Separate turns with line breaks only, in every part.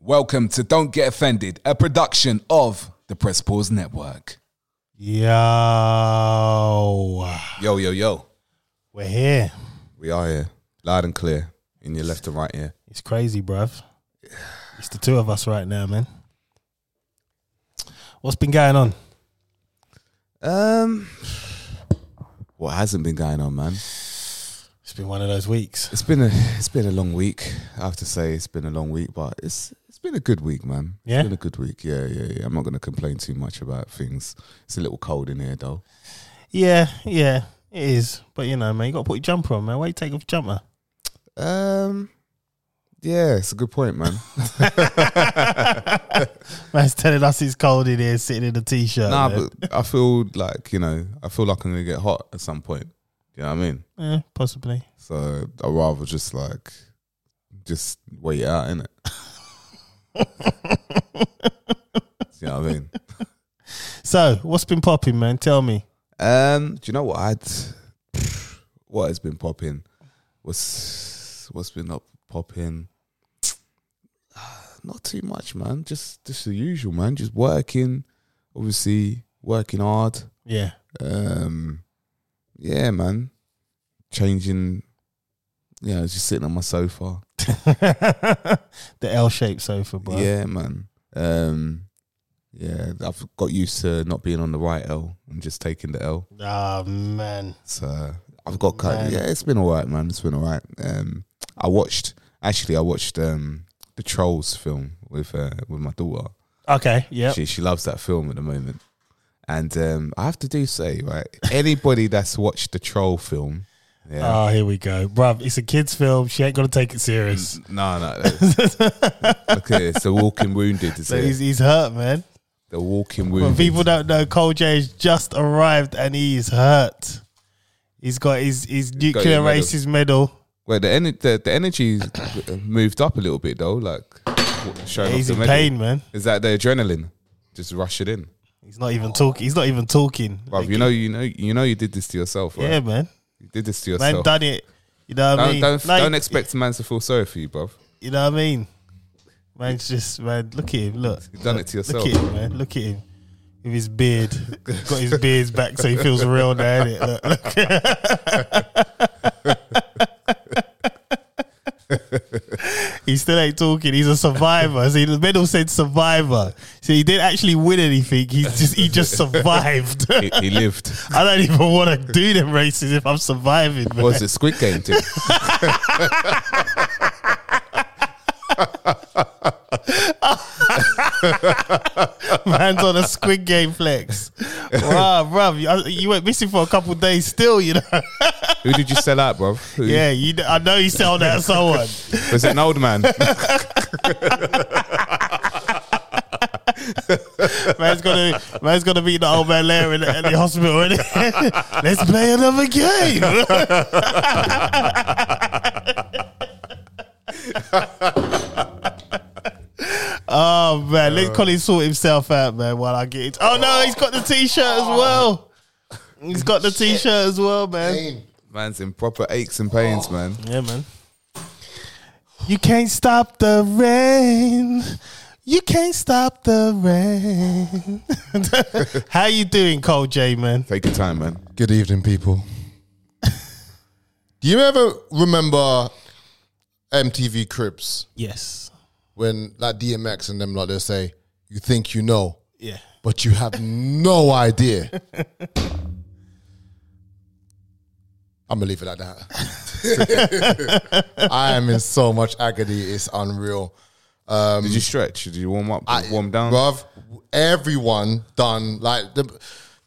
Welcome to Don't Get Offended, a production of the Press Pause Network.
Yo,
Yo, yo, yo.
we're here.
We are here, loud and clear, in your left and right ear.
It's crazy, bruv. It's the two of us right now, man. What's been going on?
Um, what hasn't been going on, man?
It's been one of those weeks.
It's been a it's been a long week. I have to say, it's been a long week, but it's it's been a good week, man. It's
Yeah?
been a good week. Yeah, yeah, yeah. I'm not going to complain too much about things. It's a little cold in here, though.
Yeah, yeah, it is. But you know, man, you got to put your jumper on, man. Why you take off your jumper?
Um, yeah, it's a good point, man.
Man's telling us it's cold in here, sitting in a t-shirt.
Nah,
man.
but I feel like you know, I feel like I'm gonna get hot at some point. You know what I mean?
Eh, possibly.
So I'd rather just like just wait it out, innit? you know what I mean?
So, what's been popping, man? Tell me.
Um, do you know what I'd what has been popping? What's what's been up popping? Not too much, man. Just just the usual, man. Just working, obviously working hard.
Yeah,
Um, yeah, man. Changing. Yeah, I was just sitting on my sofa.
the L-shaped sofa, bro.
Yeah, man. Um, yeah, I've got used to not being on the right L and just taking the L.
Ah, man.
So I've got cut.
Man.
Yeah, it's been all right, man. It's been all right. Um, I watched actually. I watched um the Trolls film with uh, with my daughter.
Okay. Yeah.
She she loves that film at the moment. And um, I have to do say right. Anybody that's watched the Troll film, yeah,
Oh, here we go, bruv. It's a kids' film. She ain't gonna take it serious.
No, no. okay, it's the walking wounded. Is
So he's,
it?
he's hurt, man.
The walking
But
wounded.
people don't know, Cole J has just arrived and he's hurt. He's got his his
got
nuclear
his medal.
races medal.
well, the, ener- the the energy's moved up a little bit though. Like showing off
He's
the
in
medal.
pain, man.
Is that the adrenaline? Just rush it in,
He's not even talking. He's not even talking.
bro.
Like,
You know, you know, you know, you did this to yourself. Right?
yeah, man.
you did this to
Man,
yourself.
done it. You know what I
don't
mean?
don't,
No,
don't
you-
expect man to feel sorry for you, bro.
You know what I mean? Man's just man. Look at him. Look.
You've done it to yourself.
Look at him, man. Look at him. With his beard, got his beard back, so he feels real now. Innit? Look, look. he still ain't talking. He's a survivor. See, the medal said survivor. So he didn't actually win anything. He's just he just survived.
He, he lived.
I don't even want to do them races if I'm surviving. Man.
What was it Squid Game? Thing?
Man's on a squid game flex. Wow, bruv, you, I- you went missing for a couple of days still, you know.
Who did you sell out, bro? Who,
Yeah, you. kn- I know you sold out someone.
was it an old man?
Man's gonna man's gonna meet the old man there in the, in the hospital. innit? Let's play another game. oh man, let Colin sort himself out, man. While I get it. Oh no, he's got the t-shirt as well. He's got the t-shirt as well, man.
Man's in proper aches and pains, man.
Yeah, man. You can't stop the rain. You can't stop the rain. How you doing, Cole J, man?
Take your time, man.
Good evening, people. Do you ever remember MTV Cribs
Yes.
when like DMX and them like they say, "You think you know,
Yeah.
but you have no idea." I'm gonna leave it like that. I am in so much agony; it's unreal.
Did you stretch? Did you warm up?
I-
warm down?
bruv. Everyone done like the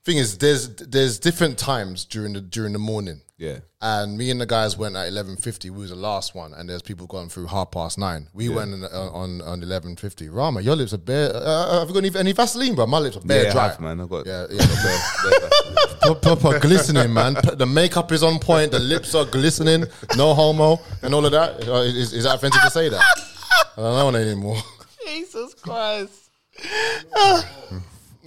thing is there's there's different times during the during the morning.
Yeah.
And me and the guys went at eleven fifty. We was the last one, and there's people going through half past nine. We went in, uh, on on eleven fifty. Rama, your lips are bare. Uh, have you got any, any Vaseline, bro? My lips are bare
yeah, I
dry,
have, man. I've got.
Yeah, yeah, pro- proper glistening, man. P- The makeup is on point. The lips are glistening. No homo and all of that. Uh, Is, is that offensive to say that? I don't know anymore.
Jesus Christ.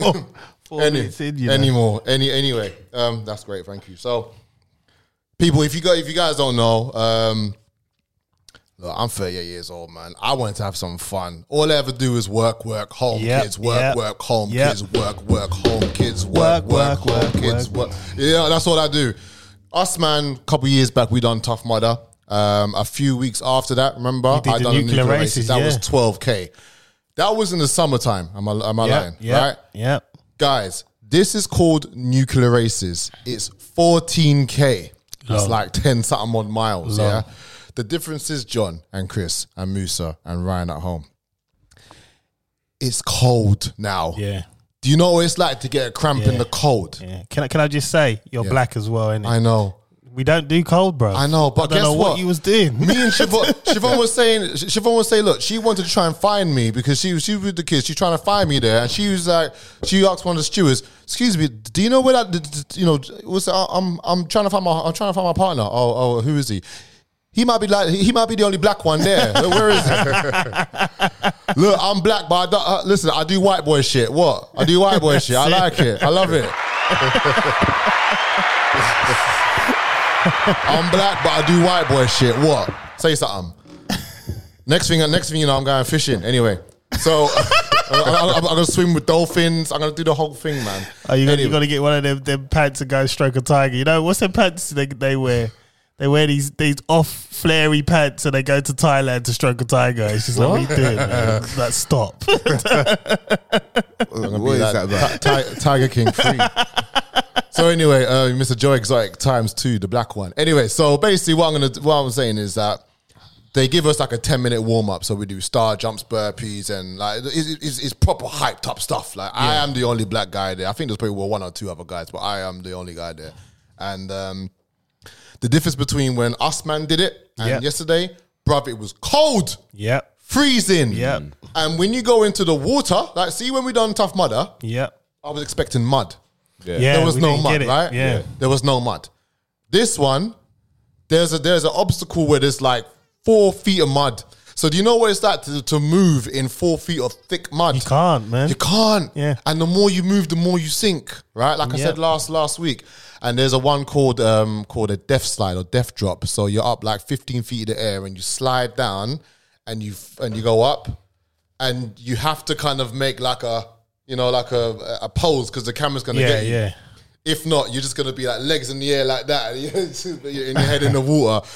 Oh. Four
Any,
minutes in, you know.
anymore. Any anyway. Um, that's great. Thank you. So, people, if you go, if you guys don't know, um, Look, I'm 38 years old, man. I want to have some fun. All I ever do is work, work, home,
Yep,
kids, work,
yep.
work, home,
Yep.
kids, work, work, home, kids, work, work,
Work,
home,
work, work,
kids, work. Yeah, that's all I do. Us, man, a couple years back, we done Tough Mudder. Um, a few weeks after that, remember?
did
I
the
done a
nuclear races,
That
yeah.
was 12K. That was in the summertime. Am I, am I lying? Right?
Yep.
guys, this is called nuclear races. It's 14k. It's
Long.
like 10 something odd miles. Yeah. The difference is John and Chris and Musa and Ryan at home. It's cold now.
Yeah.
Do you know what it's like to get a cramp in
Yeah.
the cold?
Yeah. Can I can I just say you're black as well, innit?
I know.
we don't do cold, bro.
I know, but
I don't
guess
know what?
what?
you was doing.
me and Siobhan, Siobhan was saying, Siobhan was saying, look, she wanted to try and find me because she was, she was with the kids. She trying to find me there, and she was like, she asked one of the stewards, "Excuse me, do you know where that? d- d- d- You know, what's that? I'm I'm trying to find my I'm trying to find my partner. Oh oh, who is he? He might be like he might be the only black one there. Where is he? Look, I'm black, but I don't, uh, listen, I do white boy shit. What I do white boy shit. I like it. I love it. I'm black, but I do white boy shit. What? Say something. Next thing, next thing you know, I'm going fishing. Anyway, so I'm, I'm- I'm gonna swim with dolphins. I'm gonna do the whole thing, man.
Oh, you got
Anyway.
you got to get one of them, them pants and go stroke a tiger. You know what's them pants they, they wear? They wear these these off flary pants and they go to Thailand to stroke a tiger. It's just like what are you doing? man? It's like stop.
What is
Like,
that about?
Ti- Ti- Tiger King free. so anyway, uh, Mr. Joe Exotic times two, the black one. Anyway, so basically, what I'm gonna, what I'm saying is that they give us like a 10 minute warm up. So we do star jumps, burpees, and like it's, it's, it's proper hyped up stuff. Like I am the only black guy there. I think there's probably well, one or two other guys, but I am the only guy there. And um, the difference between when us man did it and
Yeah.
yesterday, bruv, it was cold
yep,
freezing.
Yep.
And when you go into the water, like see when we done Tough Mudder,
yep.
I was expecting mud.
Yeah.
Yeah,
there was
we
no
didn't
mud,
get it.
right?
Yeah.
There was no mud. This one, there's a there's an obstacle where there's like four feet of mud. So do you know what it's like to, to move in four feet of thick mud?
You can't, man.
You can't.
Yeah.
And the more you move, the more you sink. Right. Like I
Yeah.
said last last week. And there's a one called um called a death slide or death drop. So you're up like 15 feet in the air and you slide down and you f- and you go up and you have to kind of make like a you know like a a pose because the camera's gonna
yeah,
get you.
yeah.
If not, you're just gonna be like legs in the air like that, and you're in your head in the water.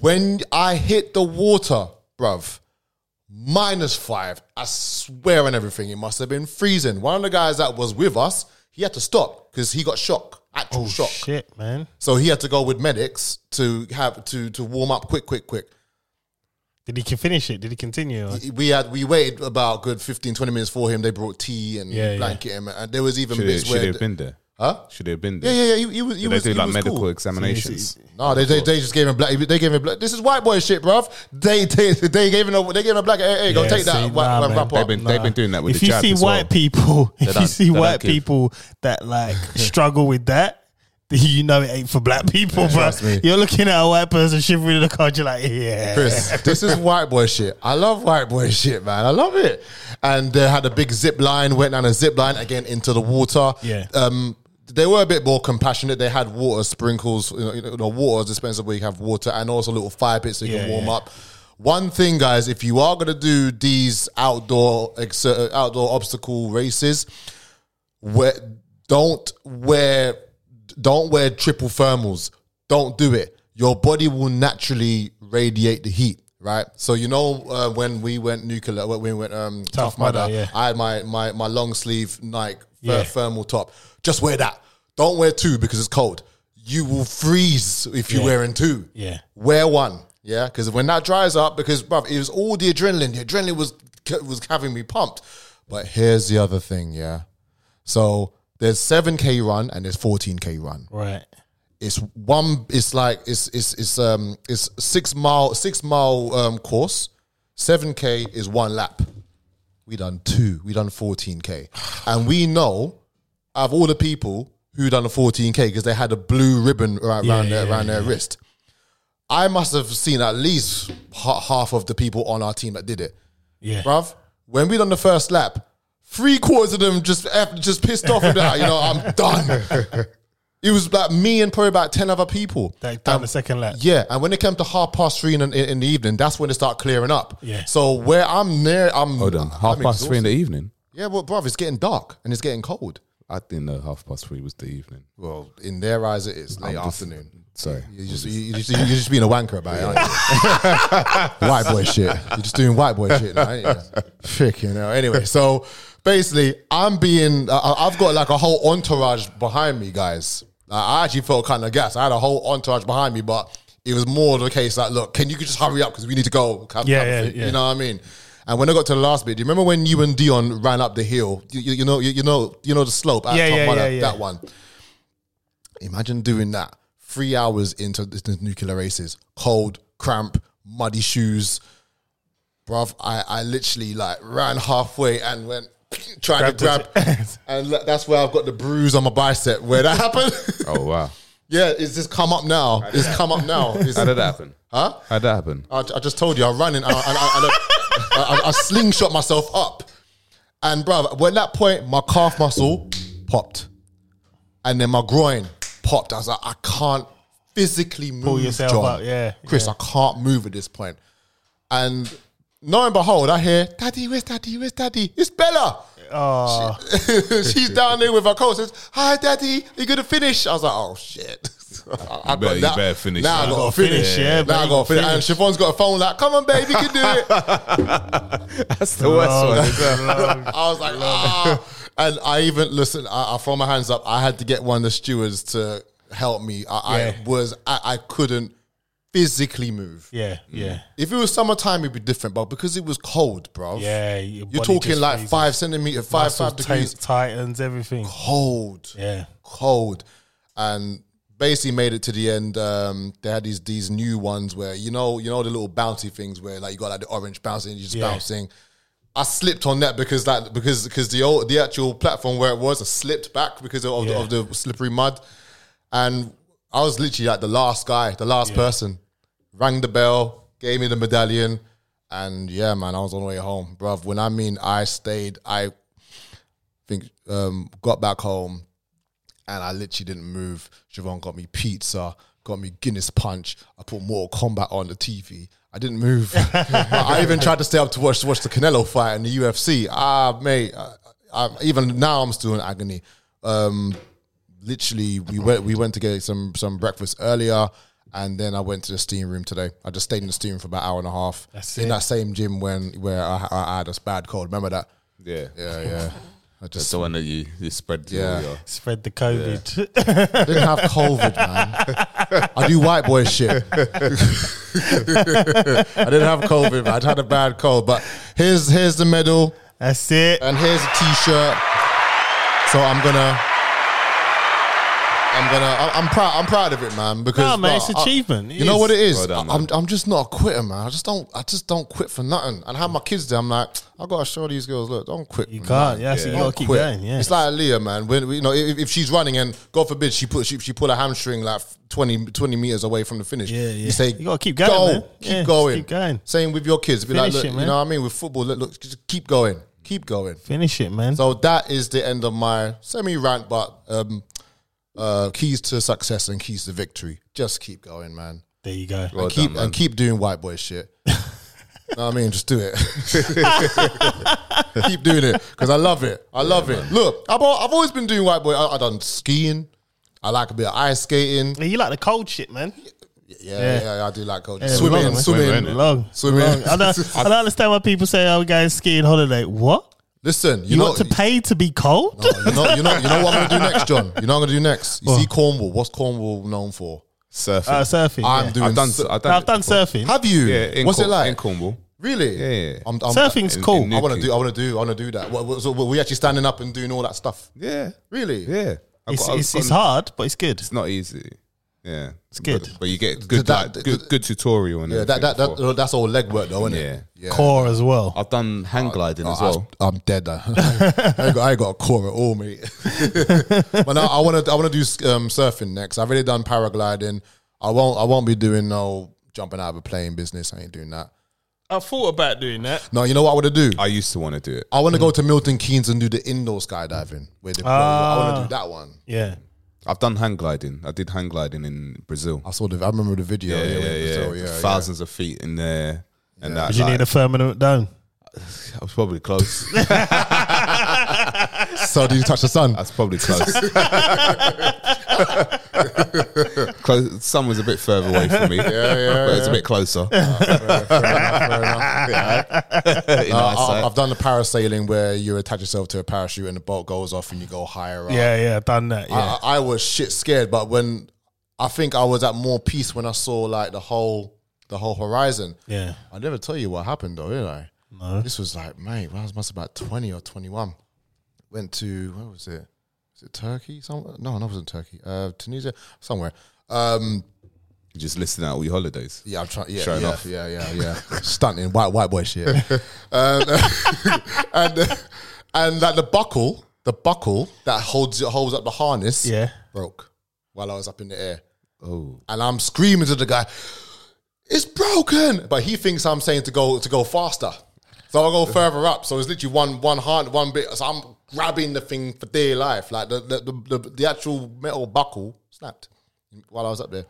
When I hit the water, bruv, minus five, I swear on everything, it must have been freezing. One of the guys that was with us, he had to stop because he got shock, actual
Oh,
shock.
Shit, man.
So he had to go with medics to have to to warm up quick, quick, quick.
Did he can finish it? Did he continue? Or-
we had we waited about a good 15 20 minutes for him they brought tea and
Yeah, yeah.
blanket him and there was even
Should it,
bits
should it
where
have been there?
Huh?
Should it have been
yeah
there?
yeah yeah he, he was he
Did
was,
they do
he
like
was
medical
cool.
examinations?
no they, they, they just gave him black they gave him black this is white boy shit bruv they they, they gave him a they gave him a black hey, hey go
Yeah,
take
see,
that
nah,
wrap,
man.
wrap up.
They've been they've been doing that with
if
the
you
jab
see
as
white
well.
people, if you
don't-
see
they don't
white
give.
people that like struggle with that, you know it ain't for black people, bro.
trust me.
You're looking at a white person shivering in the car. You're like, yeah,
Chris, this is white boy shit. I love white boy shit, man. I love it. And they had a big zip line, went down a zip line again into the water.
Yeah.
Um, they were a bit more compassionate. They had water sprinkles, you know, you know water dispenser where you have water and also little fire pits so you can
Yeah,
warm
yeah.
up. One thing, guys, if you are going to do these outdoor ex- uh, outdoor obstacle races, wear, don't wear don't wear triple thermals. Don't do it. Your body will naturally radiate the heat, right? So you know uh, when we went nuclear, when we went um, tough, mudder,
Mudder, yeah.
I had my my my long sleeve Nike ther-
Yeah.
thermal top. Just wear that. Don't wear two because it's cold. You will freeze if you're
Yeah.
wearing two.
Yeah.
wear one. Yeah, because when that dries up, because bruv, it was all the adrenaline. The adrenaline was was having me pumped. But here's the other thing, yeah. So there's seven k run and there's fourteen k run.
right.
It's one. It's like it's it's it's um it's six mile six mile um course. Seven k is one lap. We done two. We done fourteen k, and we know out of all the people who done a fourteen k because they had a blue ribbon around, around their
yeah,
around their wrist. I must have seen at least ha- half of the people on our team that did it
Yeah,
bruv, when we done the first lap, three quarters of them just F, just pissed off about, you know, I'm done. It was like me and probably about ten other people.
Like down
And-
the second lap.
Yeah, and when it came to half past three in, in, in the evening, that's when they start clearing up.
Yeah.
So where I'm near, I'm
Hold on, half
I'm
past three in the evening.
Yeah, well, bruv, it's getting dark and it's getting cold.
I didn't know half past three was the evening.
Well, in their eyes, it is late afternoon.
Sorry.
You just, you, you just, you're just being a wanker about it, aren't you? white boy shit. You're just doing white boy shit, now, aren't you? Freaking hell. Anyway, so basically, I'm being, I- I, I've got like a whole entourage behind me, guys. I I actually felt kind of gas. I had a whole entourage behind me, but it was more the case like, look, can you just hurry up because we need to go? Kind of-
Yeah,
kind of
yeah,
thing.
yeah.
You know what I mean? And when I got to the last bit, do you remember when you and Dion ran up the hill? You, you, you know, you, you know, you know the slope. At
Yeah,
Top
yeah,
Mudder,
yeah, yeah.
That one. Imagine doing that three hours into the the nuclear races, cold, cramp, muddy shoes. Bruv, I, I literally like ran halfway and went trying to
Grabbed
grab, and le- that's where I've got the bruise on my bicep. Where that happened?
Oh wow,
yeah, it's just come up now. It's come up now. It's-
how did that happen?
Huh?
How did that happen?
I, I just told you, I ran in, I, I, I, I, I- I slingshot myself up. And, bruv, well, at that point, my calf muscle popped. And then my groin popped. I was like, I can't physically move.
yourself
John.
up, yeah,
Chris,
yeah.
I can't move at this point. And lo and behold, I hear, Daddy, where's Daddy? Where's Daddy? It's Bella.
Oh,
She's down there with her coach. Says, Hi, Daddy. You gonna finish? I was like, Oh shit. I
You better-
got-
you
now-
better finish.
Now I
You
gotta
gotta
finish.
finish, yeah,
now
man,
I
you
gotta
gotta
finish. And Siobhan's got a phone like, Come on, babe, you can do it.
That's the worst one. as well.
Oh, I was like, ah. And I even listen. I, I throw my hands up. I had to get one of the stewards to help me. I,
Yeah.
I was I, I couldn't physically move.
yeah, yeah,
If it was summertime, it'd be different, but because it was cold, bro.
yeah. your
You're
body
talking
just
like
freezes.
five centimeter, five
Muscles
five degrees
tight- tightens everything.
cold.
Yeah.
cold, and basically made it to the end. Um, they had these these new ones where you know you know the little bouncy things where like you got like the orange bouncing, you're just
Yeah.
bouncing. I slipped on that because that because because the old the actual platform where it was, I slipped back because of,
Yeah.
of, the, of the slippery mud, and I was literally like the last guy, the last person. Rang the bell, gave me the medallion, and yeah, man, I was on the way home, bruv. When I mean I stayed, I think um, got back home, and I literally didn't move. Siobhan got me pizza, got me Guinness punch. I put more combat on the TV. I didn't move. I even tried to stay up to watch watch the Canelo fight in the UFC. Ah, mate, I, I, even now I'm still in agony. Um, literally, we went we went to get some some breakfast earlier. And then I went to the steam room today. I just stayed in the steam room for about an hour and a half
That's
in
it.
that same gym when where I, I had a bad cold. Remember that?
Yeah,
Yeah, yeah. I
that's
just
the one that you you spread to
Yeah.
all your.
Spread the COVID.
didn't have COVID, man. I do white boy shit. I didn't have COVID, man. I had a bad cold. But here's here's the medal
That's it.
and here's a t-shirt. So I'm gonna. I'm gonna. I- I'm proud. I'm proud of it, man. Because
No, man, it's
I-
achievement. It
you know
is.
what it is.
Well done,
I'm. I'm just not a quitter, man. I just don't. I just don't quit for nothing. And I have my kids there. I'm like, I gotta show these girls. Look, don't quit.
You can't. Yeah, so
Yeah.
you gotta keep
Quit.
going. Yeah.
It's like Leah, man. When you know, if, if she's running and God forbid she put she, she pull a hamstring like 20, 20 meters away from the finish,
Yeah, yeah.
you say
You gotta keep going,
Go,
man.
keep
Yeah, just
going,
keep going.
Same with your kids. Be like,
Finish
look,
it,
you
man.
know what I mean? With football, look, look, just keep going, keep going.
Finish it, man.
So that is the end of my semi rant, but um, uh, keys to success and keys to victory. Just keep going, man.
there you go.
Well
keep
done, man.
and keep doing white boy shit. know what I mean, just do it. keep doing it because I love it. I love it. Look, I've, al- I've always been doing white boy. I, I done skiing. I like a bit of ice skating.
Yeah, you like the cold shit, man.
Yeah, yeah, yeah, I do like coaching.
Yeah,
swimming,
long, man.
swimming,
Swimming, innit?
Long.
swimming.
Long. I don't, I don't understand why people say, "Oh, we going skiing holiday." What?
Listen, you,
You,
know,
want to pay to be cold?
you know, you know, you know what I'm gonna do next, John. You know what I'm gonna do next. You see Cornwall. What's Cornwall known for?
Surfing.
Uh, surfing.
I'm
yeah.
doing.
I've done.
sur-
I've done,
Now, I've done surfing.
Have you?
Yeah, in
What's
Corn-
it like?
in Cornwall.
really?
Yeah, yeah.
I'm, I'm,
Surfing's
in-
cool.
in
I want to
Nuki.
do. I want to do. I want to do that. What, what, so were we actually standing up and doing all that stuff?
Yeah,
Really?
yeah. I've
it's,
got- I've
it's,
got-
it's hard, but it's good.
It's not easy. Yeah, it's
good.
but, but you get good,
that-
like, good, good tutorial and
Yeah, that, that,
everything
that,
before.
that's all legwork, though, isn't
Yeah.
it? Yeah.
Core as well.
I've done hang gliding as
I-
well.
I'm dead. uh. I, ain't got, I ain't got a core at all, mate. but now I want to. I want to do um, surfing next. I've already done paragliding. I won't. I won't be doing no jumping out of a plane business. I ain't doing that.
I thought about doing that.
No, you know what I want to do.
I used to want to do it.
Ah.
I want to go to Milton Keynes and do the indoor skydiving. Where they blow you. I want to do that one.
Yeah.
I've done hang gliding. I did hang gliding in Brazil.
I saw the. I remember the video. Oh, Yeah, yeah, yeah. Brazil, yeah, yeah.
Thousands of feet in there, and that.
Did you
like,
need a permanent dome?
I was probably close.
So did you touch the sun?
That's probably close. close. Sun was a bit further away from me. Yeah,
yeah,
But it's a bit closer. In
Uh, I-
eyesight.
I've done the parasailing where you attach yourself to a parachute and the boat goes off and you go higher up.
Yeah, yeah, done that. Yeah.
I, I I was shit scared, but when I think I was at more peace when I saw like the whole the whole horizon.
yeah.
I never tell you what happened though, did I? No. This was like, mate, when I was must have about twenty or twenty one. Went to where was it? Was it Turkey? Somewhere? No, no, it wasn't Turkey. Uh, Tunisia, somewhere. Um,
You're just listing out all your holidays.
yeah, I'm trying. Yeah,
Showing
yeah,
off.
yeah, yeah, yeah. Stunting white white boy shit. um, and uh, and like the buckle, the buckle that holds it holds up the harness.
Yeah.
broke while I was up in the air,
Oh,
and I'm screaming to the guy, "It's broken!" But he thinks I'm saying to go to go faster, so I go further up. So it's literally one one hand, one bit. So I'm grabbing the thing for dear life, like the the the, the, the actual metal buckle snapped while I was up there.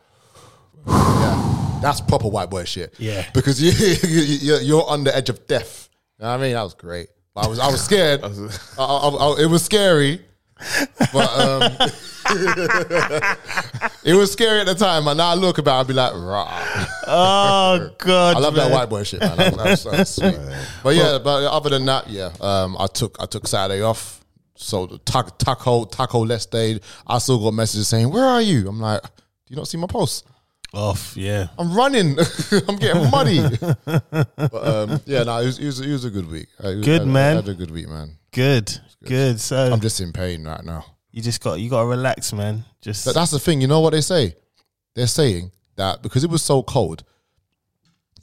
yeah, that's proper white boy shit.
Yeah.
because you, you you're, you're on the edge of death. You know what I mean, that was great. I was I was scared. I, I, I- it was scary. But um, it was scary at the time, and now I look about, I'd be like, rah.
Oh god.
I love that
man.
white boy shit, man. That was, that was so sweet. But yeah, but other than that, yeah, um, I took I took Saturday off. So the tac- taco taco less day. I still got messages saying, "Where are you?" I'm like, "Do you not see my post?
Off. Yeah.
I'm running. I'm getting money." but um, yeah, no, it was, it was it was a good week. Uh, it was-
Good,
I-
man.
I had a good week, man.
Good. Good. So
I'm just in pain right now.
you just got you got to relax, man. Just
But that's the thing. You know what they say? They're saying that because it was so cold,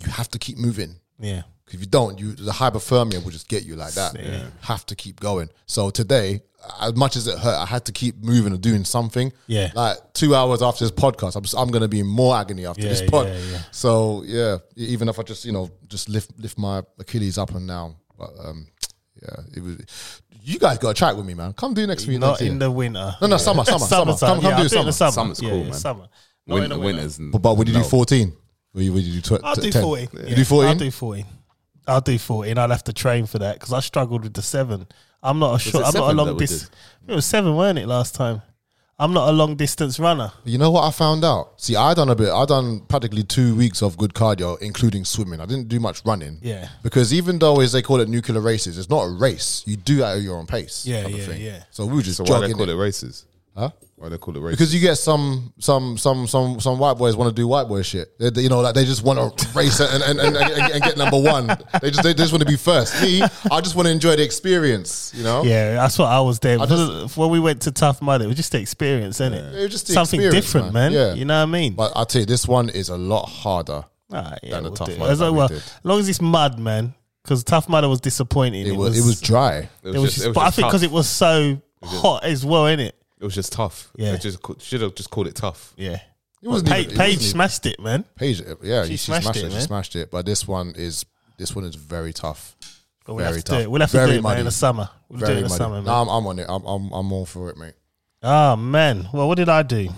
you have to keep moving.
yeah.
'Cause If you don't, you the hypothermia will just get you like that. Have to keep going. So today, as much as it hurt, I had to keep moving and doing something.
Yeah.
Like two hours after this podcast, I'm, I'm going to be in more agony after
Yeah,
this pod.
yeah, yeah.
So yeah, e- even if I just you know just lift lift my Achilles up and down, but um, yeah, it was. You guys got to chat with me, man. Come do next week.
Not
next year.
in the winter.
no no summer Oh, summer summer.
Summertime.
Come
yeah,
come do
I'll it in
summer.
the summer.
Summer's
yeah,
cool,
yeah,
man.
Summer.
Oh,
Not in
Win-
the
winners.
But, but would you do
no.
14? Would you, would you do tw-
I'll do
10?
14. Yeah,
You do
I'll
14?
do 14. I'll do 14. I'll have to train for that because I struggled with the seven. I'm not a short,
it
I'm not a
seven
long
that we
distance. It was seven, weren't it, last time? I'm not a long distance runner.
You know what I found out? See, I done a bit. I done practically two weeks of good cardio, including swimming. I didn't do much running.
Yeah.
Because even though as they call it nuclear races, it's not a race. You do that at your own pace.
Yeah,
type of
yeah,
thing.
yeah.
So we were just
so why they
jogging.
call
it.
it races?
Huh?
Why they call it races?
Because you get some some some some some white boys want to do white boy shit. They, they- you know, like they just want to race and and, and, and and get number one. They just they just want to be first. Me, I just want to enjoy the experience. You know.
Yeah, that's what I was there.
Oh. I just-
when we went to Tough Mud, it was just the experience, isn't it?
It was just the
Something
experience,
different,
man.
man.
Yeah.
You know what I mean?
But I tell you, this one is a lot harder.
Ah, yeah,
than the
we'll
Tough
do it.
Mudder
As
that we
well,
did.
as long as it's mud, man, because Tough Mudder was disappointing.
It was it was dry.
it was just- but I think because it was so hot as well, innit?
it was just tough.
Yeah.
They just ca- should have just called it tough.
Yeah. It
wasn't
Paige,
even-
Paige
it wasn't even-
smashed it, man.
Paige, yeah, she,
smashed
smashed,
it,
it. she
man.
smashed it. But this one is this one is very tough.
But we'll
very
have to
tough.
do it. We'll have to
very
do it, man,
muddy.
in the summer. We'll do it in
Very
the
muddy.
summer,
no,
man.
I'm, I'm on it. I'm, I'm I'm all for it, mate.
Ah, man. Well, what did I do?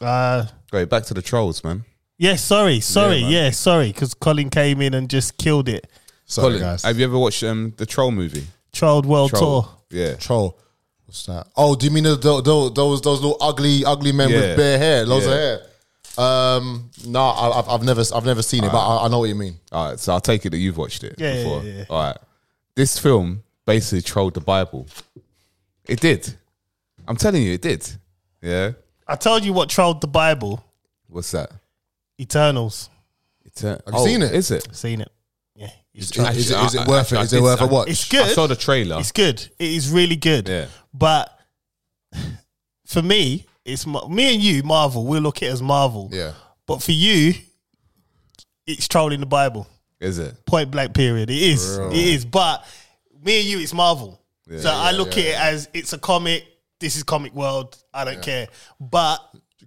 Uh,
Great. Back to the trolls, man.
yeah, sorry, sorry, yeah,
man.
sorry, because Colin came in and just killed it.
Sorry,
Colin,
guys.
have you ever watched um, the Troll movie?
Trolled World
Troll.
Tour.
Yeah.
Troll. What's that? Oh, do you mean those those those, those little ugly ugly men
Yeah.
with bare hair, loads
Yeah.
of hair? Um, no, I, I've I've never I've never seen it, but
Uh,
I, I know what you mean.
All right. So I'll take it that you've watched it
Yeah, yeah,
before.
yeah, yeah.
All right. This film basically trolled the Bible. It did. I'm telling you, it did. Yeah.
I told you what trolled the Bible.
What's that?
Eternals.
It's a,
Have you seen it?
Is it?
Seen it. Yeah. It's,
Is, is, it- is it worth it? Is
I- I-
it worth a
I-
watch?
it's
I
good.
saw the trailer.
It's good. It is really good.
Yeah.
But for me, it's ma- me and you, Marvel. We'll look at it as Marvel.
yeah,
But for you, it's trolling the Bible.
Is it?
Point blank. Period. It is. It is. But me and you, it's Marvel. so I look at it as it's a comic. This is comic world. I don't care. But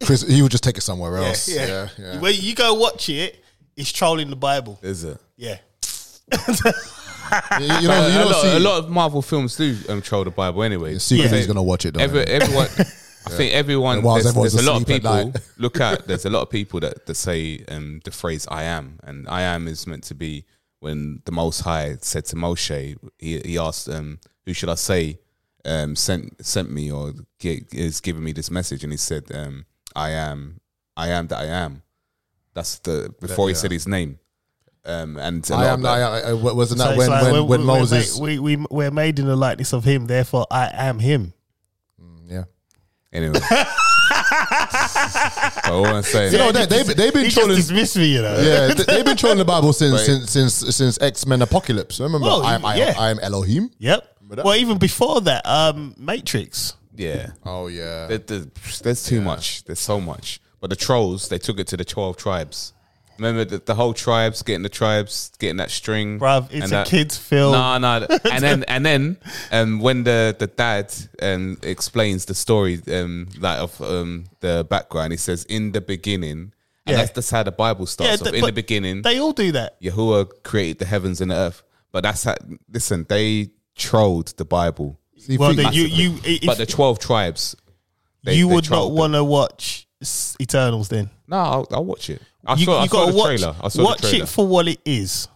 Chris, he would just take it somewhere else.
yeah,
Yeah, yeah.
when you go watch it, it's trolling the Bible.
Is it?
Yeah.
You, you know, you
Uh, a,
don't
lot,
see.
a lot of Marvel films do um, troll the Bible anyway.
secretly
Yeah.
he's gonna watch it. Though,
Every,
man.
everyone, I think everyone.
And whilst
There's,
everyone's
there's a lot of
asleep
people.
at night.
look at. There's a lot of people that that say um, the phrase "I am," and "I am" is meant to be when the Most High said to Moshe, he, he asked, um, "Who should I say um, sent sent me or gi- is giving me this message?" And he said, um, "I am. I am that I am." That's the before he
yeah.
said his name. Um, and a
I
lot
am.
of-
I, I, I- wasn't
So
that
it's
when,
like
when,
we're-
when
we're
Moses?
made- we, we, we're made in the likeness of him, therefore I am him.
yeah.
Anyway. But all I'm saying,
You know they they they've been
He just
trolling.
dismissed me, you know.
Yeah, they- they've been trolling the Bible since
Right.
since since since X Men Apocalypse. Remember,
Well,
I am I,
yeah.
am I am Elohim.
Yep.
that-
Well, even before that, um, Matrix.
yeah.
Oh yeah,
There- there's, there's too much. There's so much. But the trolls, they took it to the twelve tribes. Remember the, the whole tribes getting the tribes getting that string,
Bruv,
and
it's a
that-
kid's film.
Nah, nah. And then and then um, when the the dad um, explains the story um, like of um, the background, he says in the beginning, and
Yeah.
that's, that's how the Bible starts.
Yeah,
off.
th-
in the
but
beginning,
They all do that.
Yahuwah created the heavens and the earth. But that's how. Listen, they trolled the Bible.
Well, then you
Massively.
you if
but the twelve tribes, they-
you
they
would not
trolled them.
want to watch S- Eternals. Then
No, I'll, I'll watch it. I
you,
saw,
you
I saw
gotta
the
watch,
trailer. I saw
watch
the trailer.
it for what it is,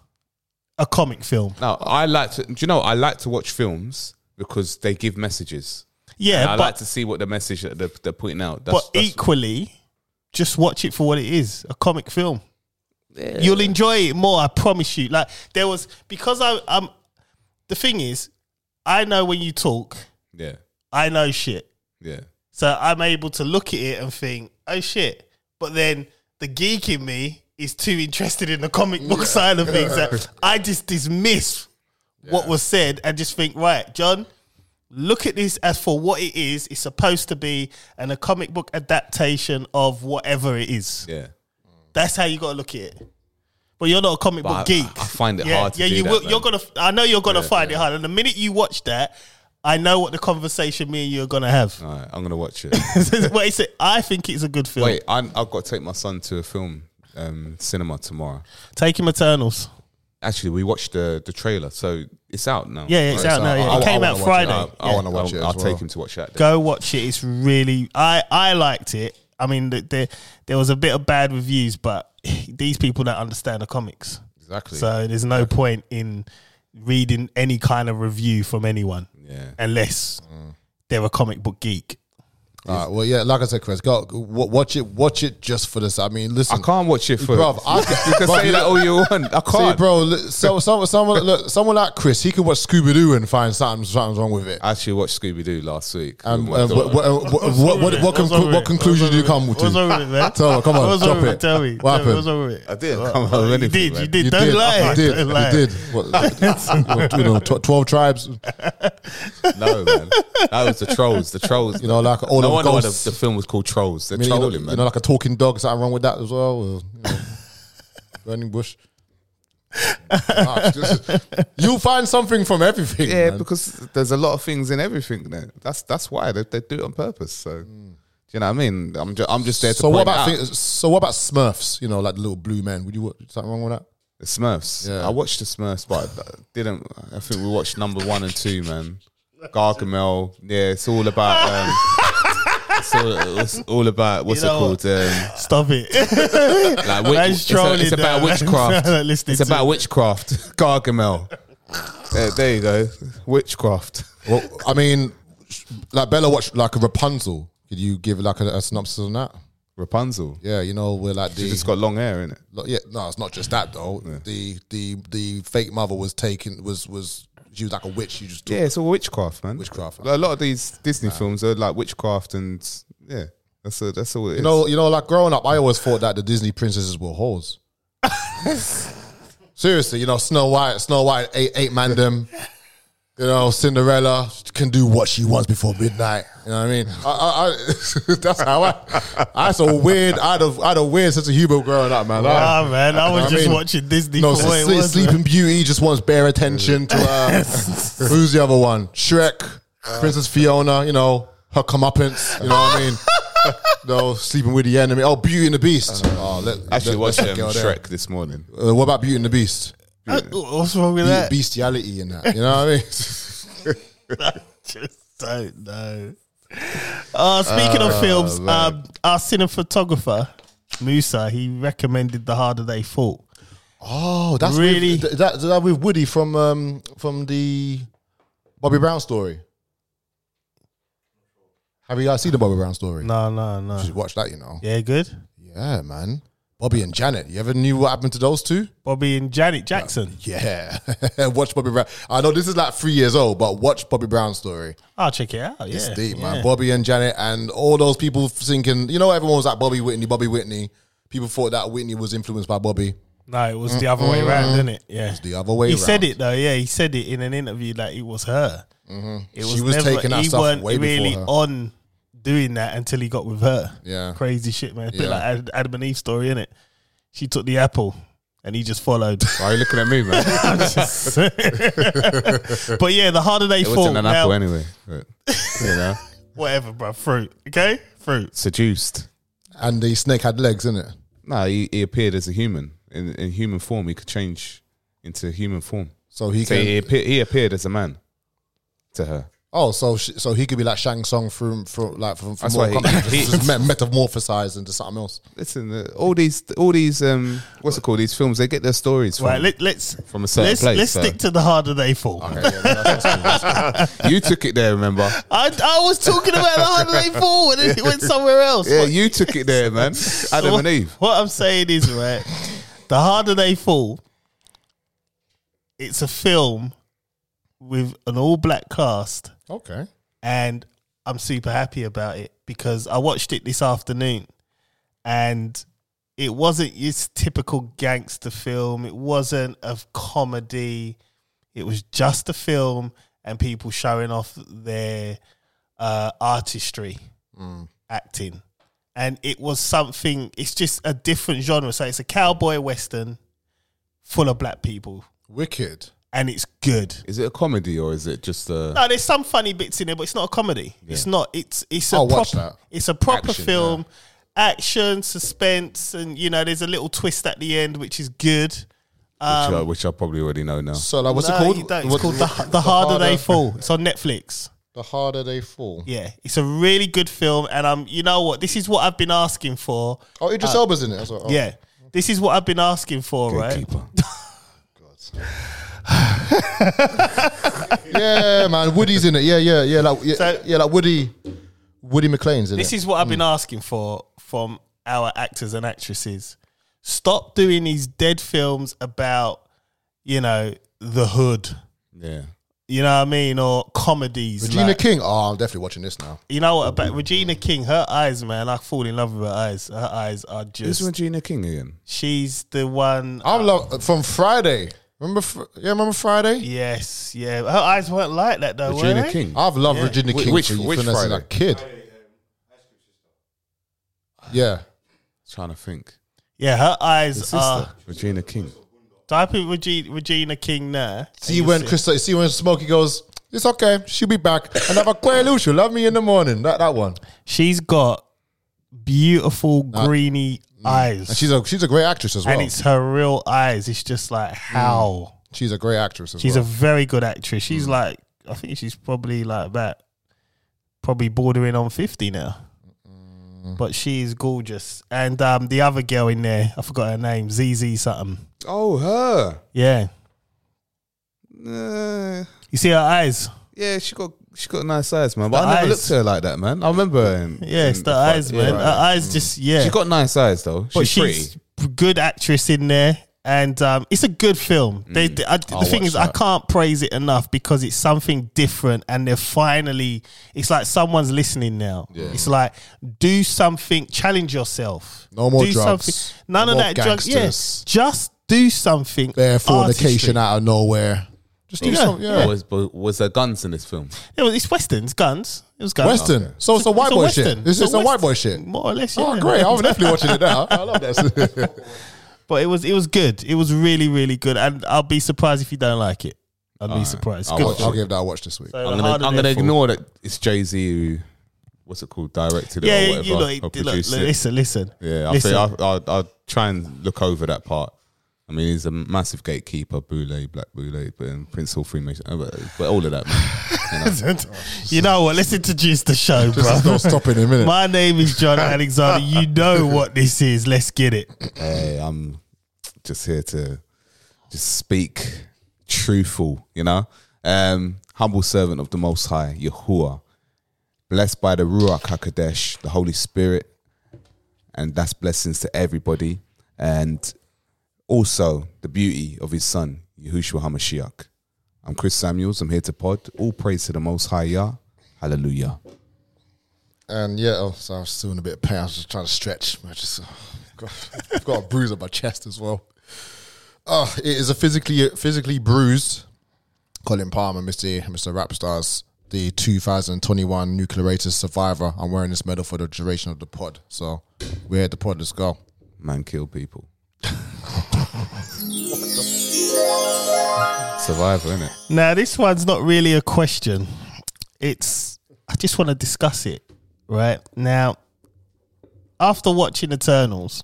a comic film.
no, I like to. Do you know? I like to watch films because they give messages.
Yeah,
And I
but
like to see what the message that they're, they're putting out. That's,
but equally, just watch it for what it is, a comic film. You'll enjoy it more, I promise you. Like there was because I um the thing is, I know when you talk,
yeah,
I know shit.
yeah.
So I'm able to look at it and think, oh shit. But then the geek in me is too interested in the comic book side of things that I just dismiss what was said and just think, right, John, look at this as for what it is. It's supposed to be and a comic book adaptation of whatever it is.
Yeah,
That's how you got to look at it. But you're not a comic
I-
book geek.
I find it hard to
yeah,
do
you
that,
will.
man.
You're gonna. I know you're gonna find it hard. And the minute you watch that, I know what the conversation me and you are gonna have.
all right, I'm gonna watch it.
Wait, it's a- I think it's a good film.
Wait, I'm, I've got to take my son to a film um, cinema tomorrow.
Take him Eternals.
Actually, we watched the the trailer, so it's out now.
Yeah, it's
Right,
out
so
now. Yeah.
I'll-
it
I'll-
came out
watch it.
Friday.
I'll-
Yeah.
I'll- wanna watch
I'll,
it as
I'll
well.
take him to watch that. Then.
Go watch it. It's really. I I liked it. I mean, the, the, there was a bit of bad reviews, but these people don't understand the comics,
exactly.
so there's no point in reading any kind of review from anyone
Yeah,
unless
Mm.
they're a comic book geek.
All right, well, yeah, like I said, Chris, go, go wa- watch it. Watch it just for this. I mean,
I
listen,
can't watch it for.
Bruv, I-
you can
bruv,
say
you-
that all you want. I
See,
can't.
bro, look, so, some, someone, look, someone like Chris, he can watch Scooby Doo and find something, something's wrong with it.
I actually watched Scooby Doo last week.
Um,
with my
uh,
daughter.
what, what, what, what, what, what,
What's wrong
conclu-
with
what
it?
conclusion
What's
do you
wrong
come
with it?
to?
What's wrong with it, man?
Tell me, come on,
What's
drop
wrong with
it.
it? Tell me.
What
Tell me,
happened?
What's wrong with it?
I didn't come up with
You
anything.
did.
man.
You did.
You
Don't
did.
lie.
You did.
Don't lie.
You did. What, you know, tw- twelve tribes.
No, man. That was the trolls. The trolls.
You know, like all
no
of
wonder why the,
ghosts.
the film was called Trolls. They're
I mean, you, know,
trolling,
you
man.
know, like a talking dog. Something wrong with that as well. Or, you know, burning bush. Ah, it's just- You'll find something from everything.
yeah,
man.
because there's a lot of things in everything. There. That's that's why they, they do it on purpose. So, do you know what I mean? I'm just I'm just there to
Mm. So what
point
about
out
things, so what about Smurfs? You know, like the little blue men. Would you watch something wrong with that?
the Smurfs.
Yeah.
I watched the Smurfs, but I didn't. I think we watched number one and two, man. Gargamel. Yeah, it's all about. Um, it's all, it's all about what's
You know
it called? Um,
Stop it.
like witch,
Man's
it's, a-
trolling
it's about
now, man. Not
witchcraft.
listening
It's
to
about witchcraft. Gargamel. there, there you go. Witchcraft.
Well, I mean, sh- like Bella watched like a Rapunzel. Could you give like a, a synopsis on that?
Rapunzel.
Yeah, you know, we're like the
She's just got long hair, innit?
Lo- yeah, no, it's not just that though. The the the fake mother was taken was was she was like a witch. She just took,
Yeah, it's all witchcraft, man.
Witchcraft.
A lot of these Disney films are like witchcraft and yeah. That's a, that's all it is.
you know you know like growing up, I always thought that the Disney princesses were whores. Seriously, you know Snow White, Snow White ate ate mandem. You know Cinderella can do what she wants before midnight. You know what I mean? I, I, I that's how I. That's a weird. I had a, I had a weird sense of humor growing up, man. I-
Ah man, I was
I
just
mean,
watching Disney
No,
for what it
Sleep-
was.
Sleeping Beauty just wants bare attention to uh, who's the other one? Shrek, Princess Fiona, you know, her comeuppance, you know what I mean? no, sleeping with the enemy. Oh, Beauty and the Beast. Oh, let,
actually
let- let's
watched um,
go there.
Shrek this morning.
Uh, what about Beauty and the Beast?
man. What's wrong with
Be-
that?
bestiality and that, you know what I mean?
I just don't know. Uh, speaking
Ah,
of films, um, our cinematographer Musa he recommended The Harder They Fall.
Oh, that's
Really?
with, th- that that with Woody from um from the Bobby Brown story. Have you guys seen the Bobby Brown story?
No, no, no.
Just watch that, you know.
Yeah, good.
Yeah. man. Bobby and Janet. You ever knew what happened to those two?
Bobby and Janet Jackson.
Yeah, watch Bobby Brown. I know this is like three years old, but watch Bobby Brown's story.
I'll check it out. Yeah,
It's deep,
yeah.
man. Bobby and Janet and all those people thinking, you know, everyone was like Bobby Whitney, Bobby Whitney. People thought that Whitney was influenced by Bobby.
No, it was the other way around, didn't it? Yeah,
The other way
he
around. Mm-hmm.
said it though. Yeah, he said it in an interview that it was her. It was
She was
never,
taking that
he
stuff
weren't
way before
really
her.
on doing that until he got with her.
Yeah.
crazy shit, man. It's a bit
Yeah.
like Ad- Adam and Eve story, innit? She took the apple and he just followed.
Why are you looking at me, man? it
but yeah, the harder they fall,
wasn't an apple
now,
anyway. But, you know,
whatever, bro. Fruit, okay, fruit.
seduced.
And the snake had legs, innit? it?
No, he, he appeared as a human in, in human form. He could change into human form.
So he
So
can.
he, appear, he appeared as a man to her.
Oh, so sh- so he could be like Shang Tsung from from like from, from
That's
Mortal
why he-
Kombat,
he-
just, just me- metamorphosized into something else.
Listen, uh, all these, all these, um, what's it called? These films, they get their stories from.
Right, let, let's
From a certain
let's,
place, uh,
Let's
so-
stick to the harder they fall.
you took it there, remember?
I, I was talking about the harder they fall, and then it went somewhere else.
Yeah,
What-
you took it there, man. Adam
what,
and Eve.
What I'm saying is, right, the harder they fall, it's a film with an all black cast,
Okay.
and I'm super happy about it because I watched it this afternoon, and it wasn't your typical gangster film. It wasn't a comedy. It was just a film and people showing off their uh, artistry, acting, and it was something. It's just a different genre. So it's a cowboy western, full of black people,
Wicked.
and it's good.
Is it a comedy or is it just uh, a?
No, there's some funny bits in there, but it's not a comedy. It's not. It's it's a
I'll watch
proper.
that.
It's a proper
Action,
film, action, suspense, and you know there's a little twist at the end which is good. Um,
which, I, which I probably already know now.
So like, what's
No,
it called?
you don't. It's
What-
called the, the, harder, they fall. It's on Netflix.
The harder they fall.
Yeah, it's a really good film, and um, you know what? This is what I've been asking for.
Oh, Idris Elba's in it. As well. Oh,
Uh, Yeah, this is what I've been asking for, right?
Gatekeeper.
yeah, man. Woody's in it. Yeah, yeah, yeah. Like, yeah,
So-
yeah, like Woody, Woody McLean's in
This
it.
is what I've
Mm.
been asking for from our actors and actresses. Stop doing these dead films about, you know, the hood.
Yeah.
You know what I mean? Or comedies.
Regina
like-
King. Oh, I'm definitely watching this now.
you know what about Regina King? Her eyes, man, I fall in love with her eyes. Her eyes are
Who's
just.
Regina King again?
She's the one.
I'm love uh, from Friday. Remember? Fr- Yeah, remember Friday?
Yes, yeah. Her eyes weren't like that though. were
Regina
they?
King.
I've loved Regina
Wh-
King
which-
for you
which
since I was a
Friday?
kid. Yeah,
trying to think.
Yeah, her eyes
Sister
are.
Regina King.
Type in Regina, Regina King there.
see when Chris, see when Smokey goes. It's okay. She'll be back. And have a Quaalude. She'll love me in the morning. That that one.
She's got beautiful greeny eyes.
Mm. And she's a she's a great actress as well. Mm.
and it's her real eyes. It's just like how
she's a great actress as
she's
well.
a very good actress. She's like I think she's probably like about probably bordering on fifty now, but she is gorgeous. And um, the other girl in there, I forgot her name, ZZ something.
Oh, her.
Yeah,
Uh,
you see her eyes.
yeah, she got she got nice eyes, man.
the
But I never
eyes.
looked at her like that, man. I remember. Her in-
Yeah, it's
in
the
fight.
eyes,
Yeah,
man.
right.
Her eyes just yeah.
She got nice eyes though. She's,
but she's
pretty.
a good actress in there. And um, it's a good film. They,
Mm.
they- I, the
I'll
thing
watch
is, I
that.
can't praise it enough because it's something different, and they're finally. It's like someone's listening now. It's like do something, challenge yourself.
No more
do
drugs.
Something. None
No
of
more
that drugs. Yeah,
gangsters.
just do something.
Bare
artistry.
fornication out of nowhere. Just do
Yeah.
something. Yeah.
But Was, but was there guns in this film?
It was, it's westerns, guns. It was guns.
Western. Uh, So it's a white boy shit.
western.
It's just a
west-
white boy shit.
More or less.
Oh,
yeah.
great. I'm definitely watching it now. I love that.
But it was it was good. It was really really good, and I'll be surprised if you don't like it. I'd be surprised.
I'll
Good
watch
film.
I'll give that a watch this week.
So
I'm
the harder
gonna, I'm gonna
they fall.
ignore that it's Jay Z who, what's it called, directed
Yeah,
it or
yeah,
whatever,
you know,
or
it- look,
produced
look,
it.
listen, listen.
Yeah, I'll,
listen.
say, I'll, I'll, I'll try and look over that part I mean, he's a massive gatekeeper, Boule, Black Boule, but um, Prince Hall Freemason, uh, but, but all of that. Man, you know.
you know what? Let's introduce the show, bro.
There's no stopping him, innit?
My name is John Alexander. You know what this is. Let's get it.
Hey, I'm just here to just speak truthful, you know. Um, humble servant of the Most High, Yahuwah, blessed by the Ruach Hakodesh, the Holy Spirit, and that's blessings to everybody, and also the beauty of His Son, Yahushua Hamashiach. I'm Chris Samuels. I'm here to pod. All praise to the Most High Yah. Hallelujah.
And yeah, oh, so I was doing a bit of pain. I was just trying to stretch. I just, oh, I've got a bruise on my chest as well. Oh, it is a physically physically bruised Colin Palmer, Mr. Mr. Rap Stars, the 2021 Nuclear Rated Survivor. I'm wearing this medal for the duration of the pod. So we're at the pod. Let's go.
Man kill people. Survivor, innit?
Now, this one's not really a question. It's I just want to discuss it, right? Now, after watching Eternals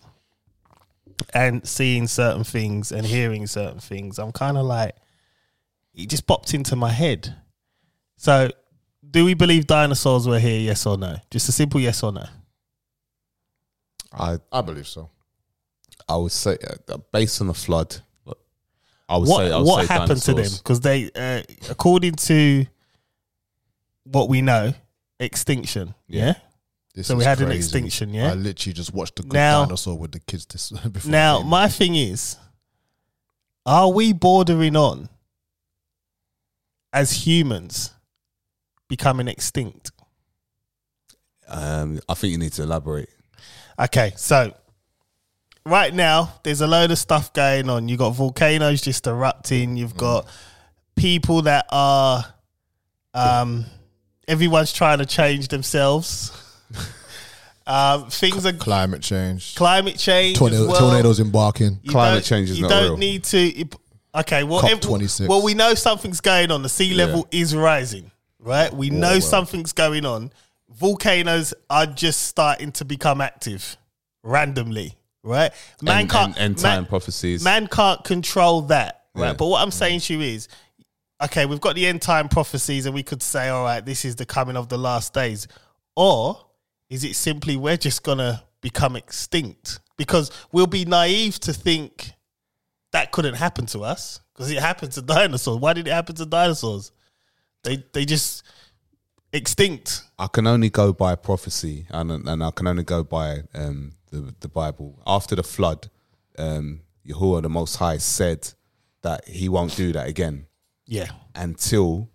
and seeing certain things and hearing certain things, I'm kind of like it just popped into my head. So, do we believe dinosaurs were here? Yes or no? Just a simple yes or no.
I
I believe so.
I would say uh, uh, based on the flood. I would
what
say I would
what
say
happened to them?
dinosaurs.
Because they, uh, according to what we know, extinction. Yeah.
This
So we
is
had an
crazy.
extinction, yeah?
I literally just watched the good
Now-
dinosaur with the kids this before.
Now, my thing is, are we bordering on as humans becoming extinct?
Um, I think you need to elaborate.
Okay, so right now there's a load of stuff going on. You've got volcanoes just erupting.
Mm.
You've got people that are, um, everyone's trying to change themselves. um, things are
climate change,
climate change. as
tornado,
well.
tornadoes embarking.
You
Climate
don't-
change is
you
not
don't
real.
need to. it- Okay, well,
COP
ev-
26.
well, we know something's going on. The sea level is rising, right? We know
well.
something's going on. Volcanoes are just starting to become active randomly, right? Man
and,
can't
and, and
man-
time prophecies.
Man can't control that, right?
Yeah.
But what I'm saying to you is, okay, we've got the end time prophecies, and we could say, all right, this is the coming of the last days, or is it simply we're just gonna become extinct because we'll be naive to think that couldn't happen to us because it happened to dinosaurs. Why did it happen to dinosaurs? They they just extinct.
I can only go by prophecy, and and I can only go by um, the the Bible. After the flood, um, Yahuwah the Most High said that He won't do that again
Yeah,
until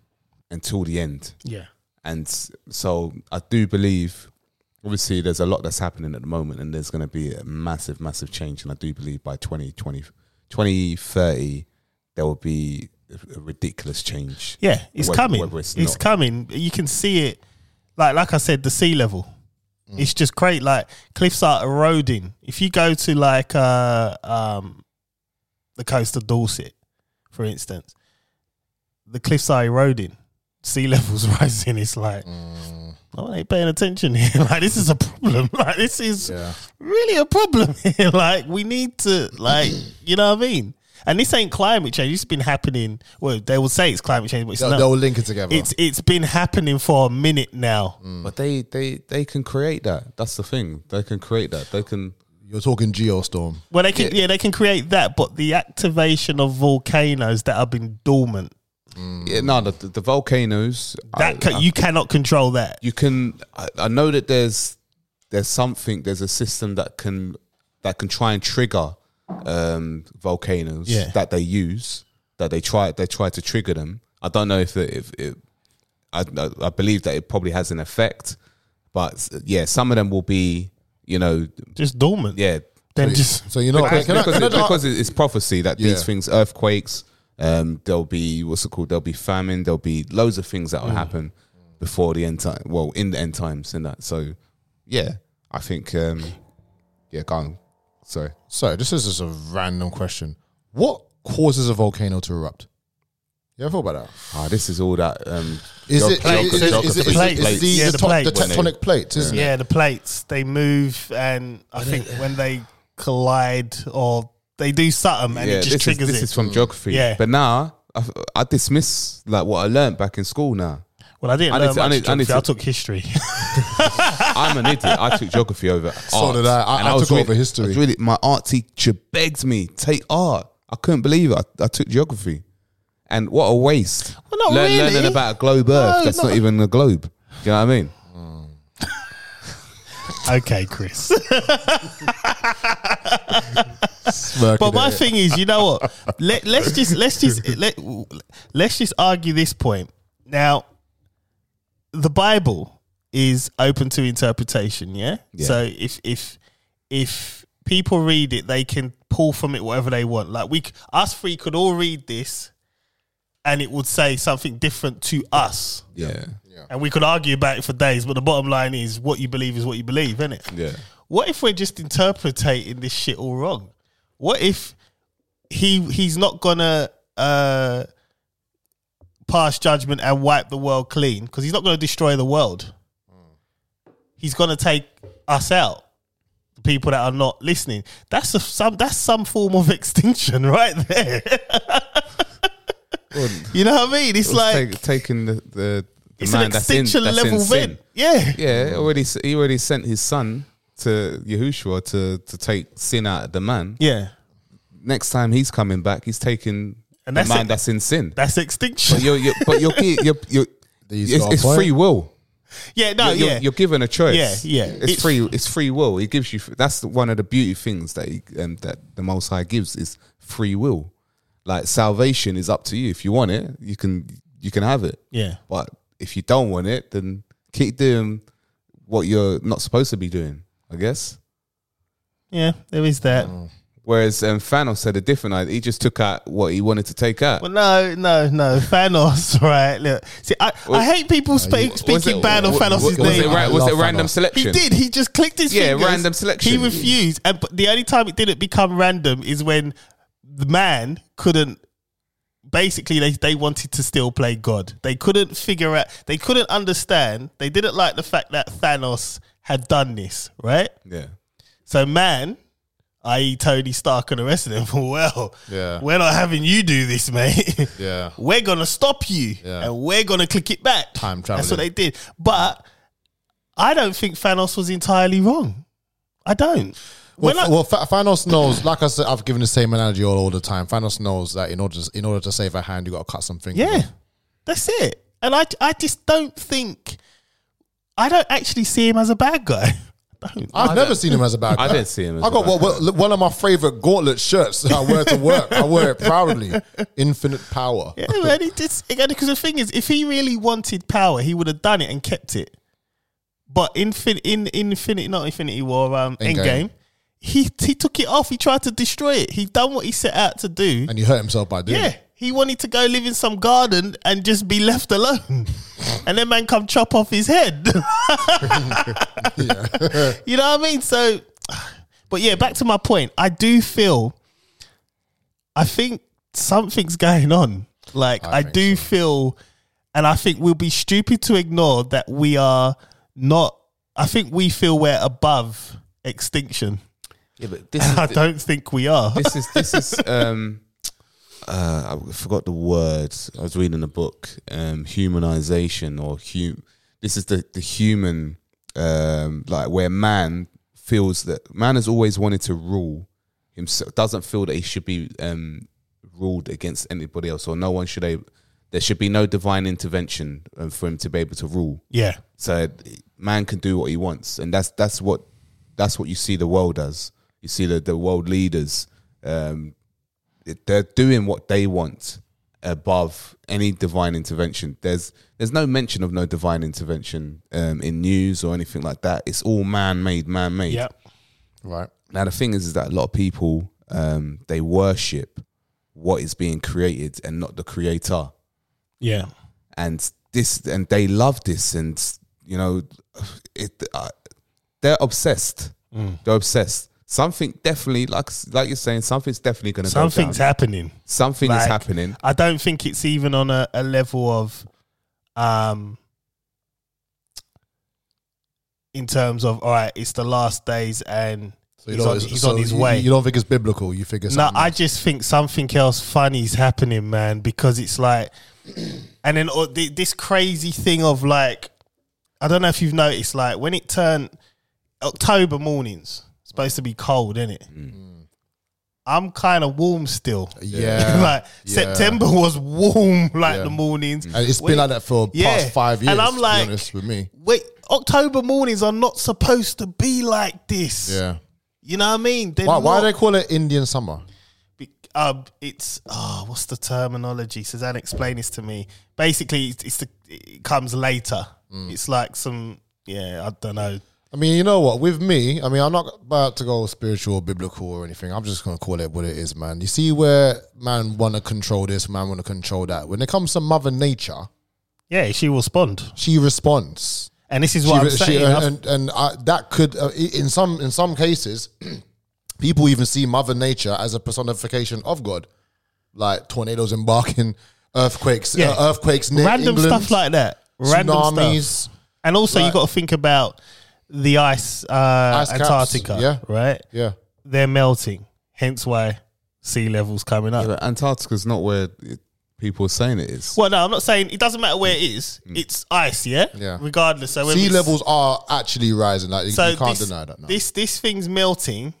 until the end.
yeah,
And s- so I do believe, obviously, there's a lot that's happening at the moment, and there's going to be a massive, massive change. And I do believe by 2020, 2030, there will be a- a ridiculous change.
yeah. It's
Whether-
coming.
whether
it's
it's not.
coming. You can see it. Like like I said, the sea level.
Mm.
It's just great. Like cliffs are eroding. If you go to like uh, um, the coast of Dorset, for instance, the cliffs are eroding. Sea levels rising. It's like,
Mm.
oh, I ain't paying attention here. like this is a problem. Like this is
Yeah.
really a problem here. like we need to, like you know what I mean. And this ain't climate change. It's been happening. Well, they will say it's climate change, but it's
They'll,
not.
they'll link it together.
It's it's been happening for a minute now.
But they, they, they can create that. That's the thing. They can create that. They can.
You're talking geostorm.
Well, they can yeah. they can create that, but the activation of volcanoes that have been dormant
Yeah, no, the, the volcanoes. I-
that ca- you cannot control that.
you can I, I know that there's there's something there's a system that can that can try and trigger um volcanoes
Yeah.
that they use that they try they try to trigger them i don't know if it, if it I, I- I believe that it probably has an effect but yeah some of them will be you know
Just dormant.
yeah
Then just
So you know,
because,
can I-
because
can I
it-
just-
because it's prophecy that
Yeah.
these things earthquakes um there'll be what's it called there'll be famine there'll be loads of things that will happen before the end time well in the end times and that so yeah i think um yeah go on sorry
So this is just a random question. What causes a volcano to erupt? You ever thought about that?
ah this is all that um
Is
geog-
it is it-
geog-
is it-
geography.
is it-
plates.
is the-
Yeah,
the
the
top- the
plates.
tectonic plates, isn't it?
uh,
yeah, the plates they move, and I think when they collide or they do something and it just
this
triggers
is, this
it.
is from geography.
Yeah.
But now I, I dismiss like what I learned back in school. Now
well, I didn't
I need
learn
to- I
much
need- I need
geography. I,
to-
took history.
I'm an idiot. I took geography over. So
did I. I- I took over history.
really, my art teacher begged me take art. I couldn't believe it. I, I took geography, and what a waste!
Well, not
Learn-
really.
Learning about a globe Earth
No,
that's
not-
not even a globe. Do you know what I mean?
okay, Chris.
Smirking
But my
at it.
thing is, you know what? Let, let's just let's just let let's just argue this point. Now, the Bible is open to interpretation. Yeah?
Yeah.
So if if if people read it, they can pull from it whatever they want. Like we, c- us three, could all read this, and it would say something different to us.
Yeah.
And we could argue about it for days, but the bottom line is what you believe is what you believe, isn't it?
Yeah.
What if we're just interpreting this shit all wrong? What if he he's not gonna uh, pass judgment and wipe the world clean because he's not gonna destroy the world. He's gonna take us out, the people that are not listening. That's a, some that's some form of extinction right there. you know what I mean? It's like
Take, taking the the, the
it's
man
an
that's in-
extinction
that's in
level
sin.
event. Yeah.
Yeah, already s- he already sent his son to Yahushua to to take sin out of the man.
Yeah.
Next time he's coming back, he's taking
And
the
that's
man
it.
that's in sin.
That's extinction.
But you're, you're but you're gi- you're, you're
He's
it's,
got a
it's
point.
free will.
yeah, no,
You're, you're-
yeah.
you're given a choice.
Yeah, yeah.
It's,
It's-
free. It's free will. It gives you. That's the- one of the beauty things that he, um, that the Most High gives is free will. Like salvation is up to you. If you want it, you can you can have it.
yeah.
But if you don't want it, then keep doing what you're not supposed to be doing, I guess.
Yeah, there is that.
Whereas um, Thanos said a different idea. He just took out what he wanted to take out.
Well, no, no, no. Thanos, right? Look, see, I, I hate people
uh,
speak,
Was
speaking
it-
bad on
wa-
Thanos'
was,
name.
it, ra-
I
was
love
it random
Thanos.
selection?
He did. He just clicked his
Yeah,
fingers.
random selection.
He refused, and but the only time it didn't become random is when the man couldn't. Basically, they they wanted to still play God. They couldn't figure out. They couldn't understand. They didn't like the fact that Thanos had done this, right?
Yeah.
So man, i.e. Tony Stark and the rest of them, well,
Yeah.
we're not having you do this, mate.
Yeah.
We're gonna stop you
Yeah.
and we're gonna click it back.
Time
That's what
traveling.
they did. But I don't think Thanos was entirely wrong. I don't.
Well,
When I-
well, Fa- Thanos knows. Like I said, I've given the same analogy all, all the time. Thanos knows that in order to, in order to save a hand, you got to cut some fingers.
yeah.
off.
That's it. And I I just don't think I don't actually see him as a bad guy. I don't.
I've never seen him as a bad guy.
I didn't see him as
I
a
got
bad
one- one, one of my favorite gauntlet shirts that I wear to work. I wear it proudly. Infinite power.
Yeah, man, he just because the thing is, if he really wanted power, he would have done it and kept it. But in fin- in Infinity, not Infinity War, um,
Endgame.
Endgame, he he took it off. He tried to destroy it. He done what he set out to do.
And he hurt himself by doing
Yeah,
it.
he wanted to go live in some garden and just be left alone, and then man come chop off his head. you know what I mean? So, but yeah, back to my point. I do feel, I think something's going on. Like I,
think
do feel, and I think we'll be stupid to ignore that we are not. I think we feel we're above extinction.
Yeah, but this is,
I don't think we are.
this is this is um uh I forgot the word. I was reading a book, um humanization or hum this is the the human um like where man feels that man has always wanted to rule himself doesn't feel that he should be um ruled against anybody else or no one should a there should be no divine intervention um, for him to be able to rule.
yeah,
So man can do what he wants, and that's that's what that's what you see the world as. You see the the world leaders, um, it- they're doing what they want above any divine intervention. There's there's no mention of no divine intervention um, in news or anything like that. It's all man made, man made.
yeah.
Right.
Now the thing is, is that a lot of people um, they worship what is being created and not the creator
Yeah.
and this and they love this and you know it uh, they're obsessed
Mm.
they're obsessed something definitely like like you're saying something's definitely going to
Something's
go down.
happening.
something is
Like,
happening
I don't think it's even on a, a level of, um, in terms of all right, it's the last days and
So you
He's
don't-
on- he's
so
on his
you-
way.
You don't think it's biblical. You think it's
No,
something-
I just think something else funny is happening, man, because it's like, and then all thi- this crazy thing of like, I don't know if you've noticed, like when it turned October mornings, it's supposed to be cold, isn't it?
Mm.
I'm kind of warm still.
Yeah.
like
Yeah.
September was warm, like
Yeah. Mm.
the mornings.
And it's been like that for
Yeah.
past five
And
years.
I'm
to be
like-
honest with me.
Wait, October mornings are not supposed to be like this.
Yeah.
You know what I mean? They're
Why, why
not.
do they call it Indian summer?
be- um, it's oh, what's the terminology? Suzanne, explain this to me. Basically, it's, it's the it comes later.
Mm.
It's like some yeah, I don't know.
I mean, you know what? With me, I mean, I'm not about to go spiritual, or biblical, or anything. I'm just gonna call it what it is, man. You see where man want to control this, man want to control that. When it comes to Mother Nature,
Yeah, she will respond,
she responds.
and this is
She,
what I'm
she- uh,
saying. I-
and and I, that could, uh, i- in some in some cases, people even see Mother Nature as a personification of God, like tornadoes embarking, earthquakes,
Yeah.
uh, earthquakes, near
random
England,
stuff like that. Random
tsunamis.
stuff. And also, you
like-
got to think about the ice, uh,
Ice caps,
Antarctica.
yeah.
right.
Yeah.
They're melting, hence why sea levels coming up.
But Antarctica's not where it, people are saying it is.
Well, no, I'm not saying it doesn't matter where it is. It's ice, yeah.
Mm. Yeah.
Regardless, so whether
Sea
it's-
levels are actually rising. Like you-
So
you can't
this,
deny that. Now.
This this thing's melting.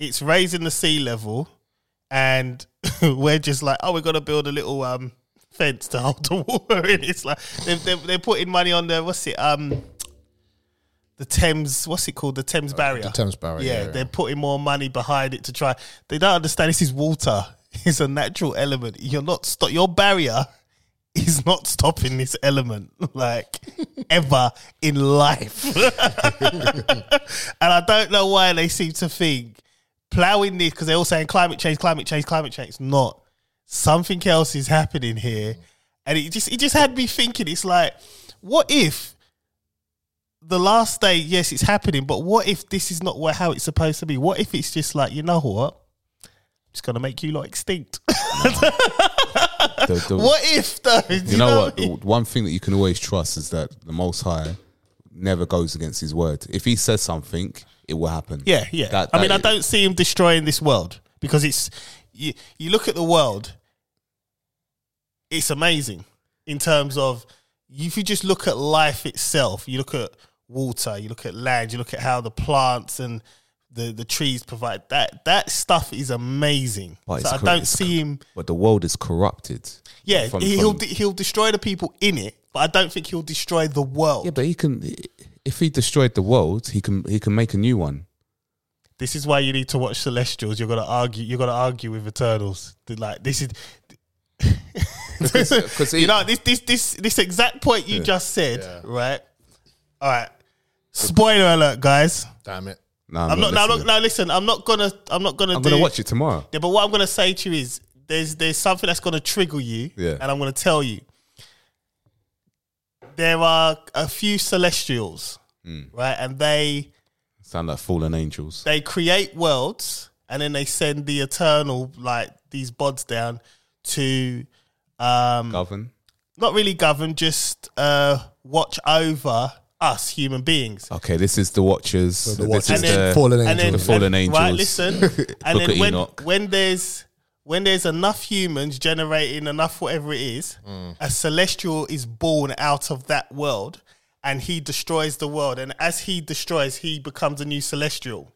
It's raising the sea level, and we're just like, oh, we're gonna build a little um fence to hold the water in. It's like they're, they're, they're putting money on the what's it um the Thames what's it called the Thames barrier.
Uh, Thames Barrier,
Yeah,
yeah,
they're putting more money behind it to try. They don't understand this is water. It's a natural element. You're not stop your barrier. Is not stopping this element like ever in life. And I don't know why they seem to think plowing this because they're all saying climate change, climate change, climate change. It's not. Something else is happening here. And it just it just had me thinking, it's like, what if the last day, yes, it's happening, but what if this is not what, how it's supposed to be? What if it's just like, you know what? I'm just gonna make you lot extinct.
The- the-
what if though? Do
You know what?
I mean?
The One thing that you can always trust is that the Most High never goes against His word. If He says something, it will happen.
Yeah, yeah.
That-
I mean,
that
I
is-
don't see him destroying this world because it's you. You look at the world; it's amazing in terms of if you just look at life itself. You look at water, you look at land, you look at how the plants and the the trees provide that that stuff is amazing.
but
so
it's
I
cor-
don't
it's
see
cor-
him.
But the world is corrupted.
Yeah,
From-
he, will
from-
de- he'll destroy the people in it, but I don't think he'll destroy the world.
Yeah, but he can. If he destroyed the world, he can. He can make a new one.
this is why you need to watch Celestials. You're gonna argue. You're gonna argue with Eternals. They're Like this is.
'cause
you
it-
know this this this this exact point you just said, right? All right. Spoiler alert, guys.
Damn it.
No,
I'm not. Now, look.
listening.
Now, listen. I'm not gonna. I'm not gonna.
I'm
do,
gonna watch it tomorrow.
Yeah, but what I'm gonna say to you is, there's there's something that's gonna trigger you,
Yeah.
and I'm gonna tell you. There are a few Celestials, right, and they
Sound like fallen angels.
they create worlds and then they send the eternal like these bods down to um
Govern.
not really govern just uh watch over us human beings
Okay, this is the Watchers.
the
This is
Watchers.
And then-
the-
Fallen
and then
The fallen
uh, and-
angels.
right listen and
Book
then
of
when
Enoch.
when there's when there's enough humans generating enough whatever it is a celestial is born out of that world and he destroys the world and as he destroys he becomes a new celestial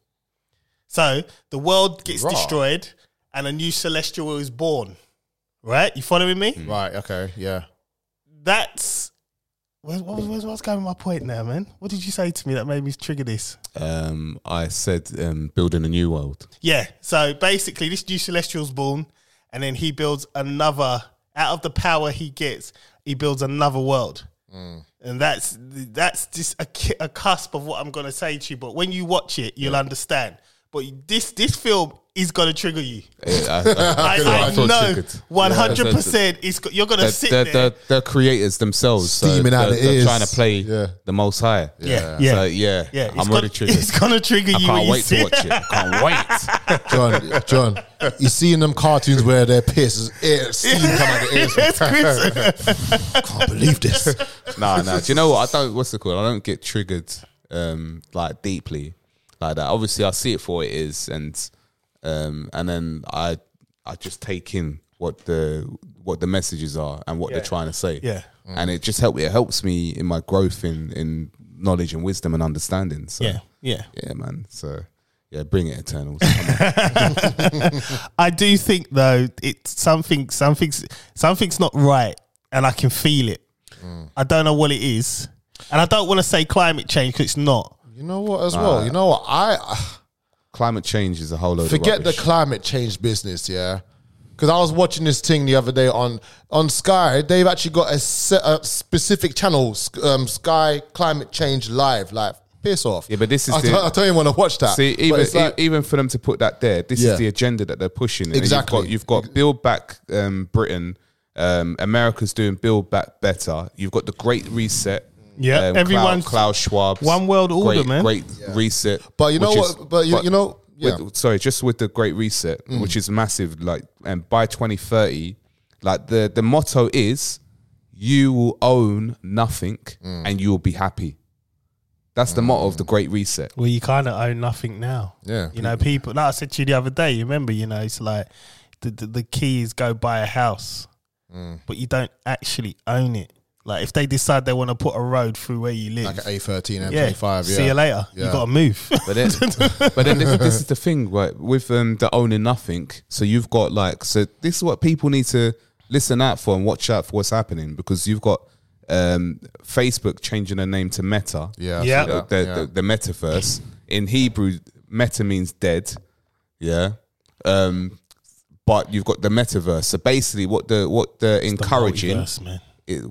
So the world gets
Right.
destroyed and a new celestial is born. Right? You following me?
Right. Okay. Yeah.
That's. Where's, what, where's, what's going with my point now, man? What did you say to me that made me trigger this?
Um, I said um, building a new world.
Yeah. So basically, this new celestial's born and then he builds another. Out of the power he gets, he builds another world.
Mm.
And that's that's just a, ki- a cusp of what I'm going to say to you. But when you watch it, you'll understand. But this this film is going to trigger you.
Yeah, Eh, I- I-
I,
I
I
feel
know
triggered.
one hundred percent. It's go- you're gonna
They're,
sit
they're,
there.
they're, they're creators themselves. so
Steaming out
they're,
the
they're
ears.
trying to play
Yeah.
the Most High.
yeah, yeah,
So, yeah,
yeah. it's
I'm
gonna,
already triggered.
It's gonna trigger
I
you. when
can't
you
wait
see
to watch it. I can't wait.
John, John, you seen them cartoons where their piss, air, steam come out of their ears?
It's Chris.
I can't believe this.
No, no. Do you know what? I don't. What's it called? I don't get triggered um, like deeply. like that. Obviously, I see it for what it is, and um, and then I I just take in what the what the messages are and what
Yeah.
they're trying to say.
Yeah.
and it just help it helps me in my growth in in knowledge and wisdom and understanding. So
Yeah, yeah.
yeah, man. So yeah, bring it, Eternals. Come on.
I do think though it's something, something's, something's not right, and I can feel it.
Mm.
I don't know what it is, and I don't want to say climate change because it's not.
You know what? As well, you know what? I
Climate change is a whole load.
forget
of
the
rubbish.
climate change business, yeah. Because I was watching this thing the other day on on Sky. They've actually got a, se- a specific channel, Sk- um, Sky Climate Change Live. Like, piss off.
Yeah, but this is
I,
the-
don't, I don't even want to watch that.
See,
But
even
it's like-
e- even for them to put that there, this
Yeah.
is the agenda that they're pushing. And
Exactly.
You've got, you've got build back um, Britain. Um, America's doing build back better. You've got the Great Reset.
Yeah,
um,
everyone's-
Klaus, Klaus Schwab.
One world order,
great,
man.
Great Reset.
But you know
which
what- but you- you know-
with-
yeah. Mm.
sorry, just with the Great Reset, which is massive. Like, and by 2030, like the the motto is, you will own nothing
Mm.
and you will be happy. That's the motto of the Great Reset.
Well, you kind of own nothing now.
Yeah.
You know, people, like I said to you the other day, you remember, you know, it's like the, the, the key is go buy a house,
Mm.
but you don't actually own it. Like if they decide they want to put a road through where you live,
like an A13,
yeah,
M25. Yeah.
see you later. You
Yeah.
got to move.
But then, but then this, this is the thing, right? With um, the owning nothing, so you've got like, so this is what people need to listen out for and watch out for what's happening because you've got um, Facebook changing their name to Meta,
Yeah.
Yeah.
the, the, the, the metaverse. In Hebrew, meta means dead, yeah. Um, but you've got the metaverse. So basically, what the what they're encouraging
Multiverse, man.
it,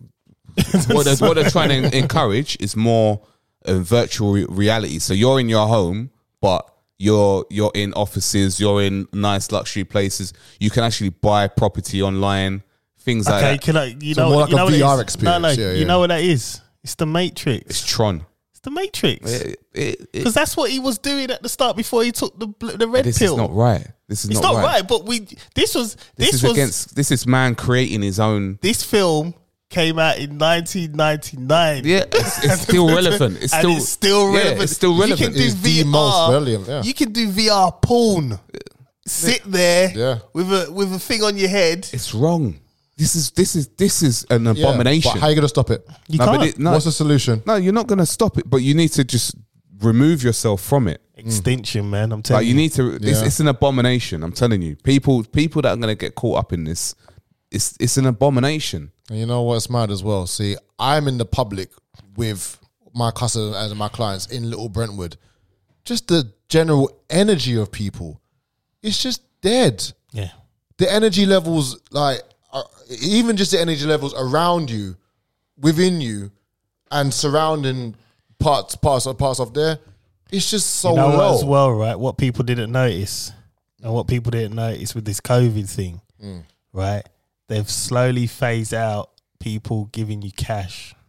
what, they're, what they're trying to en- encourage is more um, virtual re- reality. So you're in your home, but you're you're in offices, you're in nice luxury places. You can actually buy property online, things like
Okay,
that.
can I? You know,
more like
you
a
know what it
VR
is?
experience,
No, no,
yeah,
you
yeah.
know what that is? It's the Matrix.
It's Tron.
It's the Matrix.
It- it- it-
Because that's what he was doing at the start before he took the bl- the red
this
pill.
is not right. This is
it's
not, right.
But we this was
This,
this,
is
was
against. This is man creating his own.
this film came out in 1999.
Yeah, it's, it's still relevant. It's
And
still
it's still
yeah,
relevant.
it's still
You
relevant.
can do
It's the
VR.
most relevant, yeah.
You can do VR porn. Sit there
Yeah.
with a with a thing on your head.
it's wrong. This is this is this is an
Yeah.
abomination.
But how you going to stop it?
You
No, but
can't
it- no,
What's the solution?
No, you're not going to stop it, but you need to just remove yourself from it.
extinction, man. I'm telling
Mm. Like you need to. It's,
Yeah.
it's an abomination. I'm telling you, people people that are going to get caught up in this, it's it's an abomination.
And you know what's mad as well? See, I'm in the public with my customers and my clients in Little Brentwood. Just the general energy of people, it's just dead.
yeah.
The energy levels, like uh, even just the energy levels around you, within you, and surrounding parts, parts, parts of there, it's just so
You know what
low.
as well, right? What people didn't notice, and what people didn't notice with this COVID thing,
Mm.
right? They've slowly phased out people giving you cash.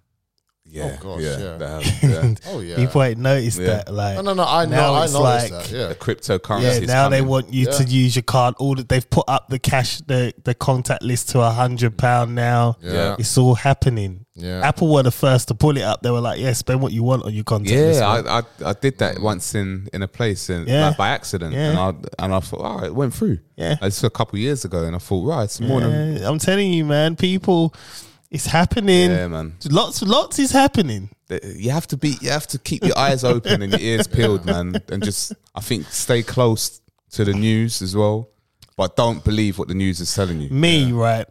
Yeah,
Oh, gosh, yeah.
they have- yeah.
Oh yeah.
People ain't noticed
Yeah.
that. Like,
no, no, no. I know.
now
I
it's
noticed
like-
that. Yeah.
the cryptocurrency.
yeah,
is
now they
coming.
want you to use your card. All that they've put up the cash, the the contact list to a hundred pound now.
Yeah.
It's all happening.
Yeah.
Apple were the first to pull it up. They were like, "Yeah, spend what you want on your contact list."
Yeah,
man."
I, I I did that once in in a place and
Yeah.
like by accident, and
Yeah.
I and I thought, all right, it went through.
Yeah.
it's a couple of years ago, and I thought, right, it's more than
Yeah, I'm telling you, man. People, it's happening.
yeah, man.
Lots, lots is happening.
that you have to be you have to keep your eyes open and your ears peeled man and just i think stay close to the news as well but don't believe what the news is telling you
Me, right?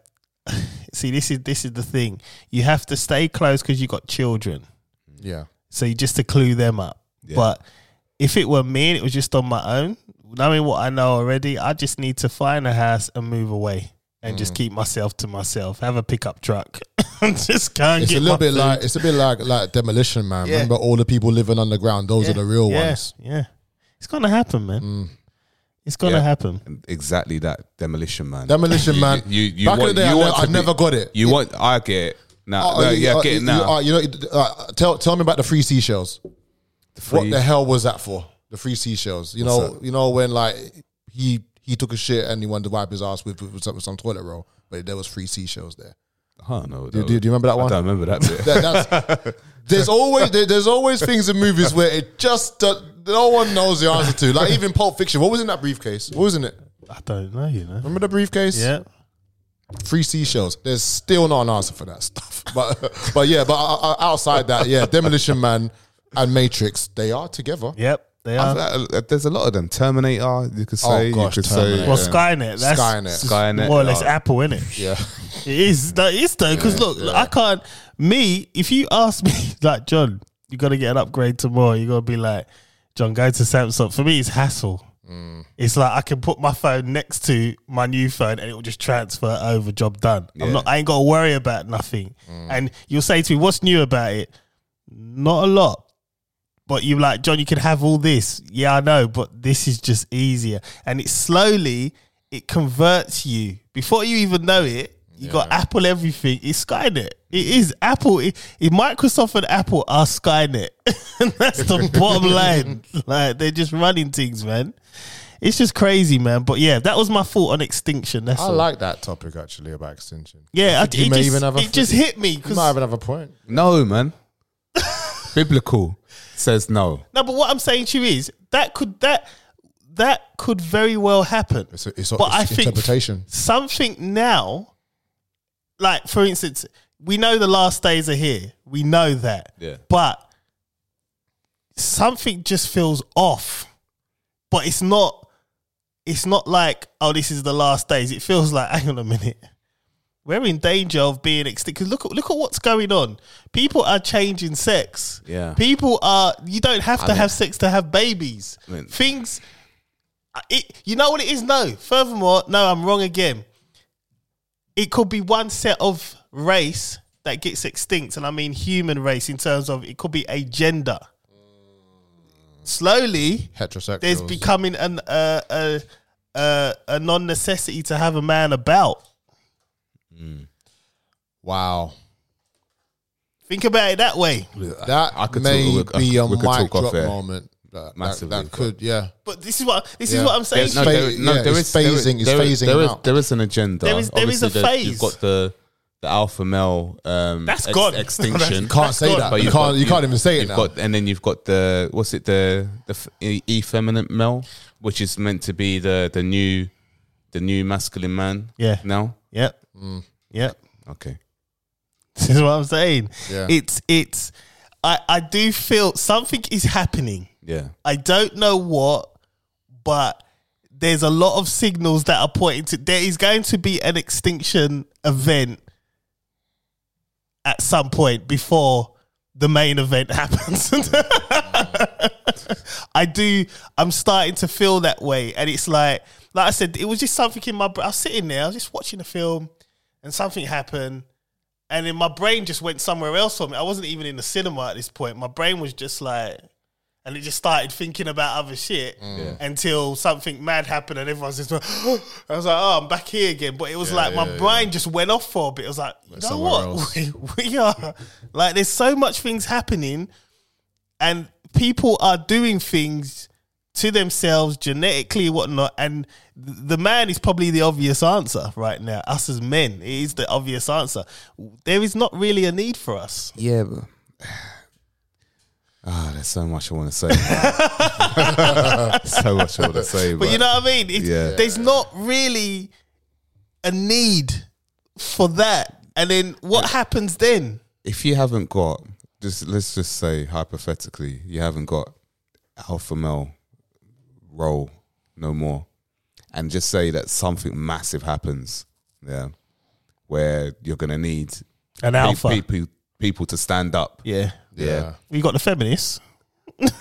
See, this is this is the thing. You have to stay close because you got children.
Yeah.
So you just to clue them up. But if it were me and it was just on my own, knowing what I know already, I just need to find a house and move away and
Mm.
just keep myself to myself. Have a pickup truck and just go and
It's
get
a little
my
bit
food.
like it's a bit like like demolition man. Remember all the people living underground? Those
Yeah,
are the real
yeah,
ones.
Yeah. It's gonna happen, man.
Mm.
It's gonna
Yeah.
happen.
exactly that demolition man
Demolition
You-
man.
you you
Back in
want,
the day,
you
I,
want
ne-
to
I
be-
never got it.
you want i get it now
Oh,
no,
you-
yeah
oh,
i get
you-
it now
You, oh, you know, uh, tell tell me about the free seashells.
free-
What the hell was that for? The free seashells. You know, you know when like he he took a shit and he wanted to wipe his ass with, with, some, with some toilet roll, but there was free seashells there.
I don't know
Do, do, do you remember that
i
one?
don't remember that bit
That- that's, there's always there, there's always things in movies where it just do- no one knows the answer to. Like even Pulp Fiction, what was in that briefcase? What was in it?
I don't know, you know.
Remember the briefcase?
Yeah.
Three seashells. There's still not an answer for that stuff. But but yeah, but uh, uh, outside that, yeah, Demolition Man and Matrix, they are together.
Yep. They are.
Uh, There's a lot of them. Terminator, you could say.
Oh, gosh,
you could
Terminator.
say.
Well,
um,
Skynet. That's
Skynet.
Skynet,
More or less
oh.
Apple, isn't it?
Yeah.
It is. That is though. Because look, I can't. Me, if you ask me, like John, you got to get an upgrade tomorrow. You got to be like, John, go to Samsung. For me, it's hassle. It's like I can put my phone next to my new phone and it will just transfer over. Job done. I'm
Yeah.
not. I ain't got to worry about nothing. And you'll say to me, "What's new about it?" Not a lot. But you're like, John, you can have all this. Yeah, I know, but this is just easier. And it slowly it converts you. Before you even know it, you got Apple everything. It's Skynet. It is Apple. It, it- Microsoft and Apple are Skynet. and that's the bottom line. Like they're just running things, man. It's just crazy, man. But yeah, that was my thought on extinction. That's
I
all.
like that topic actually about extinction.
yeah, I,
think you
it,
may
just,
even have a
it just hit me
You
because
might even have a point.
No, man. Biblical says no.
No, but what I'm saying to you is that could that that could very well happen.
It's, it's,
but
it's
I think
interpretation.
something now, like for instance, we know the last days are here. We know that.
Yeah.
But something just feels off. But it's not. It's not like oh, this is the last days. It feels like hang on a minute. We're in danger of being extinct. 'Cause look, at- look at what's going on. People are changing sex.
Yeah.
People are. You don't have to
mean-
have sex to have babies.
I mean-
Things. uh, It, you know what it is? No. Furthermore, no, I'm wrong again. It could be one set of race that gets extinct, and I mean human race in terms of it could be a gender. Slowly,
Heterosexuals.
there's becoming an uh, a a a non necessity to have a man about.
wow.
Think about it that way.
That
I could
may
talk- we- I
be
could-
a
we could
mic
talk off
drop
air.
moment. That, that,
Massively,
that could, yeah.
But this is what this
Yeah.
is what I'm saying.
no-
to you.
Phase- yeah, it's phasing- it's phasing
there is-
out.
there is an agenda.
There is- there is a
Obviously, there-
phase.
You've got the the alpha male. Um,
That's gone.
Extinction.
Can't say
gone.
that.
But
you
you've
can't.
got-
you can't even say it
You've
now.
got, and then you've got the what's it the the f- e- effeminate male, which is meant to be the the new the new masculine man.
Yeah.
Now,
Yep.
Mm.
Yep.
okay.
This is what I'm saying.
Yeah.
It's it's I, I do feel something is happening.
Yeah.
I don't know what, but there's a lot of signals that are pointing to there is going to be an extinction event at some point before the main event happens. I do. I'm starting to feel that way, and it's like, like I said, it was just something in my. br- I was sitting there, I was just watching a film, and something happened, and then my brain just went somewhere else from it. I wasn't even in the cinema at this point. My brain was just like, and it just started thinking about other shit
Mm.
until something mad happened, and everyone's just. Like, I was like, oh, I'm back here again. But it was like my brain just went off for a bit. I was like, you know
somewhere
what?
else.
We, we are like, there's so much things happening and people are doing things to themselves genetically whatnot and th- the man is probably the obvious answer right now us as men it is the obvious answer there is not really a need for us
Yeah. But, ah, there's so much I want to say. so much I want to say.
but you know what i mean It's-
Yeah.
there's not really a need for that and then what happens then
if you haven't got just let's just say hypothetically you haven't got alpha male role no more and just say that something massive happens yeah where you're gonna need
an
people people to stand up
yeah
yeah,
we got the feminists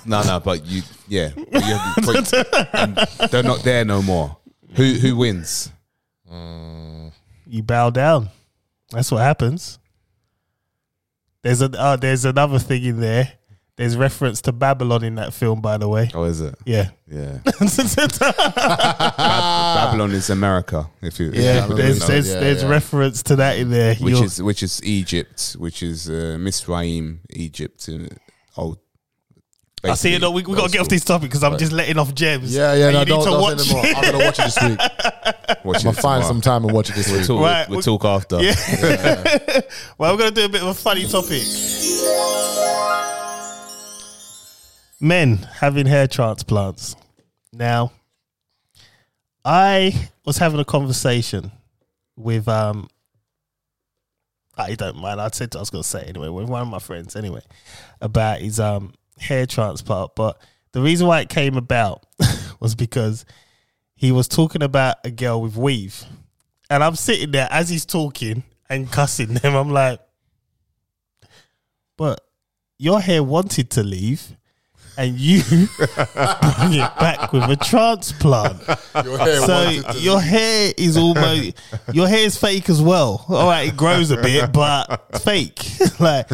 no no but you yeah But you- but- and they're not there no more who who wins
you bow down. That's what happens. There's a uh, there's another thing in there. There's reference to Babylon in that film, by the way.
oh is it
Yeah.
yeah
yeah,
babylon is america if you if people
there's
don't know.
there's,
yeah,
there's
yeah.
reference to that in there.
which
You're-
is which is Egypt, which is uh, Misraim, Egypt. In old,
I see it. No, we we got to get off this topic because I'm just letting off gems.
Yeah, yeah.
And
No,
you need
don't,
to
don't
watch
say anymore. I'm gonna watch it this week.
Watch
I'm gonna find some time and watch it this week.
Talk,
Right,
we'll
we-
talk after. Yeah.
Well, we're going to do a bit of a funny topic. men having hair transplants. Now, I was having a conversation with um. I don't mind. I said I was going to say it anyway with one of my friends anyway about his um hair transplant, but the reason why it came about was because he was talking about a girl with weave, and I'm sitting there as he's talking and cussing them. I'm like, but your hair wanted to leave. And you bring it back with a transplant.
Your hair
So your hair is almost your hair is fake as well. All right, it grows a bit, but it's fake. like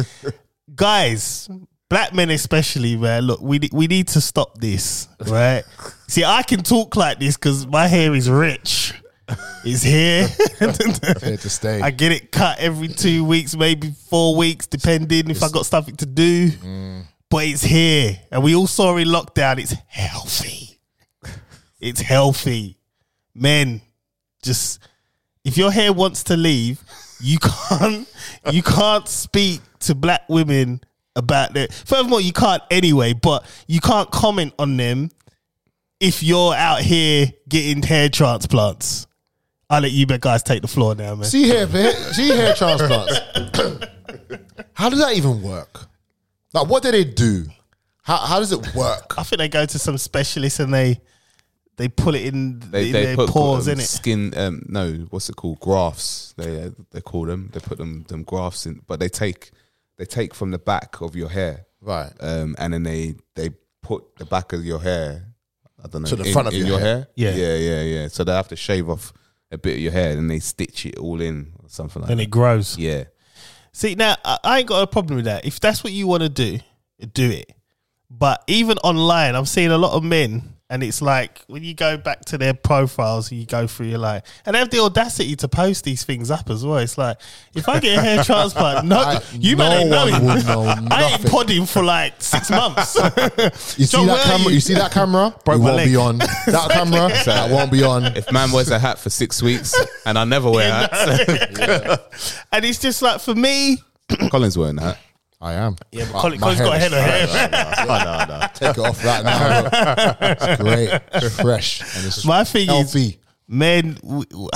guys, black men especially, man. Look, we we need to stop this, right? See, I can talk like this because my hair is rich. It's here.
hair to stay.
I get it cut every two weeks, maybe four weeks, depending if I got something to do. But it's here, and we all saw in lockdown. It's healthy. It's healthy, men. Just if your hair wants to leave, you can't. You can't speak to black women about that. Furthermore, you can't anyway. But you can't comment on them if you're out here getting hair transplants. I'll let you guys take the floor now, man.
See hair, see hair transplants. how does that even work? Like, what do they do? How, how does it work?
I think they go to some specialist and they they pull it in,
They,
in
they
their
put
pores,
um,
in it.
skin. Um, no, what's it called? Grafts. They uh, they call them. They put them them grafts in, but they take they take from the back of your hair,
Right.
um, and then they they put the back of your hair. I don't know
To the
in-
front of
in
your
hair.
hair.
Yeah.
yeah, yeah, yeah. So they have to shave off a bit of your hair, and they stitch it all in or something like
And
that.
it grows.
yeah,
See, now I, I ain't got a problem with that. If that's what you want to do, do it. But even online, I'm seeing a lot of men, and it's like when you go back to their profiles, you go through your life, and they have the audacity to post these things up as well. It's like if I get a hair transplant, no,
I-
you
no
man ain't
one
knowing.
will know
I ain't
nothing.
podding for like six months.
You
John,
see that
where are
camera?
you?
You? see that camera?
Broke
it
my
won't
leg.
be on. That camera? That won't be on.
if man wears a hat for six weeks and I never wear hats,
and it's just like for me,
Colin's wearing a hat.
I am.
yeah, but
My-
Colin,
my
Colin's got a
is
head of
fresh.
hair. man.
no, no, no.
Take it off right now. Look. It's great, It's fresh, and it's
My thing is,
healthy.
men, w- w-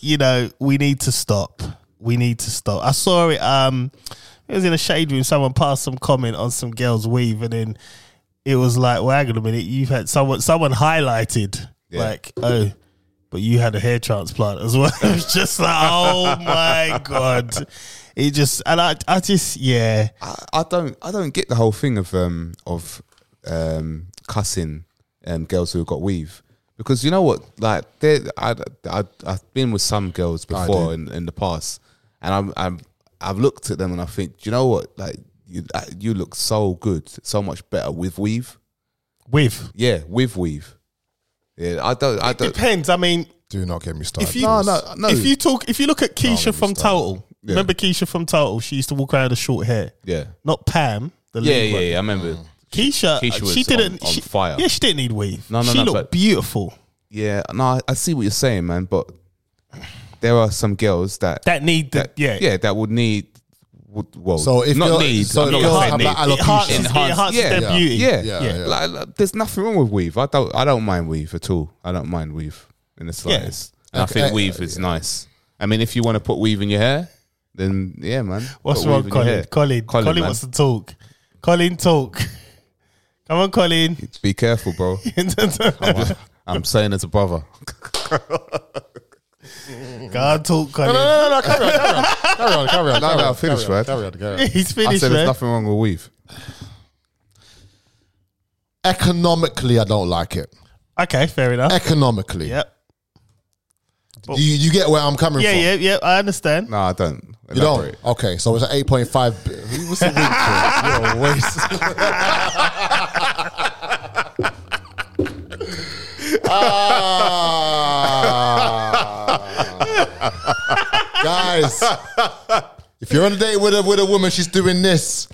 you know, we need to stop. We need to stop. I saw it. Um, it was in a shade room. Someone passed some comment on some girl's weave, and then it was like, well, hang on a minute. You've had someone. Someone highlighted like, oh, but you had a hair transplant as well. it was just like, oh my god. It just and I, I just yeah.
I, I don't I don't get the whole thing of um of um cussing um girls who have got weave because you know what like they I I I've been with some girls before in, in the past and I'm I'm I've looked at them and I think "Do you know what like you uh, you look so good so much better with weave
With
yeah with weave yeah I don't I don't
depends. I mean,
Do not get me started.
If you
No, no.
no Oh, no
if you talk, if you look at Keisha
let me
from
start.
Total, remember Keisha from Total? She used to walk around with short hair.
yeah
not Pam, the
yeah
lead
yeah,
one.
yeah I remember
Oh. Keisha, uh,
Keisha was
she didn't
on- on
she-
fire.
Yeah, she didn't need weave.
No, no,
she
no,
looked
but-
beautiful.
yeah no I, I see what you're saying man but there are some girls that
That need the
that-
yeah.
yeah, that would need. Would, well,
So if
not
you're-
need,
so
I'm
if
not
you're
gonna say
about
need.
It enhances, it
Enhance-
enhances
yeah,
their
yeah,
beauty.
Yeah,
Yeah, yeah.
Like, like, there's nothing wrong with weave. I don't, I don't mind weave at all. I don't mind weave in the slightest. And I think
Okay.
weave is nice. I mean, if you want to put weave in your hair, then yeah, man.
What's
Put
wrong,
weave in your
Colin?
hair.
Colin? Colin,
man,
wants to talk. Colin, talk. Come on, Colin.
be careful, bro. I'm saying as a brother.
God, talk,
No,
Colin.
no, no, no, carry on, carry on, carry on, carry on.
No,
carry
no,
on,
finish,
carry
man.
on, Carry on, carry on.
He's
I
finished,
said there's
man.
nothing wrong with weave.
Economically, I don't like it.
Okay, fair enough.
Economically,
Yep.
you, you get where I'm coming
Yeah,
from.
yeah, yeah. I understand.
No, I don't.
You don't. Okay, so it's an eight point five. What's the week? You're a waste. Ah. guys, if you're on a date with a with a woman, she's doing this.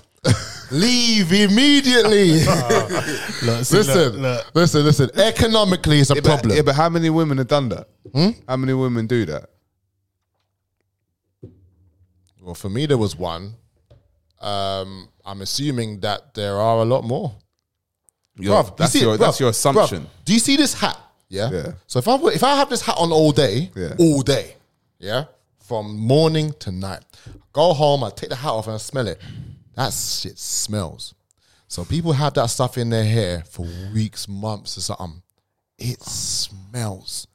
Leave immediately.
see, look,
listen,
look.
listen, listen. Economically, it's a
Yeah, but-
problem. Hmm?
yeah, but how many women have done that? How many women do that?
Well, for me, there was one. Um, I'm assuming that there are a lot more.
Your-
Bruv, you
that's
see it,
your- that's
bruv,
your
bruv,
assumption.
do you see this hat? Yeah.
Yeah.
So if I put- if I have this hat on all day,
Yeah.
all day, yeah, from morning to night, go home, I take the hat off and I smell it. That shit smells. So people have that stuff in their hair for weeks, months, or something. It smells.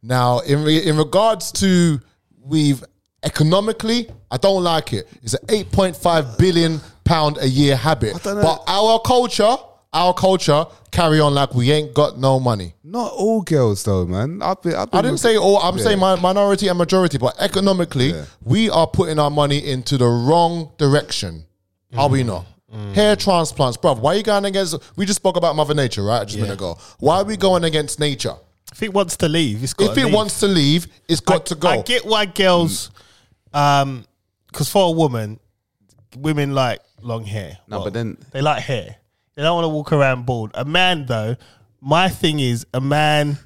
Now, in re- in regards to we've economically, I don't like it. It's an eight point five billion pound a year habit,
don't know.
but our culture, our culture, carry on like we ain't got no money.
Not all girls though, man. I've been, I've been
I didn't
with-
say all. I'm
Yeah.
saying mi- minority and majority, but economically,
Yeah.
we are putting our money into the wrong direction. Are we not?
Mm.
Hair transplants, bruv. Why are you going against? We just spoke about Mother Nature, right? Just a minute ago. Why are we going against nature?
If it wants to leave, it's got
if it wants to leave, it's got to go.
I get why girls, um, because for a woman, women like long hair.
No, but then-
they like hair. They don't want to walk around bald. A man though, my thing is a man,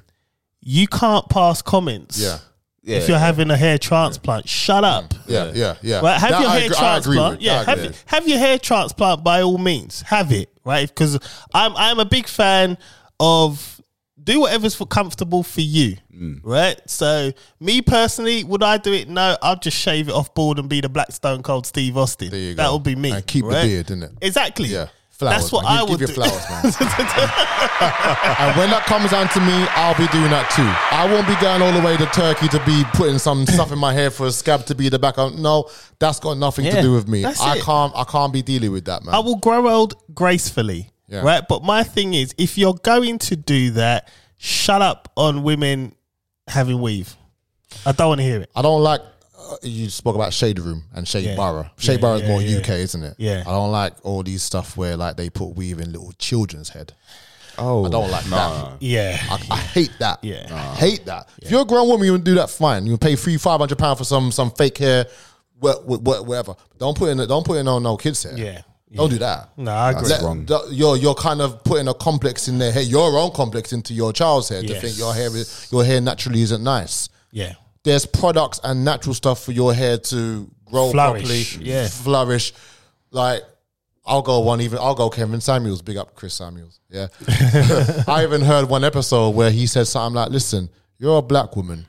you can't pass comments.
Yeah.
Yeah.
if you're having a hair transplant, shut up.
yeah, yeah, yeah.
Right, have
That
your
I
hair
agree- I agree
transplant.
with.
Yeah,
That I
have,
agree with.
have your hair transplant by all means. Have it, right? Because I'm I'm a big fan of do whatever's for comfortable for you,
Mm.
right? So me personally, would I do it? No, I'll just shave it off bald and be the black stone cold Steve Austin.
There you go.
That would be me.
And keep the
right?
beard, innit?
Exactly.
Yeah. Flowers,
That's what
man. Give-
I would
give your
do.
flowers, man. And when that comes down to me, I'll be doing that too. I won't be going all the way to Turkey to be putting some stuff in my hair for a scab to be the back. of- No, that's got nothing to
Yeah,
do with me.
that's
I
it.
can't. I can't be dealing with that, man.
I will grow old gracefully,
Yeah.
right? But my thing is, if you're going to do that, shut up on women having weave. I don't want to hear it.
I don't like. Uh, you spoke about shade room and shade
Yeah.
borough. Shade
Yeah,
borough is
yeah,
more
yeah.
UK, isn't it?
Yeah.
I don't like all these stuff where like they put weave in little children's head.
oh,
I don't like that.
Yeah,
I, I hate that.
Yeah.
I hate that. If you're a grown woman, you would do that fine. You pay three, five hundred pounds for some some fake hair, wha- wha- wha- whatever. Don't put in don't put in on no kids hair.
Yeah. Mm.
Don't do that.
no, I agree.
Let-
wrong.
th- you're you're kind of putting a complex in their hair, your own complex into your child's hair to
Yes.
think your hair is, your hair naturally isn't nice.
yeah,
There's products and natural stuff for your hair to grow
Flourish,
properly,
yeah.
flourish. Like I'll go one even. I'll go Kevin Samuels. Big up Chris Samuels. Yeah, I even heard one episode where he said something like, "Listen, you're a black woman.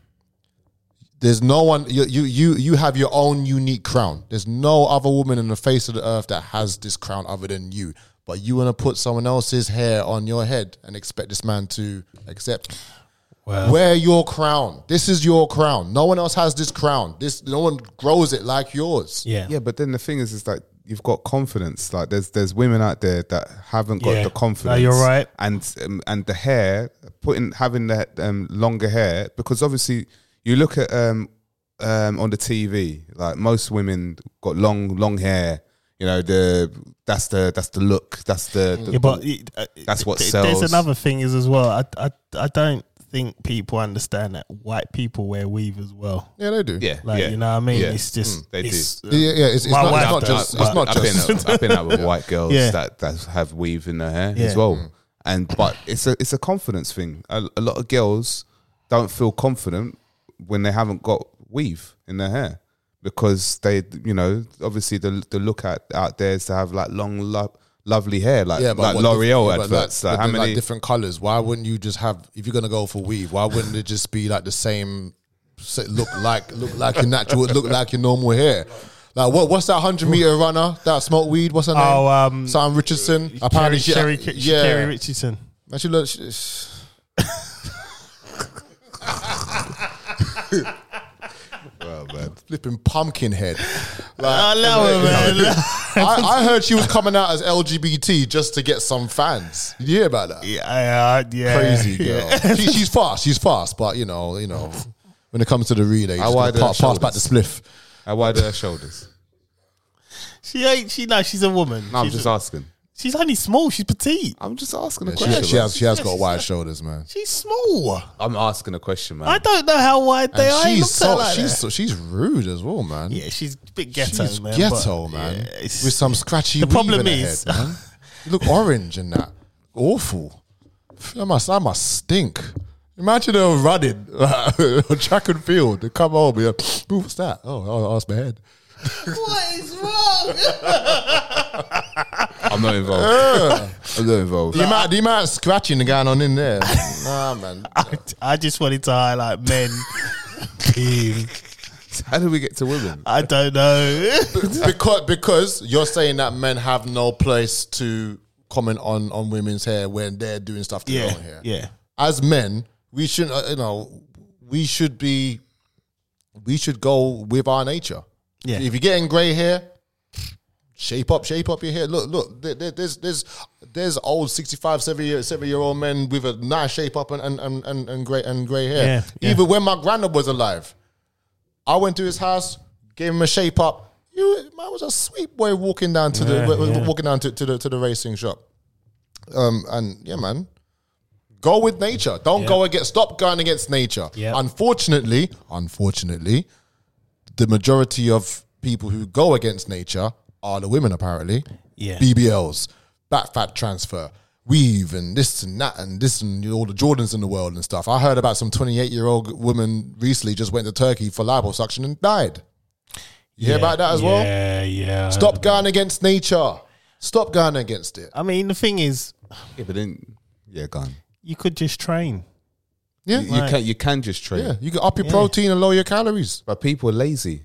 There's no one. You you you, you have your own unique crown. There's no other woman in the face of the earth that has this crown other than you." But you want to put someone else's hair on your head and expect this man to accept.
Well-
Wear your crown. This is your crown. No one else has this crown. This no one grows it like yours.
yeah,
Yeah, but then the thing is, is like you've got confidence. Like there's there's women out there that haven't got
Yeah.
the
No,
confidence.
you're right.
And um, and the hair, putting having the um, longer hair because obviously you look at um, um, on the TV, like most women got long long hair. You know the that's the that's the look. That's the, the
yeah. But it- uh,
That's what
th-
sells.
There's another thing is as well. I, I I don't think people understand that white people wear weave as well.
Yeah, they do.
yeah
Like
yeah.
you know, what I mean,
Yeah.
it's just
They do.
it's,
Yeah, yeah, it's, it's,
My
not, it's
wife
not
does.
just.
I-
It's not
uh, I've been
just.
I've been out with white girls
Yeah.
that, that have weave in their hair as
Yeah.
Mm.
well, and but it's a it's a confidence thing. A, a lot of girls don't feel confident when they haven't got weave in their hair because they you know obviously the the look out out there is to have like long lo- lovely hair like
Yeah,
like
what-
L'Oreal
yeah, but
adverts.
Like,
Like,
but
how
then, like,
many?
different colors? Why wouldn't you just have? If you're gonna go for weave, why wouldn't it just be like the same? se- Look like look like your natural, look like your normal hair. Like what? What's that hundred meter runner that smoked weed? What's her name?
Oh, um,
Sam Richardson. Apparently, she,
Sherry,
yeah.
Sherry Richardson.
Man, she look. She, she- Flipping pumpkin head. Like,
I love her, man.
I, I heard she was coming out as LGBT just to get some fans. Did you hear about that?
Yeah, yeah,
Crazy girl. She, she's fast. She's fast, but you know, you know, when it comes to the relay, she's gonna
wide are
pass,
her
pass back the spliff.
How wide are her shoulders?
She ain't. She no. She's a woman.
No, I'm
she's,
just asking.
she's only small. She's petite.
I'm just asking a
She,
question.
she has, she has
Yeah,
got
she's
wide shoulders, man.
She's small.
I'm asking a question, man.
I don't know how wide they are. I
And
ain't
she's
looked at her
so,
like
she's
that.
so, she's rude as well, man.
yeah, she's a bit ghetto,
she's
man.
ghetto,
but-
man.
Yeah, it's-
with some scratchy.
The
weave
problem
in her
is-
head, man. you look orange and that. Awful. I must, I must stink. Imagine her running on track and field. They come home, yeah. "Ooh, What's that? Oh, oh, that's my head.
what is wrong?
I'm not involved. I'm not involved.
The amount, the amount of scratching going on in there. nah, man.
I, I just wanted to highlight men being.
How do we get to women?
I don't know.
because because you're saying that men have no place to comment on on women's hair when they're doing stuff to their
yeah,
own hair.
yeah.
As men, we should uh, you know we should be we should go with our nature.
Yeah.
If you're getting grey hair, shape up, shape up your hair. Look, look. There, there- there's there's there's old 65, 70 year, 70 year old men with a nice shape up and and and and, and grey and grey hair.
Yeah, yeah.
Even when my granddad was alive, I went to his house, gave him a shape up. You man was a sweet boy walking down to the w- w- walking down to, to the to the racing shop. Um and yeah, man. Go with nature. Don't go against stop going against nature.
Yeah.
Unfortunately, unfortunately, the majority of people who go against nature are the women, apparently.
Yeah.
BBLs, back fat transfer, weave, and this and that, and this and all the Jordans in the world and stuff. I heard about some 28 year old woman recently just went to Turkey for liposuction and died. You hear about that as well?
Yeah, yeah.
Stop going against nature. Stop going against it.
I mean, the thing is,
Yeah, but then yeah, gone.
you could just train.
Yeah.
You can you can just train,
Yeah. You can up your protein and lower your calories.
but people are lazy.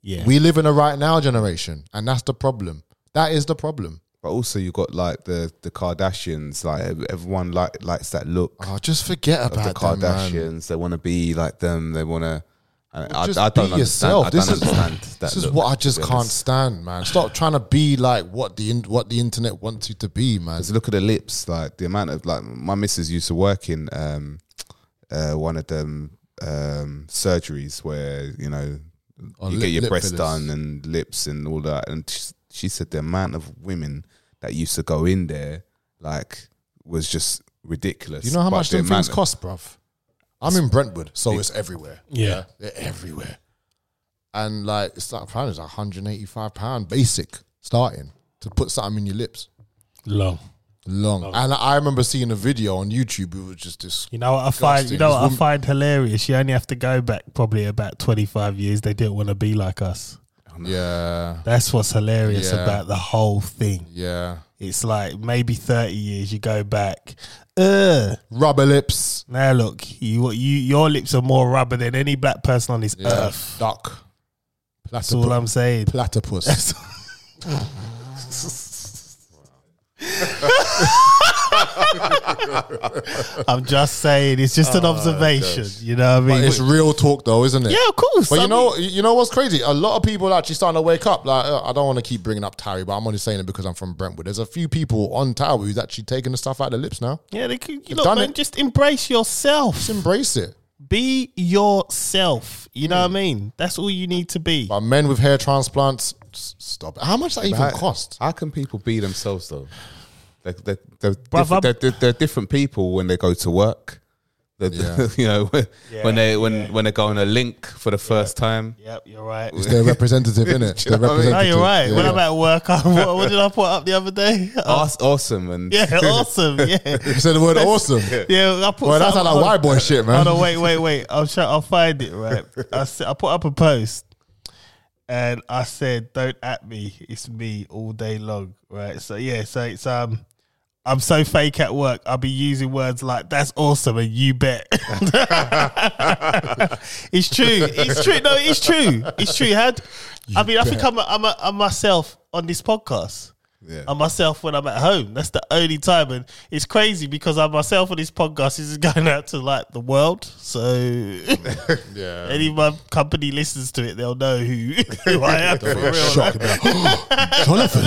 Yeah.
We live in a right now generation, and that's the problem. That is the problem.
But also you got like the the Kardashians. Like ev- everyone like likes that look
Oh, just forget
of
about
the
that, man.
Kardashians. They want to be like them. They want to. I,
Just
I don't
be
understand.
yourself.
I
This
don't
is-
understand that.
This is
look,
what I
to
just
be
can't
honest.
stand, man. Stop trying to be like what the in, what the internet wants you to be, man.
Just look at the lips, like the amount of like my missus used to work in um, uh, one of them um, surgeries where you know
Oh,
you
lip-
get your
lip
breasts
fillers.
done and lips and all that, and she, she said the amount of women that used to go in there like was just ridiculous.
You know how
But
much
the
them things
amount-
cost, bruv? I'm in Brentwood, so it's everywhere.
Yeah.
They're everywhere. And like it's like pound is 185 pound basic starting to put something in your lips.
Long.
Long. And I remember seeing a video on YouTube, it was just this
You know what I find? You
Disgusting.
know
This
what I
woman-
find hilarious. You only have to go back probably about twenty five years. They didn't want to be like us.
Yeah.
That's what's hilarious
Yeah.
about the whole thing.
Yeah.
It's like maybe thirty years. You go back. Uh,
Rubber lips.
now look, you you your lips are more rubber than any black person on this earth.
Duck.
That's all I'm saying.
Platypus.
I'm just saying. It's just an observation. You know what I mean?
Ah, It's real talk though, isn't it?
yeah, of course.
But
I
you know, you know what's crazy? A lot of people actually starting to wake up. Like, uh, I don't want to keep bringing up Towie, but I'm only saying it because I'm from Brentwood. There's a few people on Towie who's actually taking the stuff out their lips now.
Yeah, they could, you
They've
know,
done
man,
it.
just embrace yourself.
Just embrace it.
Be yourself. You
Mm.
know what I mean? That's all you need to be.
But men with hair transplants, s- stop. it. How much does that even
How-
cost?
How can people be themselves though? Like they're, they're,
Bruv,
different, they're, they're- they're different people when they go to work. They're-
Yeah.
you know when, when they when
yeah.
when they go on a link for the first time.
Yep, you're right.
It's their representative, in it? Their
know what I mean?
No,
representative.
you're right.
Yeah.
When I'm at work, I, what, what did I put up the other day? Uh,
Aw- awesome and
yeah, awesome. Yeah.
You said the word awesome.
Yeah, I put
Oh. Well, that's
something
how that
on-
white boy shit, man.
Oh no! Wait, wait, wait! I'll show, I'll find it. Right, I, s- I put up a post, and I said, "Don't at me. It's me all day long." Right. So yeah. So it's um, I'm so fake at work. I'll be using words like "that's awesome" and "you bet." it's true. It's true. No, it's true. It's true. Had I mean, I think I'm a, I'm, a, I'm myself on this podcast.
Yeah.
I'm myself when I'm at home. That's the only time, and it's crazy because I'm myself on this podcast is going out to like the world. So
Yeah.
any of my company listens to it, they'll know who, who I am. For real.
Shocked. Jonathan.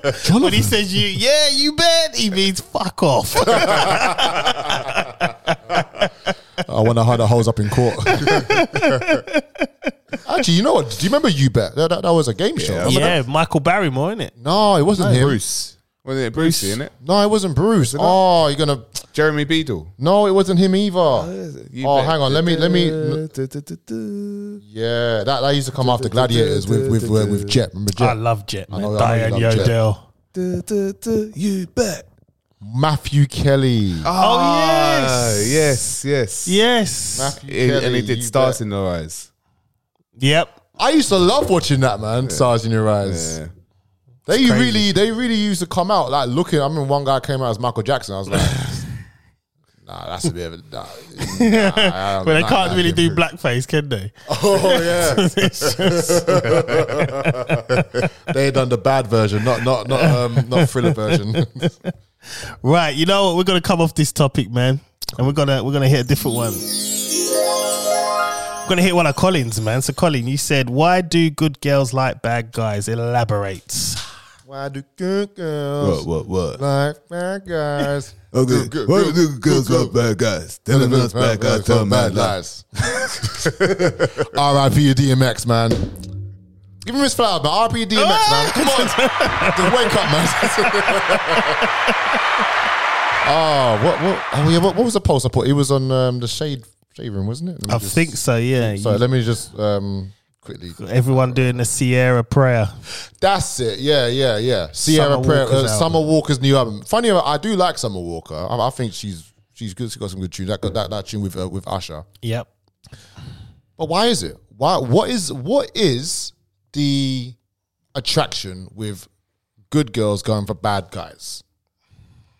When he
Jonathan.
says you, yeah, you bet, he means fuck off.
I want to hide the holes up in court. Actually, you know what? Do you remember You Bet? That, that, that was a game show. Remember that?
yeah, Michael Barrymore, isn't it?
No, it wasn't him.
Bruce. Wasn't it Bruce, is it?
No, it wasn't Bruce. Oh, you're gonna.
Jeremy Beadle.
No, it wasn't him either.
You
oh,
bet.
hang on. Let me. Let me.
Who
Yeah, that, that used to come after Gladiators with with uh, with Jet. Remember
I
Jet?
Ah.
love Jet, man.
know- I know
Diane
you love Jet.
Yodel.
You bet.
Matthew Kelly.
Oh
Ah,
yes,
yes, yes.
yes.
Matthew
It- and he
Kelly,
did
You
stars
Bet.
in their eyes.
Yep.
I used to love watching that man. Stars in your eyes.
Yeah.
They
crazy.
really, they really used to come out like looking. I remember one guy came out as Michael Jackson. I was like, Nah, that's a bit of a. Nah, nah, I-
But they
nah,
can't
nah,
really
yeah.
do blackface, can they?
Oh yeah,
It's just-
they done the bad version, not not not um, not thriller version.
right, you know what? We're gonna come off this topic, man, and we're gonna we're gonna hit a different one. We're gonna hit one of Collins, man. So, Colin, you said, "Why do good girls like bad guys?" Elaborate.
Why do good
What,
girls
what, what?
like bad guys?
Okay.
Good,
Why
good,
do
good,
girls
good,
love bad guys? Tell them us bad guys, tell them bad lies.
R.I.P. DMX, man. Give him his flowers, man. R.I.P. DMX,
Ah,
man. Come on. Just wake up, man. oh, what, what, oh, yeah, what, what was the post I put? It was on um, the shade, shade room, wasn't it? Let me
I
just-
think so. Yeah.
Sorry, let me just um, quickly.
Everyone doing the Sierra prayer.
That's it. Yeah, yeah, yeah. Sierra
Summer
Prayer,
Walker's
uh,
album.
Summer Walker's new album. Funny enough, I do like Summer Walker. I, I think she's she's good. She's got some good tunes. That that, that tune with uh, with Usher.
Yep.
But why is it? Why? What is what is the attraction with good girls going for bad guys?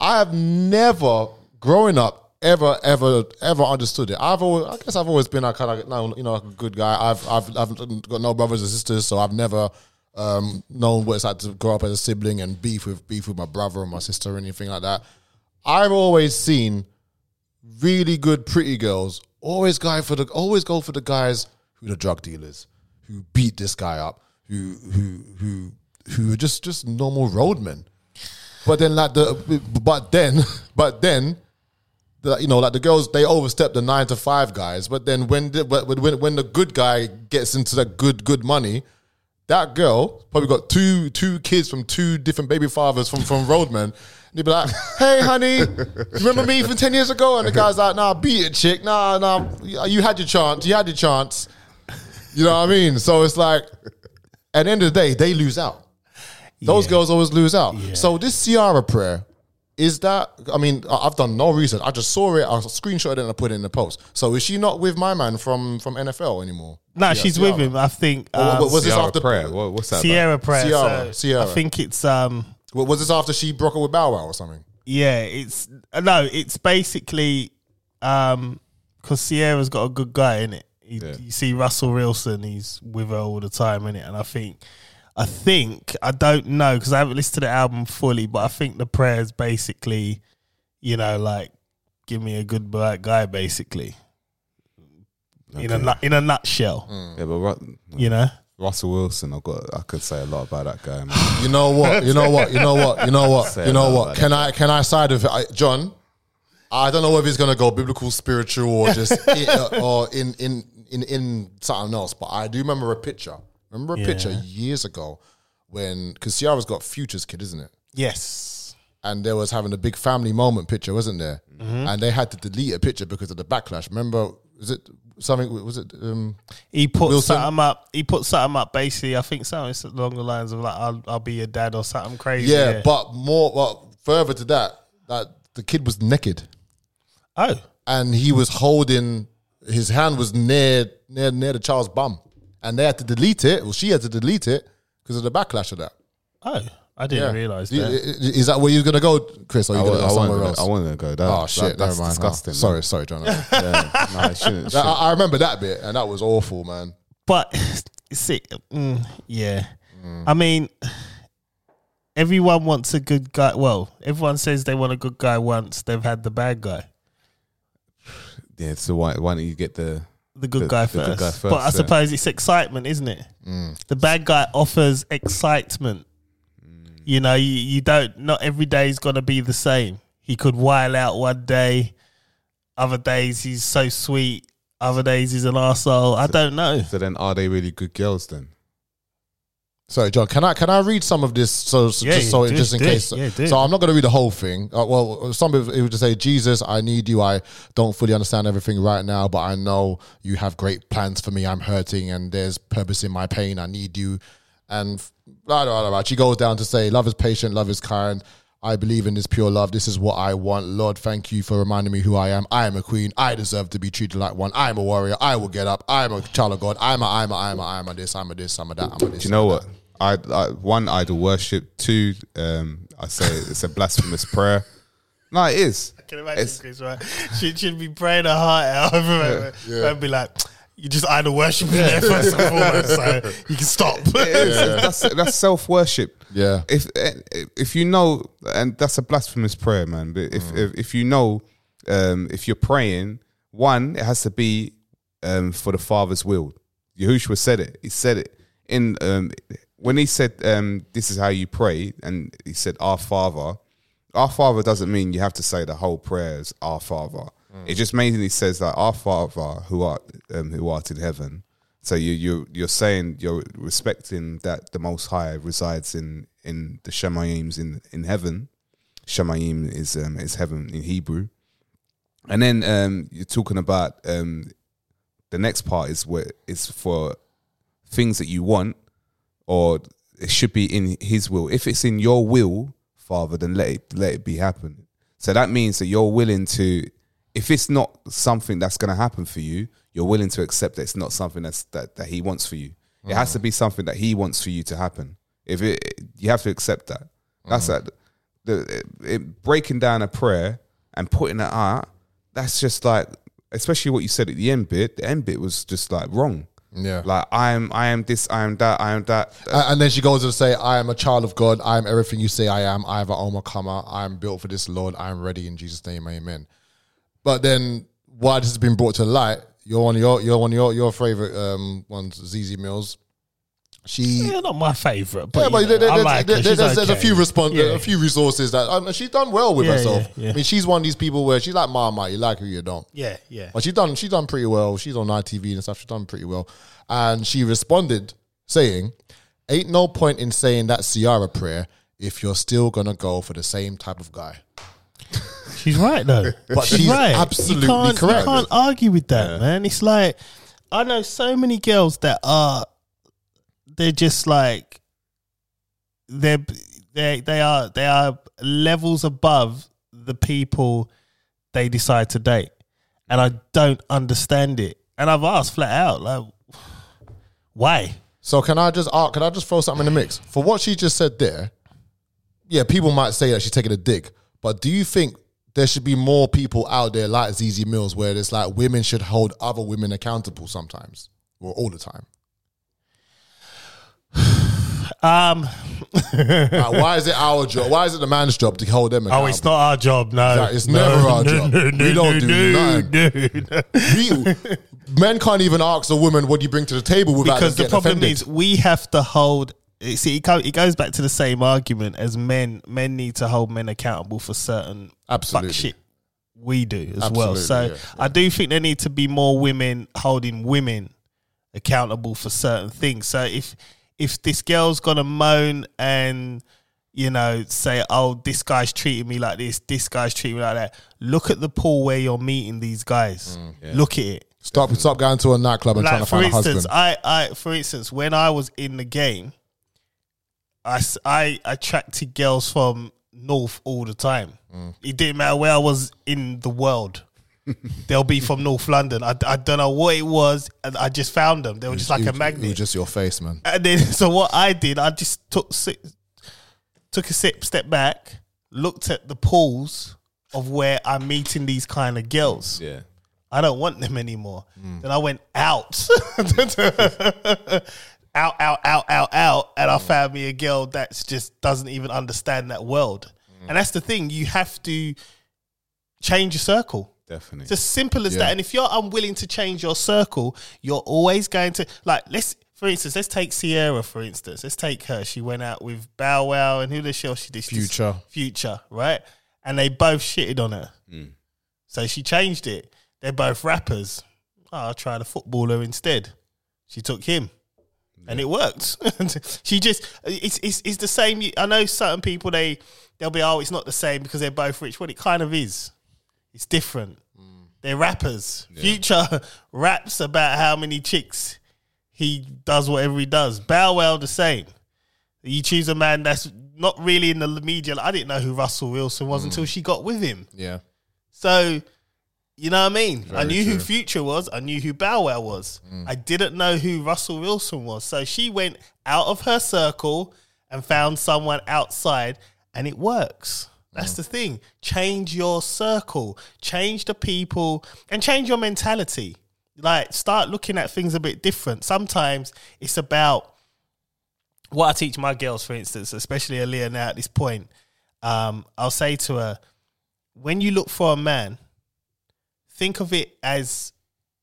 I have never, growing up, ever, ever, ever understood it. I've always, I guess, I've always been a kind of, no, you know, like a good guy. I've, I've, I've got no brothers or sisters, so I've never um, known what it's like to grow up as a sibling and beef with beef with my brother and my sister or anything like that. I've always seen really good pretty girls always guy for the always go for the guys who are the drug dealers who beat this guy up who who who who are just just normal roadmen but then like the but then but then the, you know like the girls they overstep the 9 to 5 guys but then when the, but when when the good guy gets into that good good money that girl probably got two two kids from two different baby fathers from from Roadman. And he'd be like, "Hey, honey, you remember me from ten years ago?" And the guy's like, "Nah, beat it, chick. Nah, nah, you- you had your chance. You had your chance. You know what I mean?" So it's like, at the end of the day, they lose out. Those
Yeah.
girls always lose out. So this Ciara prayer is that? I mean, I- I've done no research. I just saw it. I screenshotted it and I put it in the post. So is she not with my man from from NFL anymore?
No,
Yeah,
she's
Ciara.
with him. I think
Oh,
um,
what- was this
Sierra
after-
prayer? What, what's that?
Sierra prayer.
Sierra,
so
Sierra.
I think it's um.
Wa- Was this after she broke up with Bow Wow or something?
Yeah, it's uh, no, it's basically um because Sierra's got a good guy in it.
Yeah.
You see Russell Wilson, he's with her all the time in it, and I think, I think I don't know because I haven't listened to the album fully, but I think the prayer is basically, you know, like give me a good black guy, basically. In
Okay.
a
Mm.
nu- in a nutshell,
Yeah, but Ru-
you know.
Russell Wilson, I got. I could say a lot about that guy. Man.
You know what? You know what? You know what? You know what?
Say
You know
no
what?
about
Can I can I side with I, John? I don't know whether he's gonna go biblical, spiritual, or just i- or in in in in something else. But I do remember a picture. Remember a picture
Yeah.
years ago when because Ciara's got Futures Kid, isn't it?
Yes.
and they was having a big family moment picture, wasn't there? And they had to delete a picture because of the backlash. Remember, was it something? Was it? Um,
He put
Wilson?
something up. He put something up. Basically, I think something along the lines of like, "I'll, I'll be your dad" or something crazy.
yeah, but more, well, further to that, that the kid was naked
oh,
and he was holding his hand was near near near the child's bum, and they had to delete it. Well, she had to delete it because of the backlash of that.
Oh, I didn't realize
I-
that.
i- Is that where you're gonna go, Chris? Or are
I,
you gonna
wa-
go
I
somewhere
wanted.
else?
To, I wanted to go there.
oh shit!
That, that's
never mind.
disgusting.
Oh,
man.
sorry, sorry, John. I,
Yeah, no, I shouldn't. shouldn't.
I remember that bit, and that was awful, man.
but see, mm, yeah,
Mm.
I mean, everyone wants a good guy. Well, everyone says they want a good guy once they've had the bad guy.
Yeah. So why why don't you get the
The good,
The-
guy,
the good
first.
guy
But I
first, yeah.
suppose it's excitement, isn't it?
Mm.
The bad guy offers excitement.
Mm.
You know, you, you don't. Not every day is gonna be the same. He could while out one day. Other days he's so sweet. Other days he's an arsehole. I don't know.
So then, are they really good girls then?
Sorry, John. Can I can I read some of this? So, so-
Yeah,
just so
do it,
just in
do it.
case.
Yeah, do it.
so I'm not going to read the whole thing. Uh, well, some people it would just say, "Jesus, I need you. I don't fully understand everything right now, but I know you have great plans for me. I'm hurting, and there's purpose in my pain. I need you." And blah blah blah. blah. She goes down to say, "Love is patient. Love is kind." I believe in this pure love. This is what I want. Lord, thank you for reminding me who I am. I am a queen. I deserve to be treated like one. I am a warrior. I will get up. I am a child of God. I'm a, I'm a, I'm a, I'm a this. I'm a this. I'm a that. I'm a this.
Do you know what? I, I one idol worship. Two, um, I say it's a blasphemous prayer. No, it is.
Can you imagine
It's-
Chris, right? She should be praying her heart out. Right?
Yeah.
And be like, you just idol worshiping there first and foremost, so you can stop.
It is. That's that's self worship.
Yeah.
If eh, if you know, and that's a blasphemous prayer, man. But if if, if you know, um, if you're praying, one, it has to be um, for the Father's will. Yahushua said it. He said it in um, when he said, um, "This is how you pray," and he said, "Our Father." Our Father doesn't mean you have to say the whole prayer is Our Father. It just mainly says that Our Father who art um, who art in heaven. So you you you're saying you're respecting that the Most High resides in in the Shemayims in in heaven. Shemayim is um, is heaven in Hebrew, and then um, you're talking about um, the next part is where is for things that you want or it should be in his will. If it's in your will, Father, then let it let it be happen. So that means that you're willing to if it's not something that's gonna happen for you, you're willing to accept that it's not something that's that, that he wants for you. It has to be something that he wants for you to happen. If it you have to accept that. That's that the it, breaking down a prayer and putting it out, that's just like especially what you said at the end bit, the end bit was just like wrong.
Yeah.
Like I am I am this, I am that, I am that.
And and then she goes and say, "I am a child of God. I am everything you say I am. I have an overcomer. I am built for this, Lord. I am ready in Jesus' name, Amen." But then, why this has been brought to light? You're one of your, you're one of your, your favorite um, ones, ZZ Mills. She,
Yeah, not my favourite, but,
yeah, but
you know,
there- there-
I
there's-
like her.
there-
She's
there's, there's a
okay.
few response,
Yeah.
a few resources that um, she's done well with
Yeah,
herself.
yeah, yeah.
I mean, she's one of these people where she's like Marmite. You like her, you don't.
Yeah, yeah.
But she's done she's done pretty well. She's on ITV and stuff. She's done pretty well. And she responded saying, Ain't no point in saying that Ciara prayer if you're still gonna go for the same type of guy.
She's right though. But she's,
she's
right.
absolutely
you can't,
correct.
You can't argue with that, man. It's like I know so many girls that are they're just like they're they they are they are levels above the people they decide to date. And I don't understand it. And I've asked flat out, like why?
So can I just uh, can I just throw something in the mix? For what she just said there, yeah, people might say that she's taking a dig, but do you think there should be more people out there like ZZ Mills where it's like women should hold other women accountable sometimes or all the time?
Um
Like, why is it our job? Why is it the man's job to hold them accountable?
Oh, it's not our job, no.
Like, it's
No,
never our
no,
job.
no,
We
no,
don't
no,
do
no,
none.
no, no.
we, men can't even ask a woman what do you bring to the table without
because
them
the
getting
problem
offended.
is we have to hold it- see it, co- it goes back to the same argument as men men need to hold men accountable for certain
Absolutely.
fuck shit we do as well
Absolutely,
so
yeah,
i do think there need to be more women holding women accountable for certain things so if if this girl's gonna moan and you know say oh this guy's treating me like this this guy's treating me like that look at the pool where you're meeting these guys
Mm,
look at it
stop stop going to a nightclub and trying to
for
find a
instance,
husband.
I, I, for instance, when I was in the game, I, s- I attracted girls from North all the time.
Mm.
It didn't matter where I was in the world. They'll be from North London. I, I don't know what it was. and I just found them. They were just like
It
a
was- It was
magnet.
just your face, man.
And then, so what I did, I just took si- took a sip, step back, looked at the pools of where I'm meeting these kind of girls.
yeah.
I don't want them anymore. Then I went out, out, out, out, out, out, and I found me a girl that's just doesn't even understand that world. And that's the thing, you have to change your circle.
Definitely.
It's as simple as
Yeah.
that. And if you're unwilling to change your circle, you're always going to like let's for instance, let's take Sierra for instance. Let's take her. She went out with Bow Wow and who the hell she did? She did-
Future.
Future, right? And they both shitted on her. So she changed it. They're both rappers. Oh, I'll try the footballer instead. She took him. And it worked. she just it's, it's it's the same. I know certain people they they'll be oh it's not the same because they're both rich. Well, it kind of is. It's different. They're rappers. Future raps about how many chicks he does whatever he does. Bow Wow the same. You choose a man that's not really in the media. Like, I didn't know who Russell Wilson was until she got with him.
Yeah.
So You know what I mean? I knew who Future was. I knew who Bow Wow was. I didn't know who Russell Wilson was. So she went out of her circle and found someone outside, and it works. That's the thing. Change your circle, change the people, and change your mentality. Like, start looking at things a bit different. Sometimes it's about what I teach my girls, for instance, especially Aaliyah now at this point. Um, I'll say to her, when you look for a man, think of it as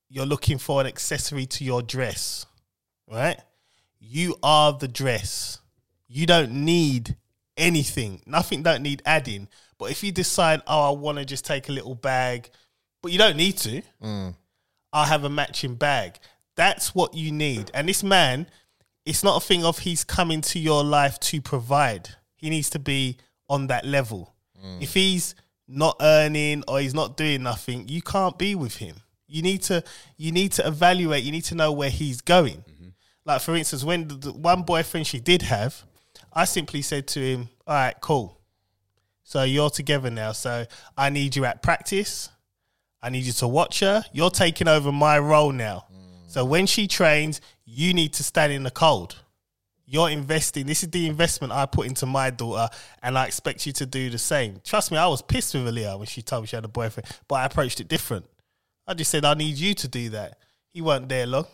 you're looking for an accessory to your dress, right? You are the dress. You don't need anything. Nothing don't need adding. But if you decide, oh, I want to just take a little bag, but you don't need to. I'll have a matching bag. That's what you need. And this man, it's not a thing of he's coming to your life to provide. He needs to be on that level. If he's not earning or he's not doing nothing, you can't be with him. You need to you need to evaluate. You need to know where he's going. Like for instance, when the, the one boyfriend she did have, I simply said to him, "All right, cool. So you're together now. So I need you at practice. I need you to watch her. You're taking over my role now. So when she trains, you need to stand in the cold. You're investing. This is the investment I put into my daughter, and I expect you to do the same. Trust me, I was pissed with Aaliyah when she told me she had a boyfriend, but I approached it different. I just said, I need you to do that. He weren't there long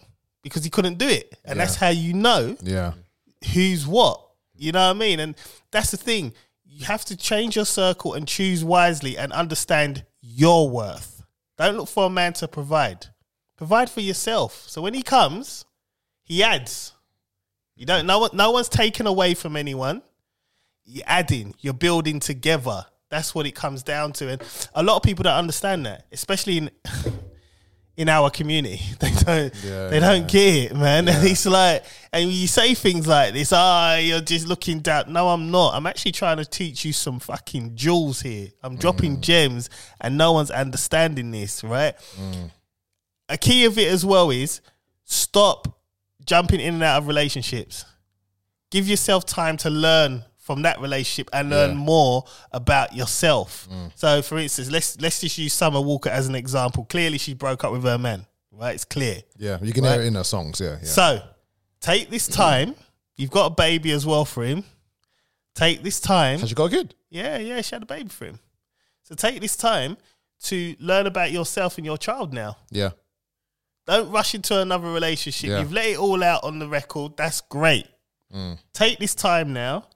because he couldn't do it. And that's how you know
Yeah.
who's what. You know what I mean? And that's the thing. You have to change your circle and choose wisely and understand your worth. Don't look for a man to provide. Provide for yourself. So when he comes, he adds. You don't no one, no one's taken away from anyone. You're adding, you're building together. That's what it comes down to. And a lot of people don't understand that, especially in in our community. They don't they don't get it, man. And it's like and you say things like this, ah, you're just looking down. No, I'm not. I'm actually trying to teach you some fucking jewels here. I'm dropping gems and no one's understanding this, right? A key of it as well is stop jumping in and out of relationships. Give yourself time to learn from that relationship and learn more about yourself.
Mm.
So, for instance, let's let's just use Summer Walker as an example. Clearly, she broke up with her man. Right? It's clear.
Yeah. You can hear it in her songs. Yeah. yeah.
So, take this time. You've got a baby as well for him. Take this time.
Has she got a kid?
Yeah, yeah, she had a baby for him. So take this time to learn about yourself and your child now.
Yeah.
Don't rush into another relationship.
Yeah. Mm.
You've let it all out on the record. That's great. Take this time now,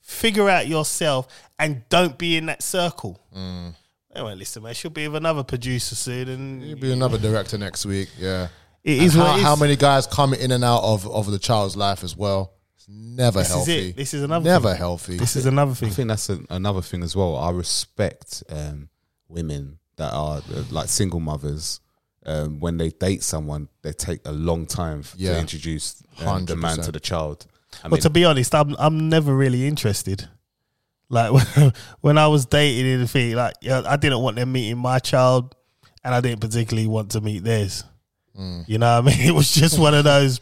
figure out yourself, and don't be in that circle.
Mm.
They won't listen, man. She'll be with another producer soon, and
You'll be another director next week. Yeah.
it
And
is
how,
what it is.
how many guys come in and out of, of the child's life as well? It's never
This is
healthy.
it. This is another.
never
Thing.
healthy.
This is another thing.
I think that's a, another thing as well. I respect um, women that are uh, like single mothers. Um, when they date someone, they take a long time f- to
Yeah.
introduce um, the man
100%.
to the child. I
But
mean,
to be honest, I'm I'm never really interested. Like when, when I was dating and everything, like yeah, I didn't want them meeting my child, and I didn't particularly want to meet theirs.
Mm.
You know what I mean? It was just one of those.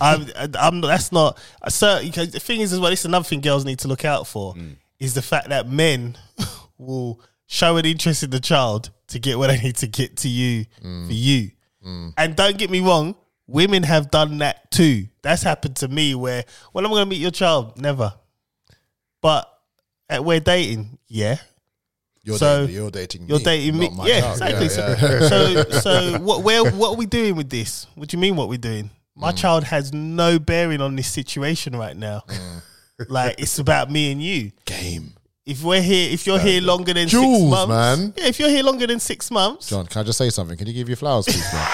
I'm, I'm. That's not. I certainly. Cause the thing is, as well, this is another thing girls need to look out for
Mm.
is the fact that men will show an interest in the child to get what they need to get to you
Mm.
for you. And don't get me wrong, women have done that too. That's happened to me where, well, I'm going to meet your child. Never. But uh, we're dating. Yeah.
you're,
so-
dating, you're dating.
You're
me,
dating me.
not my
Yeah,
child.
exactly.
Yeah, yeah.
So, so, so what, where, what are we doing with this? What do you mean, what we're doing? My
Mm.
child has no bearing on this situation right now.
Mm.
like, it's about me and you.
Game.
If we're here, if you're here longer than six
Jules,
months,
man.
yeah, if you're here longer than six months,
John, can I just say something? Can you give your flowers, please, man?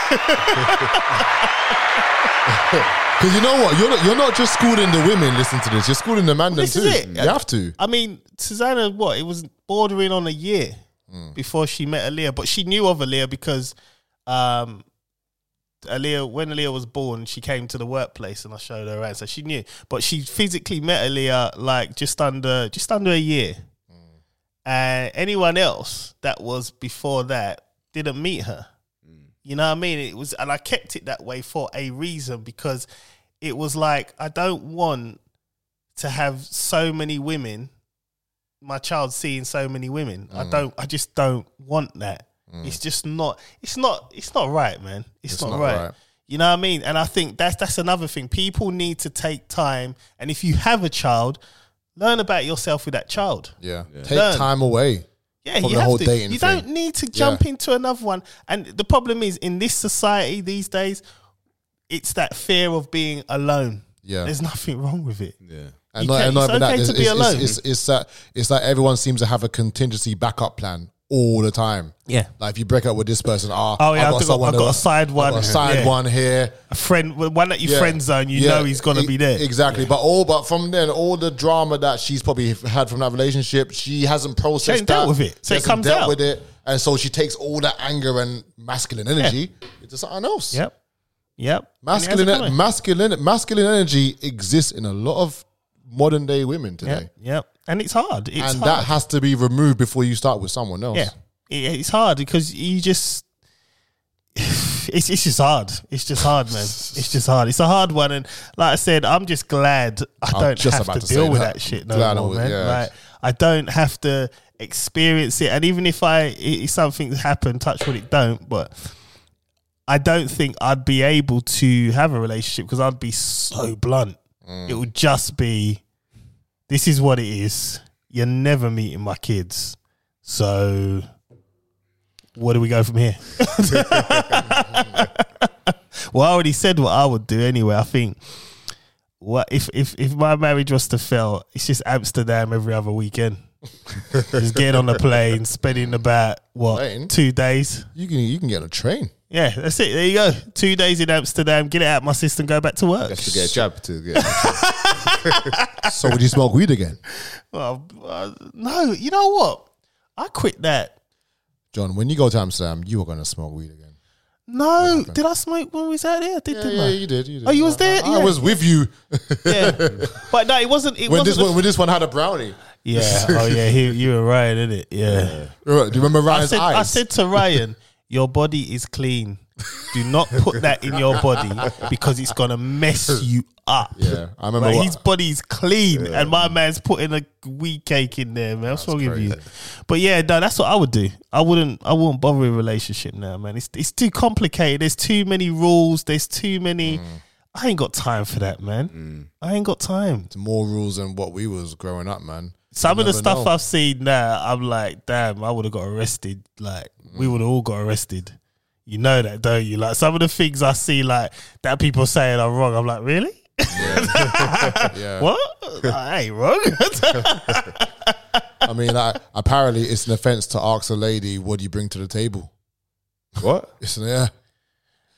Because you know what, you're not, you're not just schooling the women. Listen to this. You're schooling the man them
this
too.
is it.
You have to.
I mean, Susanna, what it was bordering on a year before she met Aaliyah, but she knew of Aaliyah because um, Aaliyah, when Aaliyah was born, she came to the workplace and I showed her around, so she knew. But she physically met Aaliyah like just under just under a year, and anyone else that was before that didn't meet her. You know what I mean? It was, and I kept it that way for a reason because it was like I don't want to have so many Mm. women, my child seeing so many women. I don't, I just don't want that. It's just not. It's not. It's not right, man. Mm. It's, not,
not
right.
right.
You know what I mean? And I think that's that's another thing. People need to take time, and if you have a child, learn about yourself with that child.
Yeah. Take
Learn.
time away.
Yeah,
From
you
the
have
whole
to.
dating
you
thing.
don't need to jump into another one. And the problem is, in this society these days, it's that fear of being alone.
Yeah.
there's nothing wrong with it.
Yeah.
And
You
not,
can-
and not
it's
even that.
okay
It's,
to be
it's- it's-
alone.
it's- it's that. It's like everyone seems to have a contingency backup plan all the time.
Yeah.
Like if you break up with this person, ah,
Oh, yeah,
I've
I've
got
got-
someone.
I've got a
else.
side
I've
one.
got a side
Yeah.
one here.
A friend, one that you
Yeah.
friend zone, you
Yeah.
know he's gonna
E-
be there.
Exactly. But all but from then all the drama that she's probably had from that relationship, she hasn't processed
She ain't
that.
dealt with it. So it
She hasn't
comes
dealt
out.
with it. And so she takes all that anger and masculine energy into something else.
Yep, yep. And he has a
Masculine e-
comment.
masculine masculine energy exists in a lot of modern day women today.
Yep, yep. And it's hard. It's
and
hard.
that has to be removed before you start with someone else.
Yeah, It- it's hard because you just it's it's just hard. It's just hard, man. It's just hard. It's a hard one, and like I said, I'm just glad I
was
don't
just
have to,
about to
deal
say
with
that.
that, shit no
Glad I
more,
was-
man.
yeah.
Like I don't have to experience it, and even if I i- if something's happened, touch wood, it don't, but. I don't think I'd be able to have a relationship because I'd be so blunt.
Mm.
It would just be, this is what it is. You're never meeting my kids. So, where do we go from here? well, I already said what I would do anyway. I think what if if if my marriage was to fail, it's just Amsterdam every other weekend. just getting on the plane, spending about what
Plane?
two days.
You can you can get on a train.
Yeah, that's it. There you go. Two days in Amsterdam. Get it out of my system. Go back to work.
Just to get a jab to get.
So would you smoke weed again?
Well, uh, no, you know what? I quit that.
John, when you go to Amsterdam, you are gonna smoke weed again.
No, did I smoke when we was out there? I did,
Yeah,
didn't
yeah,
I?
you did, you did.
Oh, you was
I-
there?
I,
Yeah.
was with you
Yeah, but no, it wasn't. It
when
wasn't.
this
the-
one when this one had a brownie.
yeah. Oh yeah. He, you were right, is it? Yeah.
Remember- Do you remember
I
Ryan's
said.
eyes?
I said to Ryan, "Your body is clean. Do not put that in your body because it's gonna mess you up."
yeah, I remember.
Like
what,
his body's clean, and my man's putting a weed cake in there, man. What's wrong with you? But yeah, no, that's what I would do. I wouldn't. I wouldn't bother with a relationship now, man. It's it's too complicated. There's too many rules. There's too many.
Mm.
I ain't got time for that, man. I ain't got time.
more rules than what we was growing up, man.
Some
You
of the
never
stuff
know.
I've seen now, I'm like, damn, I would have got arrested. Like, we
Mm.
would have all got arrested. You know that, don't you? Like, some of the things I see, like, that people saying are wrong. I'm like, really?
yeah.
What? I ain't wrong.
I mean, like, apparently it's an offense to ask a lady, "What do you bring to the table?"
what?
It's yeah.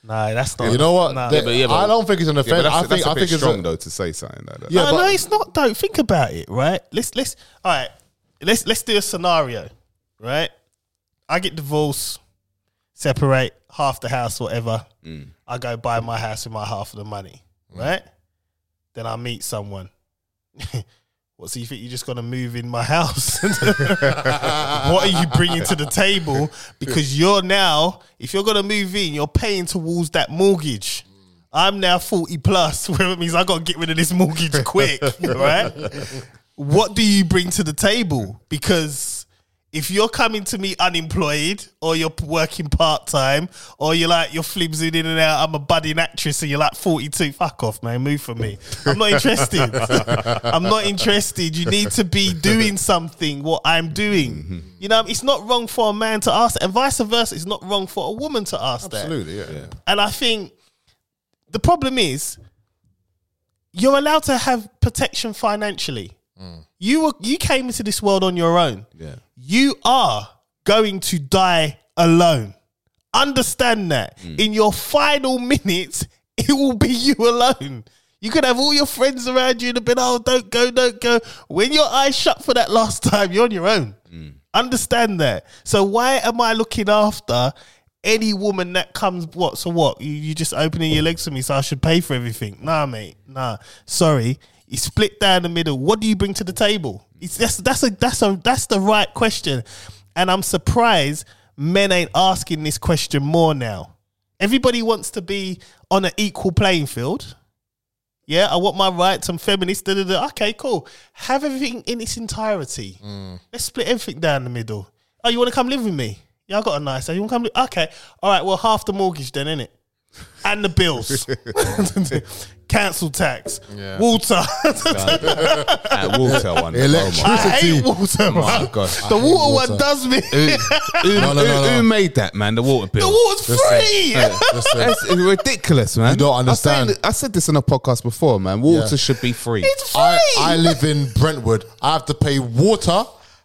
No, that's not.
You know what?
Nah.
They-
but yeah, but-
I don't think it's an
Yeah, but
offense.
that's,
I think
that's a
I
bit
think it's
strong
a,
though to say something like that.
yeah,
no,
but
Uh, no, it's not. Don't think about it. Right? Let's let's. All right. Let's let's do a scenario. Right? I get divorced, separate half the house, whatever.
Mm.
I go buy my house with my half of the money. Right? Then I meet someone. what? So you think you're just gonna move in my house? what are you bringing to the table? Because you're now, if you're gonna move in, you're paying towards that mortgage. I'm now 40 plus, where it means I gotta get rid of this mortgage quick, right? What do you bring to the table? Because if you're coming to me unemployed or you're working part time or you're like you're flimsing in and out, I'm a budding actress and you're like 42, fuck off, man, move for me. I'm not interested. I'm not interested. You need to be doing something what I'm doing. You know, it's not wrong for a man to ask, and vice versa, it's not wrong for a woman to ask that.
absolutely, yeah.
And I think the problem is you're allowed to have protection financially. You were you came into this world on your own.
Yeah.
You are going to die alone. Understand that. In your final minutes, it will be you alone. You could have all your friends around you and have been, oh, don't go, don't go. When your eyes shut for that last time, you're on your own. Understand that. So why am I looking after any woman that comes? What? So what? You, you just opening your legs for me, so I should pay for everything? Nah, mate. Nah. Sorry. You split down the middle. What do you bring to the table? It's that's that's a that's a that's the right question, and I'm surprised men ain't asking this question more now. Everybody wants to be on an equal playing field. Yeah, I want my rights. I'm feminist. Da, da, da. Okay, cool. Have everything in its entirety. Let's split everything down the middle. Oh, you want to come live with me? Yeah, I got a nice house. You want to come? Live? Okay. All right. Well, half the mortgage then, innit? And the bills, council tax,
Yeah.
water.
At Walter one.
Electric.
Oh
I hate water, man.
my god.
The water,
water.
one does me.
Who,
No, no,
who-
no, no.
who made that man? The water bill.
the water's free.
Listen,
That's ridiculous, man.
You don't understand.
I, say- I said this in a podcast before, man. Water
Yeah.
should be free.
It's free.
I, I live in Brentwood. I have to pay water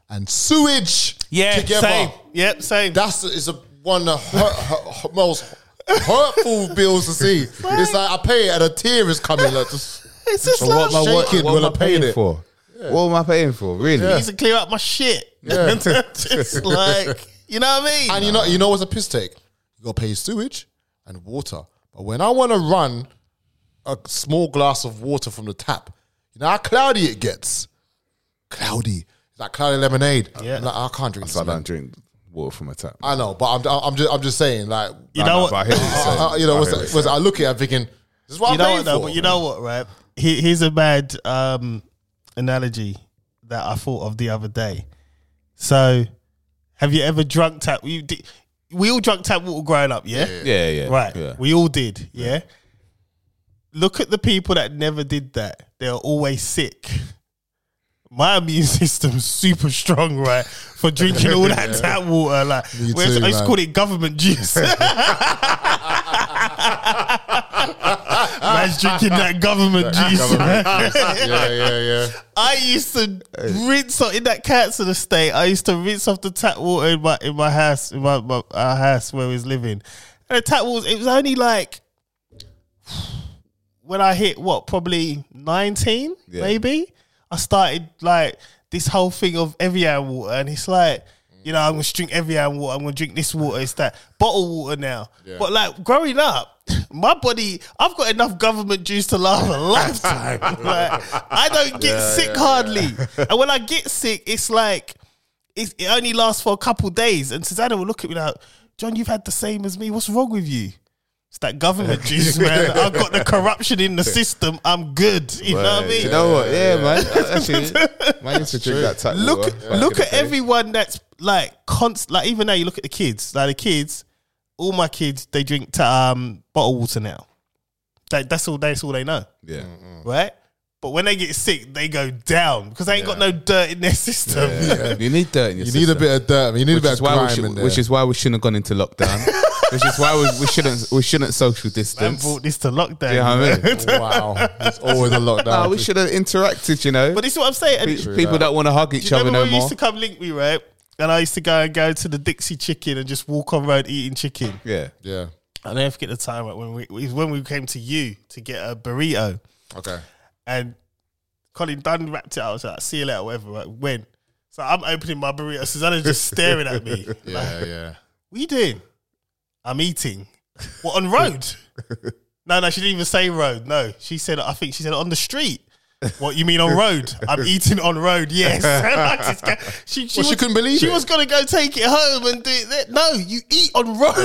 and sewage
yeah,
together.
same. Yep, same.
That's is a, one of the hurt, hurt- most hurtful bills to see. It's like I pay it and a tear is coming. Like just,
it's just
So
like
what my-
shit.
shaking when I paid it.
for? What am I paying for? Really?
I need to clear up my shit. it's like you know what I mean.
and you know, you know what's a piss take? You got to pay sewage and water. But when I want to run a small glass of water from the tap, you know how cloudy it gets. Cloudy, It's like cloudy lemonade.
Yeah.
I'm like, I can't drink.
So I
This, man.
don't drink water from a tap.
I know, but I'm, I'm just, I'm just saying, like,
You know what?
But I hear what you're saying.
I- I- you know,
I
what's
hear
was,
what you're
I look at, it, I'm thinking, this is what
you
I'm
know
paying
what though,
for.
but you know what, right? Here, here's a bad um, analogy that I thought of the other day. So, have you ever drunk tap? You di- we all drunk tap water growing up, yeah,
saying. yeah, yeah,
right.
Yeah.
We all did, yeah. Look at the people that never did that; they're always sick. My immune system's super strong, right? For drinking all that tap water, like
Me
whereas
too,
I used to
man.
call it government juice. Man's drinking that government juice. man.
yeah, yeah, yeah.
I used to rinse off in that council estate. I used to rinse off the tap water in my in my house in my, my our house where we was living. And the tap water, it was only like when I hit what probably nineteen,
Yeah.
maybe. I started like this whole thing of Evian water, and it's like. You know, I'm gonna drink Evian water. I'm gonna drink this water. It's that bottled water now. But like growing up, my body, I've got enough government juice to last a lifetime. like, I don't get sick hardly, and when I get sick, it's like it's, it only lasts for a couple days. And Susanna will look at me like, "John, you've had the same as me. What's wrong with you?" It's that government juice, man. I've got the corruption in the system. I'm good. You know what I mean?
You know what? Yeah, man. Actually, man used to drink that tap
look,
water back in
look
the
at
day.
everyone that's like const. Like even now, you look at the kids. Like the kids, all my kids, they drink ta- um bottled water now. That, that's all. That's all they know,
Yeah.
right? But when they get sick, they go down because they ain't got no dirt in their system.
You need dirt in your
You need a
system.
bit of dirt. You need a
Which
bit
is,
of
why we
grime
should,
in there.
which is why we shouldn't have gone into lockdown. which is why we, we shouldn't we shouldn't social
Man
distance.
brought this to lockdown.
You know what I mean?
wow, it's always a lockdown.
No, we should have interacted. You know,
But this is what I'm saying. And
people don't want to hug each
you
other
remember
no
when you
more.
used to come link me, right? And I used to go and go to the Dixie Chicken and just walk on road eating chicken.
yeah,
Yeah.
I never forget the time right, when we it was when we came to you to get a burrito
Okay.
and Colin Dunn wrapped it. I was like, "See you later," whatever. Right? When? So I'm opening my burrito. Susanna's just staring at me. Like,
Yeah, yeah.
what you doing? I'm eating. What on road? no, no, she didn't even say road. No, she said. I think she said on the street. What you mean on road? I'm eating on road. Yes. I just ca- she,
Well, she couldn't believe
she
it.
was gonna go take it home and do it. There. No, you eat on road.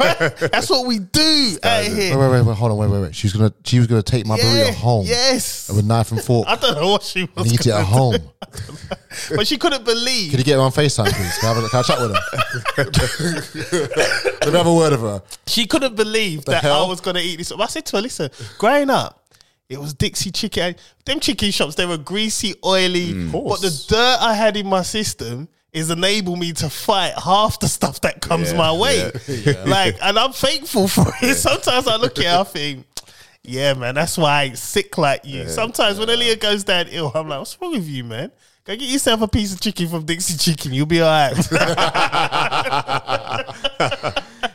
Right? That's what we do out
Wait,
here.
wait, wait, wait. Hold on. Wait, wait, wait. She was gonna. She was gonna take my burrito home
Yes.
with knife and fork
I don't know what she
and
was,
eat it at home.
but she couldn't believe.
Can you get her on Facetime, please? Can I, have a, can I chat with her? Let me have a word of her.
She couldn't believe that
hell?
I was going to eat this. I said to her, listen, growing up, it was Dixie chicken. Them chicken shops, they were greasy, oily. but
Mm. course.
the dirt I had in my system is enable me to fight half the stuff that comes my way. Like, and I'm thankful for it. Sometimes I look at it, I think, yeah, man, that's why I ain't sick like you. Sometimes when Aaliyah goes down ill, I'm like, what's wrong with you, man? Go get yourself a piece of chicken from Dixie Chicken. You'll be all right.
Do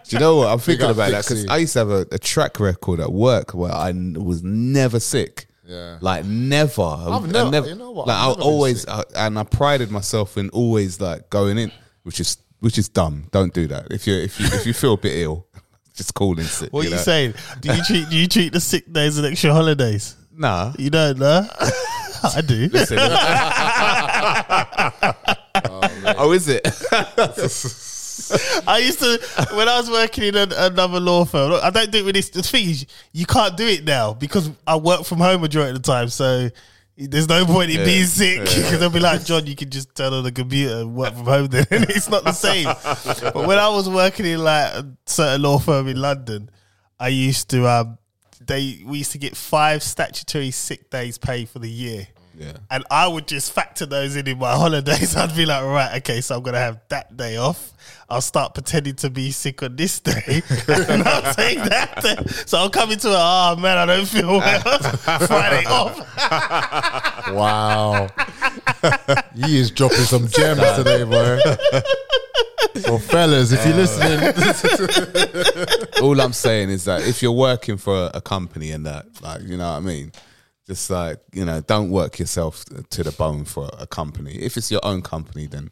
you know what? I'm thinking
up
about that because
Dixie.
I used to have a, a track record at work where I n- was never sick.
Yeah.
Like never.
I've
I
never- you know what?
Like
I've
I
never been
always, I, and I prided myself in always like going in, which is which is dumb. Don't do that. If you if you if you feel a bit ill, just call in sick.
what are you
know?
saying? Do you treat do you treat the sick days and extra holidays?
Nah.
You don't know? I do.
Listen. oh, is it?
I used to when I was working in an, another law firm. Look, I don't do it with this. The thing is, you can't do it now because I work from home majority of the time. So There's no point in
Yeah.
being sick because
Yeah.
they'll be like, John, you can just turn on the computer and work from home. Then it's not the same. but when I was working in like a certain law firm in London, I used to um, they we used to get five statutory sick days pay for the year.
Yeah.
And I would just factor those in in my holidays. I'd be like, right, okay, so I'm going to have that day off. I'll start pretending to be sick on this day. and I'll take that day. So I'll come into it, oh man, I don't feel well. Friday off.
Wow. he is dropping some gems today, bro. Well, fellas, if you're listening,
All I'm saying is that if you're working for a company and that, like, you know what I mean? Just like, you know, don't work yourself to the bone for a company. If it's your own company, then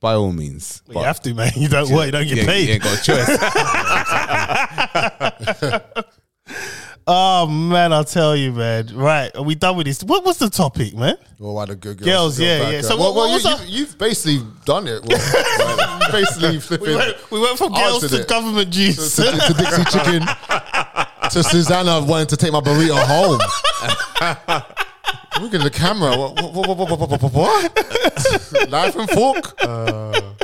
by all means.
you have to, man. You don't work, you don't get
yeah,
paid.
You ain't got a choice.
Oh man, I'll tell you, man. Right, are we done with this? What was the topic, man?
well, why the good
Girls,
girls? go
yeah,
back
yeah.
up?
So
well,
what- what
well,
was
you,
our-
you've, you've basically done it. Well, like, you basically flipping
We went, we went from girls
Answered
to
it.
government juice.
to, to Dixie Chicken to Susanna wanting to take my burrito home. Look at the camera. What? what, what, what, what, what, what, what? Knife and fork.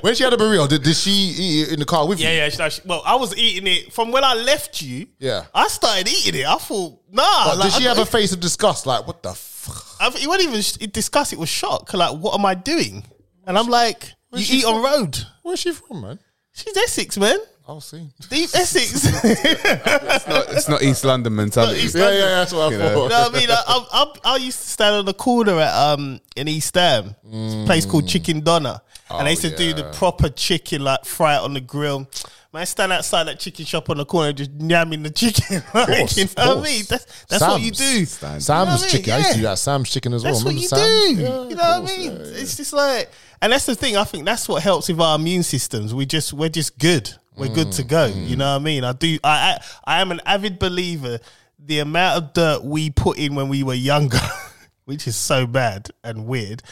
when she had a burrito, did, did she eat it in the car with
Uh. Yeah,
you?
yeah. she- she- Well, I was eating it from when I left you.
Yeah.
I started eating it. I thought, nah.
But
like,
did she
I-
have a face of disgust? Like, what the fuck?
I, it wasn't even sh- discuss. It was shock. Like, what am I doing? And I'm like, you eat on road.
Where's she from, man?
She's Essex, man.
I'll see.
Deep Essex. you
It's not, it's not East London mentality.
East-
Yeah, yeah, that's what I thought.
know what I mean? I, I, I, I used to stand on the corner at um in East Ham, It's a place called Chicken Donna, and they used to do the proper chicken, like fry it on the grill. Man, I stand outside that chicken shop on the corner, just yamming the chicken. Like,
course,
you know what I
course.
mean? That's that's what you do.
Sam's. Stand.
Sam's
You know
what I mean?
chicken. I used to
Yeah.
do that. Sam's chicken as well.
That's what
Remember
you
Sam's?
do.
Oh, Yeah,
you know what I
of course,
mean?
yeah, yeah.
It's just like, and that's the thing. I think that's what helps with our immune systems. We just we're just good. We're good
Mm,
to go. You know what I mean? I do. I, I I am an avid believer. The amount of dirt we put in when we were younger, which is so bad and weird,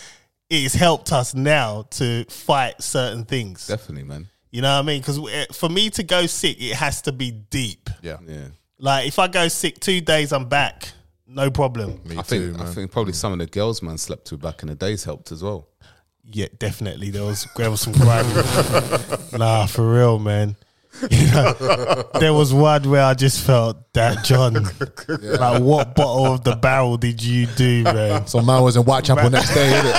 it's helped us now to fight certain things.
Definitely, man.
You know what I mean? Because for me to go sick, it has to be deep.
Yeah.
Yeah.
Like if I go sick two days, I'm back. No problem.
Me
I
too,
think, I
man.
think probably some of the girls man slept with back in the days helped as well.
Yeah, definitely. There was there was some grime. nah, for real, man. You know, there was one where I just felt that John. Like, what bottle of the barrel did you do, man?
So man was in Whitechapel next day, innit?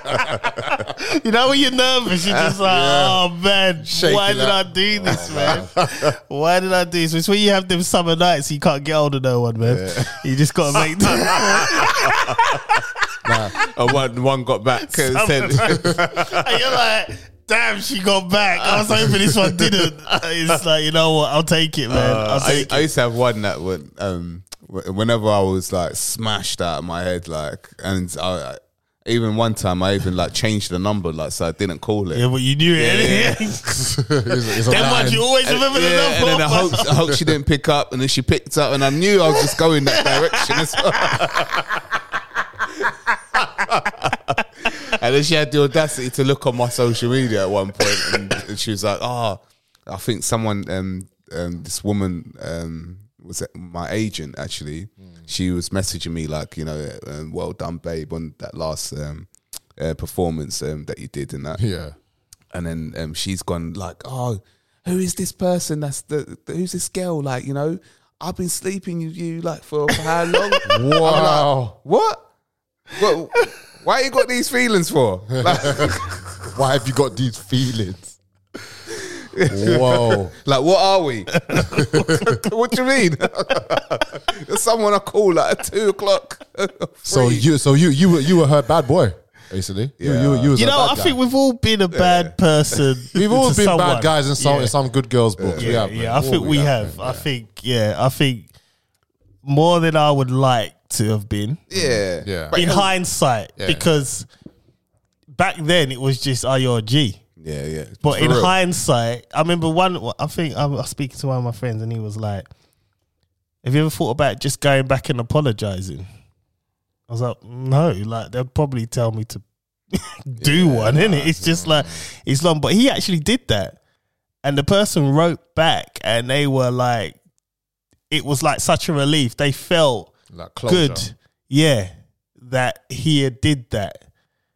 You know when you're nervous, you're just like, oh man, why
Shaking
did
up.
I do this, man? Why did I do this? It's when you have them summer nights, you can't get older no one, man. You just gotta make.
And one, one got back and said,
And you're like, damn, she got back. I was hoping this one didn't. It's like, you know what? I'll take it, man.
Uh,
I'll
Uh, I,
take
I used to have one that would, um, wh- whenever I was like smashed out of my head, like, and I, I- even one time I even like changed the number, like, so I didn't call it.
Yeah, but you knew it. Yeah,
It's- it's a
That
line.
much you always remember the
Yeah, and
number.
then I hope, I hope she didn't pick up, and then she picked up, and I knew I was just going that direction as well. and then she had the audacity to look on my social media at one point, and, and she was like, "Ah, I think someone, um, um, this woman, um, was my agent actually. She was messaging me like, you know, um, well done, babe, on that last um, uh, performance um, that you did, and that."
Yeah.
and then um, she's gone like, "Oh, who is this person? That's the, the- who's this girl? Like, you know, I've been sleeping with you like for, for how long?
Wow.
what? What? Why you got these feelings for? Like,
Why have you got these feelings? Whoa.
like, what are we? what do you mean? There's someone I call like at two o'clock.
So you, so you, you were, you were her bad boy, basically. You, you, were- you was
You
her
know, I
bad guy.
think we've all been a bad person.
we've all
to
been
someone.
bad guys in some,
Yeah.
in some good girls books.
Yeah,
we
yeah,
have, man.
I
All
think we have.
man.
I think, yeah, I think more than I would like to have been
yeah,
Yeah.
But-
in hindsight,
Yeah.
because back then it was just, "Are you a G?"
yeah, yeah.
But
For
in
real.
hindsight, I remember one. I think I was speaking to one of my friends, and he was like, "Have you ever thought about just going back and apologizing?" I was like, "No, like they'll probably tell me to do one, innit? it? It's just like it's long." But he actually did that, and the person wrote back, and they were like, "It was like such a relief. They felt."
Like closure.
good. Yeah, that he had did that,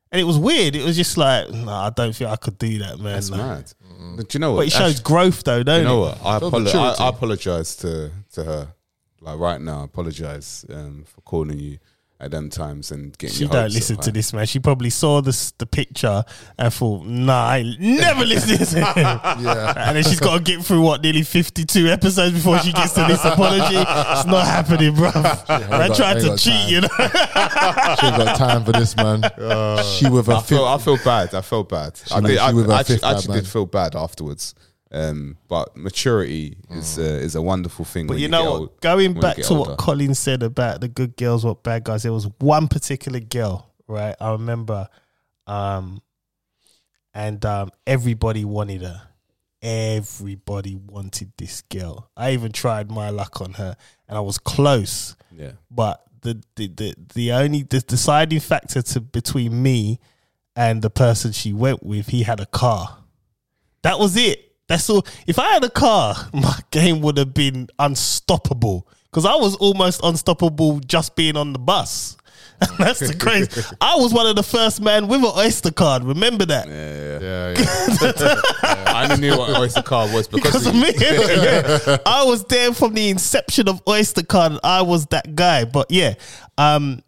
and it was weird. It was just like, nah, I don't think I could do that, man.
That's
Like,
mad. Do you know what?
But it shows
Actually,
growth, though, don't
you know
it?
what? I,
Shows
apolo-
maturity.
I, I apologize to to her. Like right now, I apologize um, for calling you at them times and getting
She
your
don't
hopes
listen
up
to
high.
this, man. She probably saw this the picture and thought, nah, I ain't never listen to him. And then she's got to get through what nearly fifty-two episodes before she gets to this apology. It's not happening, bro. I
got-
tried
ain't
to
got
cheat,
time.
you know.
She ain't got time for this, man.
Uh,
she with her
I feel,
fifth.
I feel bad. I feel bad. I
made
did.
you
I,
with her
I actually,
fifth lad,
actually did
man.
feel bad afterwards. Um, but maturity is uh, is a wonderful thing.
Mm. But
when
you
get
know what?
old-
Going
when you
back
get
to
older.
what Colin said about the good girls, what bad guys, there was one particular girl, right? I remember, um, and um, everybody wanted her. Everybody wanted this girl. I even tried my luck on her, and I was close
yeah,
but the the the, the only the deciding factor to between me and the person she went with, he had a car. That was it. That's all. If I had a car, my game would have been unstoppable because I was almost unstoppable just being on the bus. That's the crazy. I was one of the first man with an Oyster card. Remember that?
Yeah, yeah.
I only knew what Oyster Card was because,
because of
you.
me. Yeah. I was there from the inception of Oyster Card. and I was that guy. But yeah, um,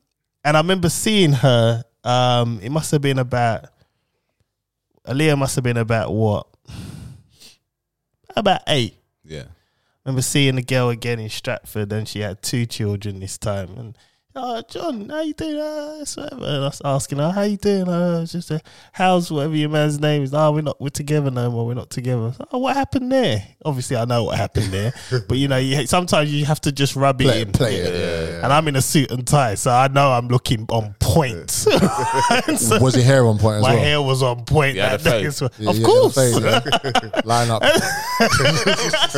and I remember seeing her. Um, it must have been about Aaliyah. Must have been about what? About eight.
Yeah,
remember seeing the girl again in Stratford, and she had two children this time. And oh, John, how you doing? Uh, it's whatever. And I was asking her, how you doing? Uh, it's just a how's whatever your man's name is. Oh, we're not we're together no more. We're not together. So, oh, what happened there? Obviously, I know what happened there, but you know, you, sometimes you have to just rub it
Play
in.
it, play it. Yeah, yeah.
And I'm in a suit and tie, so I know I'm looking on point. So
Was your hair on point as
my
well?
hair was on point
You had
that
a
day
fade.
as well.
Yeah,
of
you
course. Eh?
had a fade, yeah.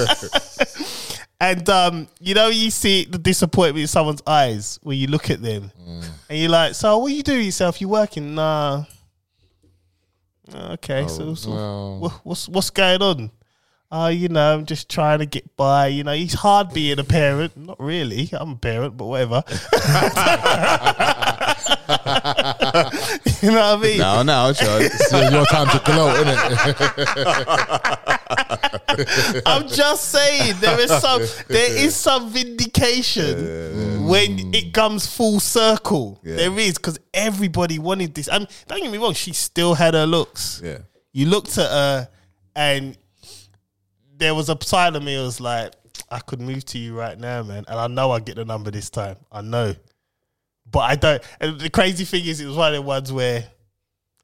Line up.
And um, you know, you see the disappointment in someone's eyes when you look at them, and you're like, "So, what you do yourself? You working? Nah. Okay, so, so
well.
wha- what's what's going on? Uh, you know, I'm just trying to get by. You know, it's hard being a parent. Not really. I'm a parent, but whatever. you know what I mean?
no, no, John.
It's your time to glow, isn't it?
I'm just saying there is some there is some vindication when it comes full circle. There is because everybody wanted this. I mean, don't get me wrong, she still had her looks.
yeah,
You looked at her, and there was a side of me that was like, I could move to you right now, man, and I know I get the number this time. I know, but I don't. And the crazy thing is, it was one of the ones where.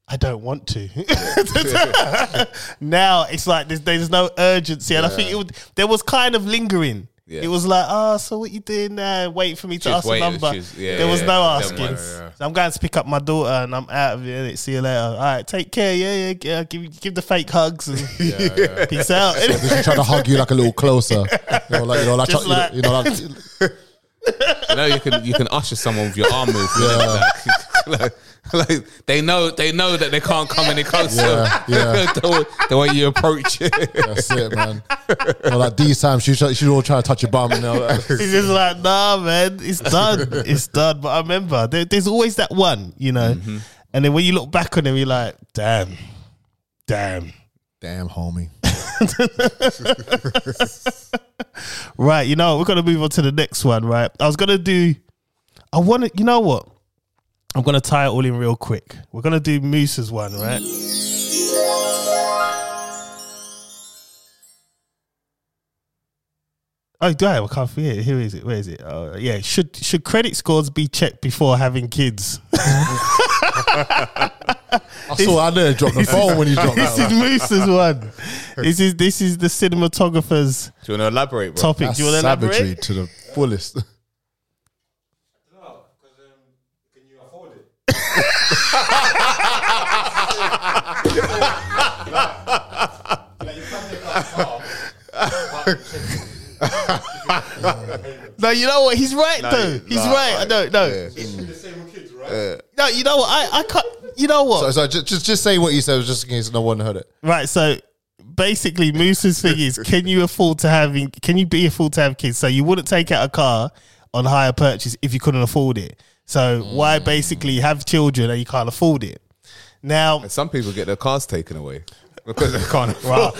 I don't want to. now it's like there's, there's no urgency, and I think it would, there was kind of lingering.
Yeah.
It was like, oh, so what you doing now? Wait for me to
She was
ask a
waiting,
number.
she was- yeah,
there was
yeah,
no
yeah.
asking.
Don't worry,
yeah.
So I'm going to pick up my daughter, and I'm out of here. innit? See you later. All right, take care. Yeah, yeah. yeah. Give give the fake hugs and peace out.
They should try to hug you like a little closer. You know, like, you know, like,
Just
you know,
like-
you know, like
you know you can you can usher someone with your arm move. Yeah. Like, like, they know they know that they can't come any closer.
Yeah, yeah.
the, way, the way you approach it.
that's it, man. You know, like these times, she should, she should all try to touch your bum. You know, like,
It's just like, nah, man, it's done. it's done. But I remember there, there's always that one, you know. And then when you look back on them, you're like, damn, damn.
damn, homie.
Right, you know, we're gonna move on to the next one, right? I was gonna do I wanna you know what? I'm gonna tie it all in real quick. We're gonna do Moose's one, right? Oh damn, I can't forget. it. Here is it? Where is it? Uh, yeah, should should credit scores be checked before having kids?
I saw I didn't drop the phone when you dropped
this
that.
is Moose's one. This is this is the cinematographer's
Do you want to elaborate, bro?
topic.
That's
Do you want to
savagery
elaborate?
to the fullest.
No, you know what? He's right though. He's
nah,
right. No, no. No, you know what? I, I can't. You know what?
So, so just, just just say what you said, just in case no one heard it.
right. So basically, Moose's thing is: can you afford to having? Can you be afford to have kids? So you wouldn't take out a car on higher purchase if you couldn't afford it. So why basically have children and you can't afford it? Now,
And some people get their cars taken away because they can't afford
Wow.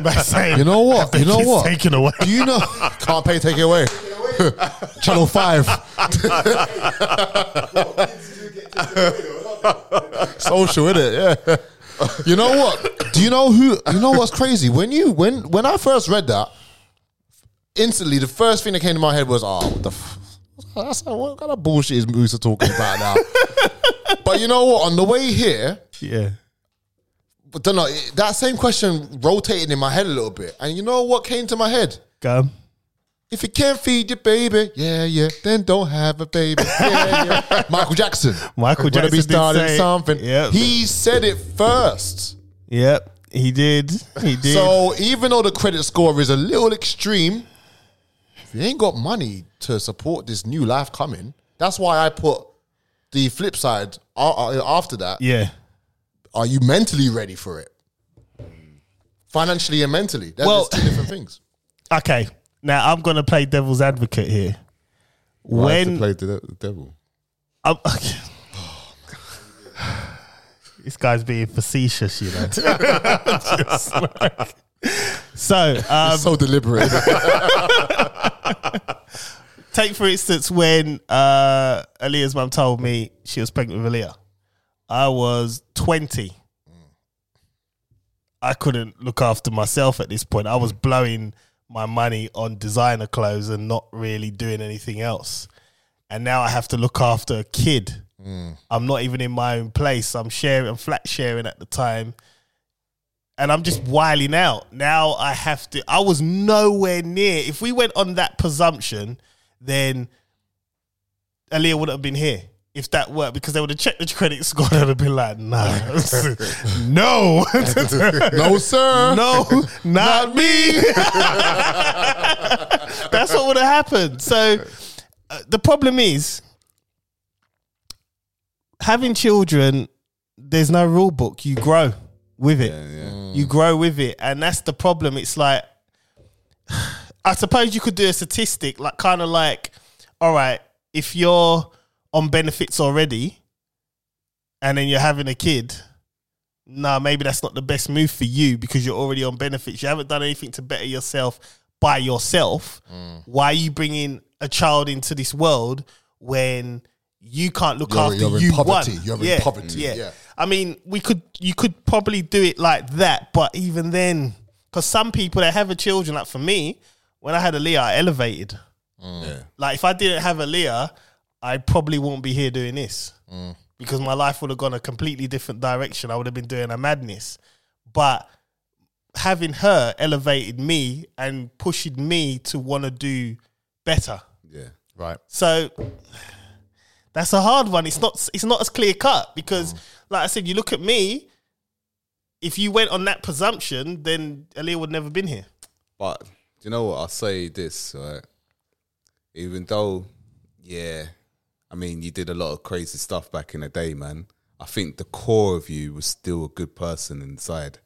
by saying,
You know what? You know
it's
what?
taken away.
Do you know? Can't pay, take it away. Channel five. Social, in it? Yeah. You know what? Do you know who? You know what's crazy? When you when when I first read that, instantly the first thing that came to my head was, "Oh, what the f- that's what kind of bullshit is Musa talking about now?" but you know what? On the way here,
Yeah.
but don't know. it- That same question rotated in my head a little bit, and you know what came to my head?
Go.
If you can't feed your baby, yeah, yeah, then don't have a baby. Yeah, yeah. Michael Jackson.
Michael
Gonna
Jackson
be
did say
starting
it.
something.
Yep.
He said it first.
Yep. He did. He did.
So even though the credit score is a little extreme, if you ain't got money to support this new life coming, that's why I put the flip side a- a- after that.
yeah.
Are you mentally ready for it? Financially and mentally. That's
Well-
two different things.
Okay. Now I'm gonna play devil's advocate here.
to
When
play the the devil.
I'm, this guy's being facetious, you know. Just like- so, um,
so deliberate.
take for instance when uh, Aaliyah's mum told me she was pregnant with Aaliyah. I was twenty. I couldn't look after myself at this point. I was blowing my money on designer clothes and not really doing anything else. And now I have to look after a kid. I'm not even in my own place. I'm sharing, I'm flat sharing at the time. And I'm just wiling out. Now I have to, I was nowhere near. If we went on that presumption, then Aaliyah wouldn't have been here. If that worked, because they would have checked the credit score, they'd have been like, nah, no,
no, sir.
no, not, me. That's what would have happened. So uh, the problem is having children. There's no rule book. You grow with it. You grow with it, and that's the problem. It's like I suppose you could do a statistic, like kind of like, all right, if you're on benefits already, and then you're having a kid, nah, maybe that's not the best move for you because you're already on benefits. You haven't done anything to better yourself by yourself.
Mm.
Why are you bringing a child into this world when you can't look
You're-
after
you're in
you
poverty.
one?
You're in poverty, yeah.
I mean, we could you could probably do it like that, but even then, because some people that have a children, like for me, when I had Aaliyah, I elevated.
Yeah.
Like if I didn't have Aaliyah, I probably wouldn't be here doing this
Mm.
because my life would have gone a completely different direction. I would have been doing a madness, but having her elevated me and pushing me to want to do better.
Yeah.
Right.
So that's a hard one. It's not it's not as clear cut because
Mm.
like I said, you look at me, if you went on that presumption, then Aaliyah would never been here.
But do you know what? I'll say this, right? Even though, yeah, I mean, you did a lot of crazy stuff back in the day, man. I think the core of you was still a good person inside.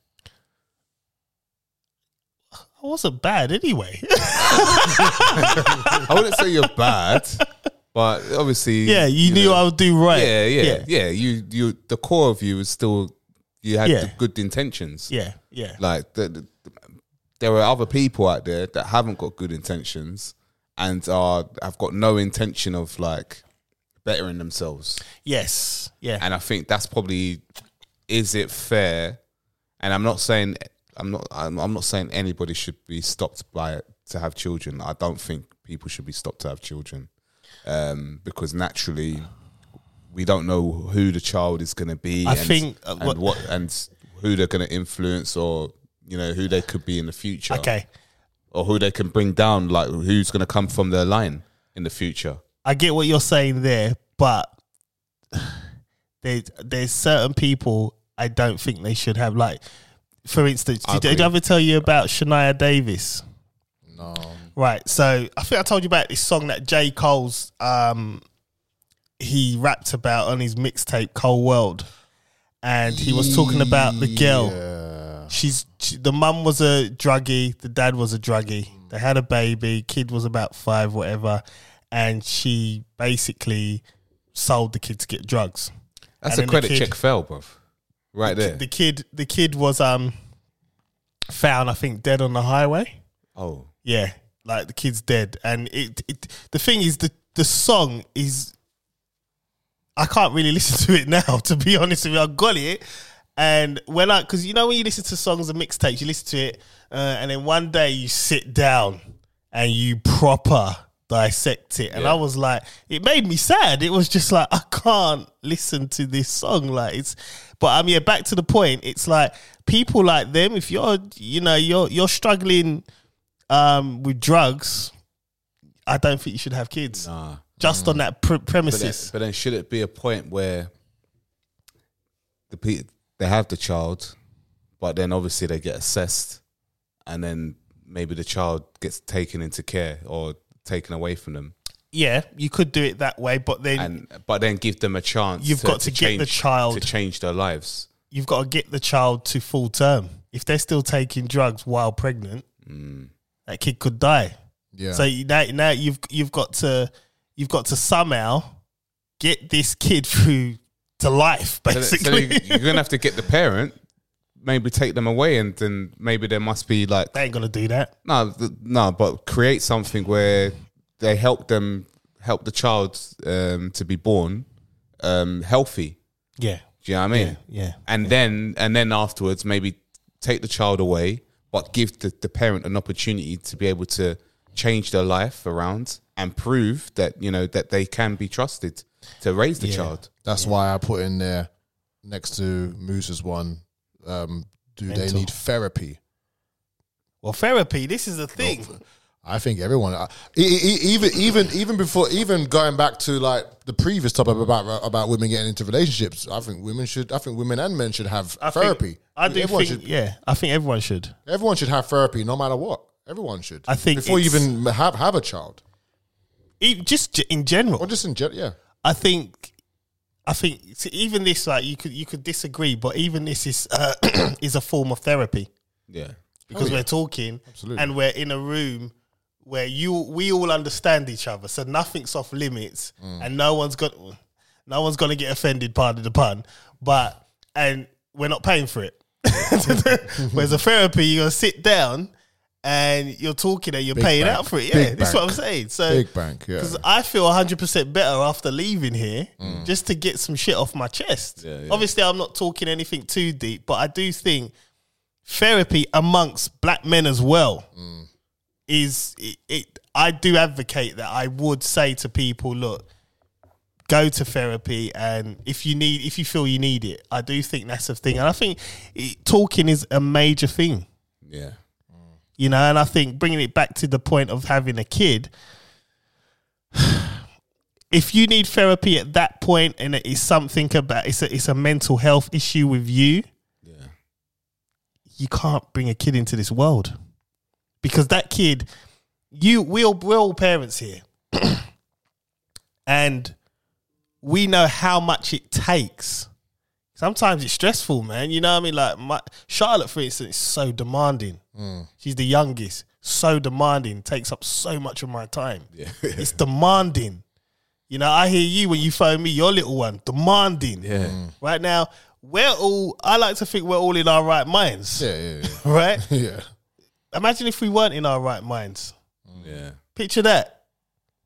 I wasn't bad anyway.
I wouldn't say you're bad, but obviously,
yeah, you, knew
know,
I would do right.
Yeah, yeah, yeah,
yeah.
You, you, the core of you was still. You had
Yeah.
the good intentions.
Yeah, yeah.
Like the, the, there are other people out there that haven't got good intentions and are have got no intention of like bettering themselves.
yes. Yeah.
And I think that's probably is it fair? And I'm not saying I'm not I'm, I'm not saying anybody should be stopped by it to have children. I don't think people should be stopped to have children um, because naturally we don't know who the child is going to be.
I
and,
think, uh,
and
what-
what, and who they're going to influence or. You know who they could be in the future,
okay.
or who they can bring down. Like who's going to come from their line in the future?
I get what you're saying there, but there's there's certain people I don't think they should have. Like, for instance,
I
did, did I
agree.
ever tell you about Shania Davis?
No.
Right. So I think I told you about this song that J. Cole's um he rapped about on his mixtape Cold World. And he was talking about the girl.
Yeah.
She's she, the mum was a druggie, the dad was a druggie. They had a baby, kid was about five, whatever. and she basically sold the kid to get drugs.
That's
And
a
then the
credit
kid-
check fell, bruv. Right there.
The kid, the kid was um found, I think, dead on the highway.
oh,
Yeah, like the kid's dead, and it. it the thing is, the the song is. I can't really listen to it now, to be honest with you. I got it, and when I, because you know when you listen to songs and mixtapes, you listen to it, uh, and then one day you sit down and you proper dissect it, and
Yeah.
I was like, it made me sad. It was just like I can't listen to this song, like it's. But I mean, yeah, back to the point. It's like people like them. If you're, you know, you're you're struggling um, with drugs, I don't think you should have kids.
nah. Mm.
Just on that pr-
But then,
premises,
but then should it be a point where the pe- they have the child, but then obviously they get assessed, and then maybe the child gets taken into care or taken away from them,
yeah, you could do it that way, but then
and but then give them a chance.
You've got to get the child-
to change their lives.
you've got to get the child to full term. If they're still taking drugs while pregnant,
Mm.
that kid could die.
Yeah.
So you- now, now you've you've got to you've got to somehow get this kid through to life,
So, so you,
basically.
you're gonna have to get the parent. Maybe take them away, and then maybe there must be like
they ain't gonna do that.
No, th- no, but create something where they help them help the child um, to be born um, healthy.
Yeah,
Do you know what I mean?
yeah.
And then and then afterwards, maybe take the child away, but give the, the parent an opportunity to be able to change their life around and prove that you know that they can be trusted to raise the child.
That's why I put in there next to Moose's one. Um, do they
Mental.
need therapy?
Well, therapy. This is the thing.
I think everyone, I- e- e- even even even before even going back to like the previous topic about about women getting into relationships, I think women should. I think women and men should have
I think-
therapy.
I do
everyone
think.
should.
yeah, I think everyone should.
Everyone should have therapy, no matter what. Everyone should.
I think
before you
it's-
even have have a child,
E- just g- in general.
or just in general. Yeah,
I think, I think see, even this, like you could you could disagree, but even this is uh, is a form of therapy
Yeah,
because
Oh, yeah.
we're talking
Absolutely.
and we're in a room where you we all understand each other, so nothing's off limits,
Mm.
and no one's got no one's gonna get offended. Pardon the pun, but and we're not paying for it. Whereas a therapy, you're gonna sit down. And you're talking and you're paying
bank.
out for it.
Big
Yeah, that's what I'm saying. So
big bank. Yeah,
because I feel 100% better after leaving here just to get some shit off my chest.
Mm. Yeah, yeah.
Obviously, I'm not talking anything too deep, but I do think therapy amongst black men as well
Mm.
is it, it. I do advocate that I would say to people, look, go to therapy and if you need if you feel you need it i do think that's a thing and i think it, talking is a major thing
yeah.
you know and i think bringing it back to the point of having a kid if you need therapy at that point and it is something about it's a, it's a mental health issue with you
Yeah.
you can't bring a kid into this world because that kid you we all, we're all parents here and we know how much it takes sometimes it's stressful man you know what i mean like my charlotte for instance is so demanding
Mm.
she's the youngest so demanding takes up so much of my time
Yeah.
it's demanding you know i hear you when you phone me your little one demanding
Yeah.
right now we're all i like to think we're all in our right minds
yeah, yeah,
right?
yeah. yeah.
Imagine if we weren't in our right minds.
Yeah.
Picture that.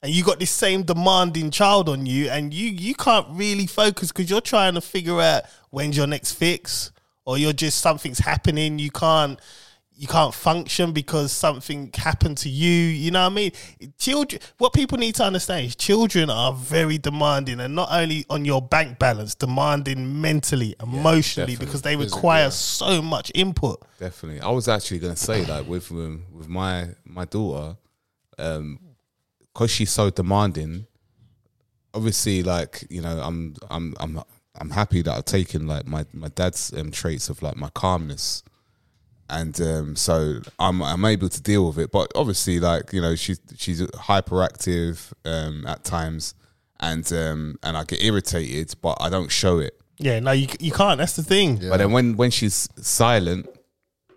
And you got this same demanding child on you, and you you can't really focus because you're trying to figure out when's your next fix, or you're just something's happening. You can't you can't function because something happened to you. You know what I mean? Children. What people need to understand is children are very demanding, and not only on your bank balance, demanding mentally, emotionally,
definitely.
because they require so much input.
Definitely. I was actually gonna say like with um, with my my daughter, um, because she's so demanding. Obviously, like you know, I'm I'm I'm I'm happy that I've taken like my my dad's um, traits of like my calmness, and um, so I'm I'm able to deal with it. But obviously, like you know, she's she's hyperactive um, at times, and um, and I get irritated, but I don't show it.
Yeah, no, you you can't. That's the thing.
But then when when she's silent,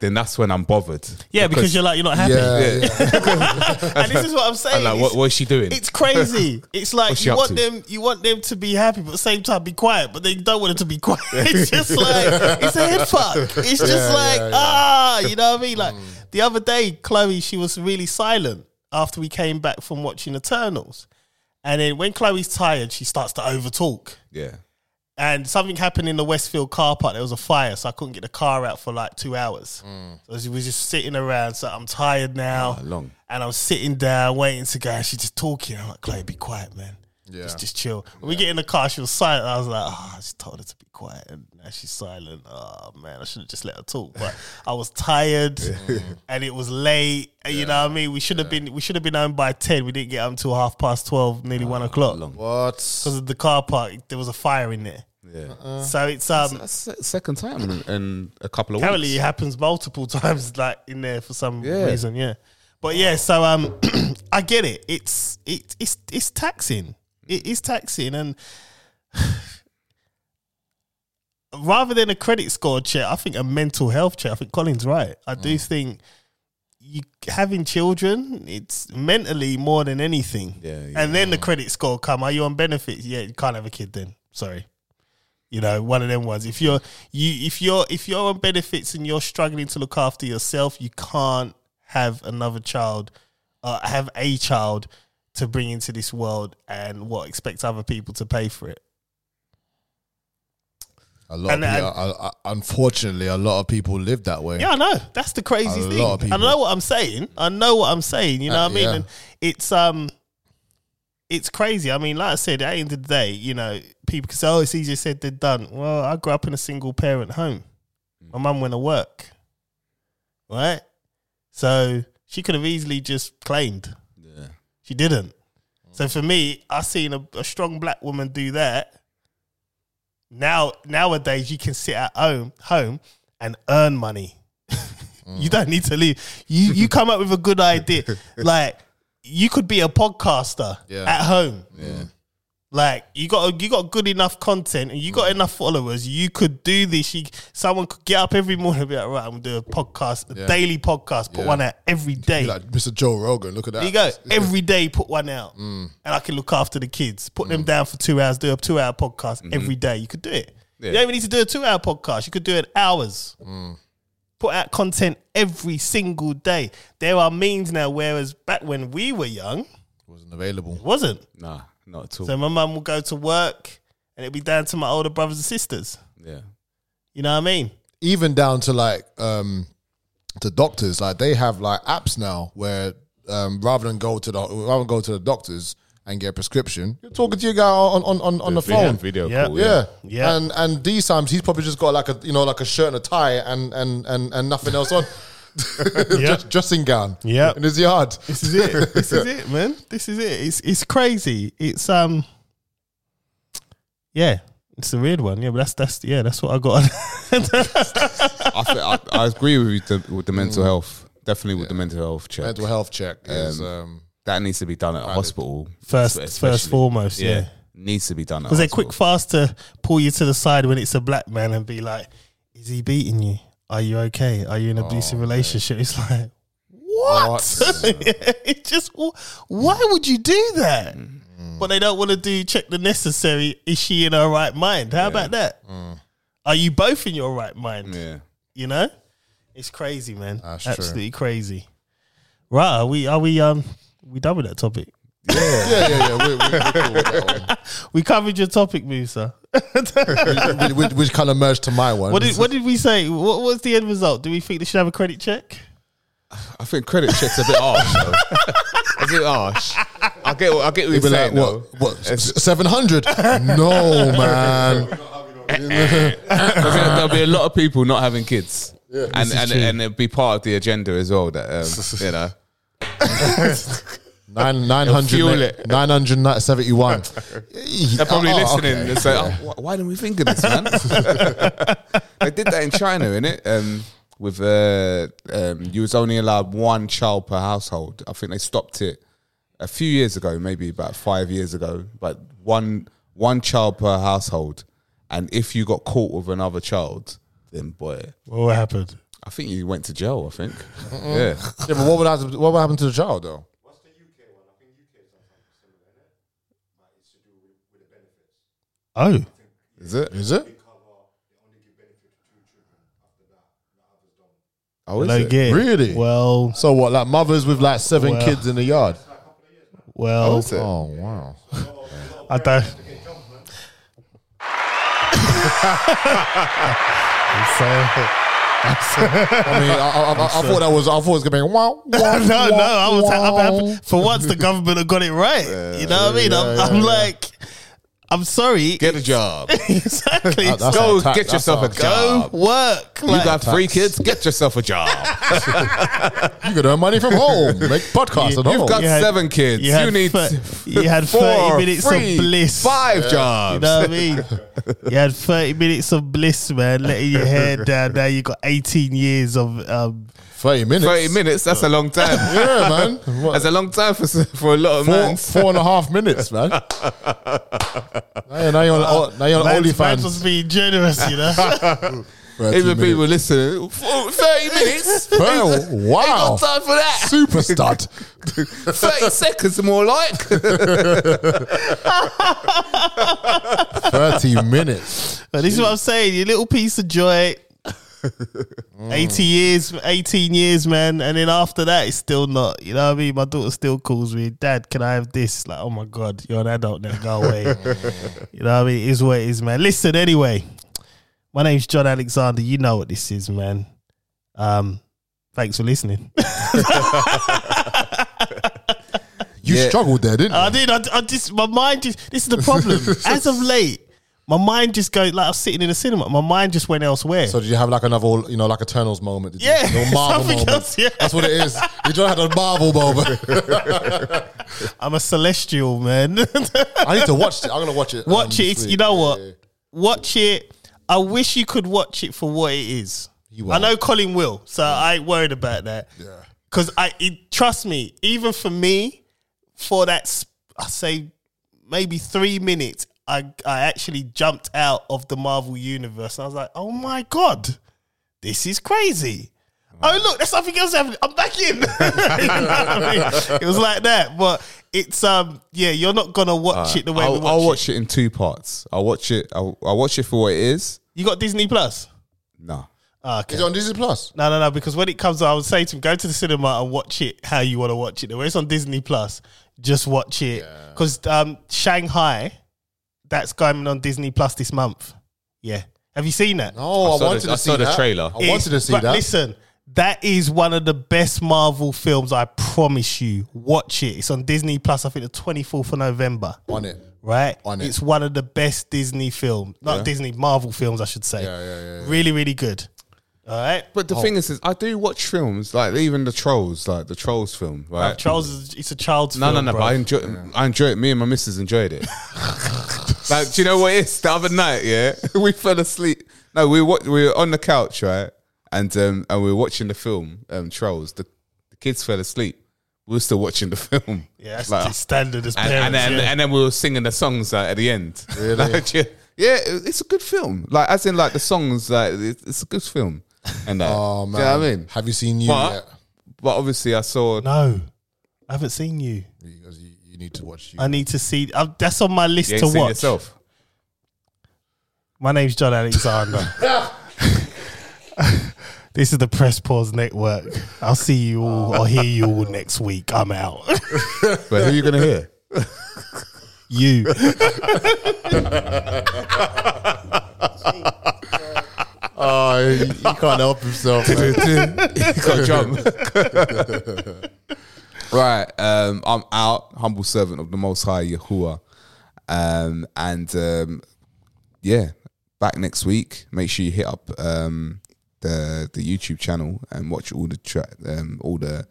then that's when I'm bothered.
Yeah, because, you're like you're not happy.
Yeah, yeah.
And this is what I'm saying.
I'm like, what,
It's-
what is she doing?
It's crazy. It's like
What's she
you
up
want
to?
them, you want them to be happy, but at the same time be quiet. But they don't want them to be quiet. It's just like it's a head fuck. It's just
Yeah,
like
yeah, yeah.
ah, you know what I mean? Like the other day, Chloe, she was really silent after we came back from watching Eternals, and then when Chloe's tired, she starts to overtalk.
yeah.
And something happened in the Westfield car park. There was a fire, so I couldn't get the car out for like two hours. So she was just sitting around. So I'm tired now.
Ah, long.
And I'm sitting down waiting to go. And she's just talking. I'm like, Chloe, be quiet, man.
Yeah.
Just, just chill. When we get in the car, she was silent. I was like, oh, I just told her to be quiet. And now she's silent. Oh, man, I should have just let her talk. But I was tired and it was late. And You know what I mean? We should have been we should have been home by 10. We didn't get home till half past 12, nearly 1 o'clock.
Ah, long.
What?
Because of the car park, there was a fire in there.
Yeah.
So it's um
That's Uh, se- second time in, in a couple of
apparently it
weeks.
happens multiple times like in there for some
Yeah.
reason, yeah. But yeah, so um I get it. It's it it's it's taxing. It is taxing and rather than a credit score check, I think a mental health check. I think Colin's right. I do
Mm.
think you having children, it's mentally more than anything.
Yeah, yeah.
And then the credit score come. Are you on benefits? Yeah, you can't have a kid then. Sorry. You know, one of them ones. If you're you if you're if you're on benefits and you're struggling to look after yourself, you can't have another child, uh, have a child to bring into this world and what expect other people to pay for it.
A lot.
And-
of people, I, I, unfortunately, a lot of people live that way.
Yeah, I know. That's the crazy
A
thing.
lot of
I
people.
know what I'm saying. I know what I'm saying. You know
Uh,
what I mean?
yeah.
And it's um it's crazy. I mean, like I said, at the end of the day, you know, people can say, Oh, it's easier said than done. Well, I grew up in a single parent home. My mum went to work. Right? So she could have easily just claimed.
Yeah.
She didn't.
Mm.
So for me, I seen a, a strong black woman do that. Now nowadays you can sit at home home and earn money.
Mm.
you don't need to leave. You you come up with a good idea. Like you could be a podcaster
Yeah.
at home. Like you got you got good enough content and you
Mm.
got enough followers. You could do this. You, someone could get up every morning and be like, right, I'm gonna do a podcast, a
Yeah.
daily podcast, put
Yeah.
one out every day.
Be Like Mr. Joe Rogan, look at that.
There you go. Every day, put one out, and I can look after the kids. Put them down for two hours. Do a two-hour podcast every day. You could do it. You
Yeah.
don't even need to do a two-hour podcast. You could do it hours. Put out content every single day. There are means now, whereas back when we were young, it
Wasn't available.
wasn't.
Nah, not at all.
So my mum will go to work, and it'd be down to my older brothers and sisters.
yeah.
You know what I mean?
Even down to like um to doctors, like they have like apps now where um rather than go to the rather than go to the doctors and get a prescription, you're talking to your guy on on on, on the
Video-
phone.
Video
Yeah.
call.
Yeah.
Yeah.
And and these times he's probably just got like a you know like a shirt and a tie and and and, and nothing else on. Just dressing gown.
Yeah.
In his yard.
This is it. this is it, man. This is it. It's it's crazy. It's um Yeah. It's a weird one. Yeah, but that's that's yeah, that's what I got.
I, feel, I, I agree with you the, with the mental health. Definitely with the Mm. mental health check.
Mental health check is um
that needs to be done at a hospital.
first
especially.
first foremost, yeah.
Yeah. Needs to be done at
Because
a
they're quick fast to pull you to the side when it's a black man and be like, Is he beating you? Are you okay? Are you in an abusive relationship? It's like what? it just why would you do that? But they don't want to do check the necessary. Is she in her right mind? How about that? Are you both in your right mind?
Yeah.
You know, it's crazy, man.
That's true.
Absolutely crazy. Right? Are we? Are we? Um, we done with that topic?
Yeah, yeah, yeah. We're, we're, we're cool with that one.
We covered your topic, Musa.
which, which, which kind of merged to my one.
What did What did we say? What was the end result? Do we think they should have a credit check?
I think credit checks a bit harsh. though. It's a bit harsh. I get what I get what
It'd
you're
be
saying.
like,
though.
what? What? Seven hundred? no, man.
There'll be- there'll be a lot of people not having kids, and and and it'll be part of the agenda as well. That um, you know,
Nine nine
fuel
hundred
it.
nine hundred Ah, seventy one.
they're probably listening and say, oh, wh- "Why didn't we think of this, man?" they did that in China, innit? Um, with uh, um, you was only allowed one child per household. I think they stopped it a few years ago, maybe about five years ago. But one one child per household, and if you got caught with another child, then boy,
What happened?
I think you went to jail. I think. yeah.
Yeah, but what would happen? What would happen to the child though?
What's the UK one? I think UK is something similar, isn't it? But it's to do with, with the benefits.
Oh,
Is it?
Is it?
They cover, they only give benefit to two children after that. The others don't.
Oh, is
hello
it?
again.
Really?
Well,
So what? Like mothers with like seven
Well.
kids in the yard.
Oh,
well,
is it?
Oh wow.
Oh.
I don't.
Okay, jump, man.
I mean, I, I, I, I thought that was. I thought it was gonna be wow. wow
no, no, I was
wow.
I'm happy. For once, the government have got it right. you know what I mean? I'm,
yeah,
I'm
yeah.
like, I'm sorry.
Get a job.
exactly.
that's
go,
Go
a tax-
get
that's
yourself
a
a
tax.
job.
work.
You
Like,
got three kids. Get yourself a job.
You could earn money from home. Make podcasts. I don't know.
You've got
You had-
seven kids.
you
You,
had
need
fir-
f-
you had 30 minutes of bliss.
Five jobs.
You know what I mean? You had 30 minutes of bliss, man, letting your hair down. Now you got 18 years of. Um,
thirty minutes.
Thirty minutes. That's a long time.
Yeah, man. What,
That's a long time for s- for a lot of
four,
men.
four and a half minutes, man. now, you're- now you're on, oh, now you're on
man's, man's
OnlyFans.
just being generous, you know?
Even people listening. "Four- Thirty minutes.
Well, wow.
Got time for that?
Super stud.
Thirty seconds more like.
30 minutes.
But this is what I'm saying. Your little piece of joy. 80 years, 18 years, man. And then after that, it's still not. You know what I mean? My daughter still calls me, Dad, can I have this? Like, oh my God, you're an adult now. Go away. you know what I mean? It is what it is, man. Listen, anyway, my name's John Alexander. You know what this is, man. Um, Thanks for listening.
You
Yeah. Uh,
struggled there, didn't you?
I did. I, I just my mind just. This is the problem. As of late, my mind just go like I was sitting in a cinema. My mind just went elsewhere.
so did you have like another, you know, like Eternals moment? Did you?
Yeah,
Little Marvel
something
moment.
else, yeah.
That's what it is. You don't have a Marvel moment.
I'm a celestial man.
I need to watch it. I'm gonna watch it.
watch
um,
it.
this
It's,
week.
you know
Yeah,
what?
yeah, yeah.
Watch it. I wish you could watch it for what it is.
You
I
won't.
know Colin will, so I ain't worried about that.
Yeah.
Because I it, trust me, even for me, for that sp- I say maybe three minutes, I I actually jumped out of the Marvel universe, and I was like, oh my god, this is crazy. Oh look, there's something else happening. I'm back in. You know what I mean? It was like that, but it's um yeah, you're not gonna watch it the way
I'll,
we watch,
I'll
it.
watch it. in two parts. I'll watch it. I'll, I'll watch it for what it is.
You got Disney Plus.
Nah.
Ah, okay.
Is it on Disney Plus?
No, no, no. Because when it comes, I would say to him, go to the cinema and watch it how you want to watch it. When it's on Disney Plus, just watch it. Because um, Shanghai, that's going on Disney Plus this month. Yeah, have you seen that?
No, I,
saw
wanted
the-
to
I
see
saw the
that.
trailer.
I wanted to see
but
that.
Listen, that is one of the best Marvel films. I promise you. Watch it. It's on Disney Plus. I think the twenty fourth of November.
on it.
Right,
On it.
it's one of the best Disney film, not Disney Marvel films, I should say.
Yeah, yeah, yeah.
Really, really good. All right,
But the thing is, is, I do watch films like even the trolls, like the trolls film, right?
Charles, is, it's a child's
no,
film.
no, no.
bro.
But I enjoy. I enjoy it. Me and my missus enjoyed it. like, do you know what it is? The other night, yeah, we fell asleep. No, we wa- we were on the couch, right, and um, and we were watching the film um, Trolls. The, the kids fell asleep. We were still watching the film.
Yeah, that's
Like,
just standard as
and,
parents.
and then
yeah.
and then we were singing the songs like, at the end. Really? yeah, it- it's a good film. Like as in like the songs, like it- it's a good film. And that,
Oh
Do
man,
you know what I mean?
have you seen you
But-
yet?
But obviously, I saw.
no, I haven't seen you.
Because you, you need to watch you.
I need to see. i that's on my list
You ain't
to
seen
watch.
yourself.
My name's John Alexander. this is the Press Pause Network. I'll see you all or hear you all next week. I'm out.
But who are you gonna hear?
you.
Oh, he, he can't help himself. man.
Got drunk. right, um, I'm out, humble servant of the Most High Yahuwah, um, and um, yeah, back next week. Make sure you hit up um, the the YouTube channel and watch all the tra- um, all the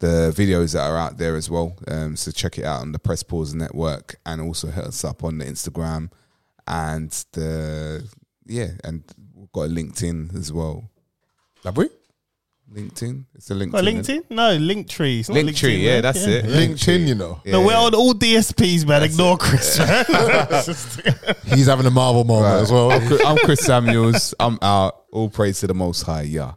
the videos that are out there as well. Um, so check it out on the Press Pause Network, and also hit us up on the Instagram and the yeah, and we've got a LinkedIn as well.
Have we?
LinkedIn, it's a LinkedIn.
What, LinkedIn? No, Linktree. It's not
Link tree,
Linktree,
yeah,
man.
that's it.
LinkedIn, you know.
No, we're on all DSPs, man. Ignore Chris. man.
He's having a Marvel moment as well.
I'm Chris Samuels. I'm out. All praise to the Most High. Yeah.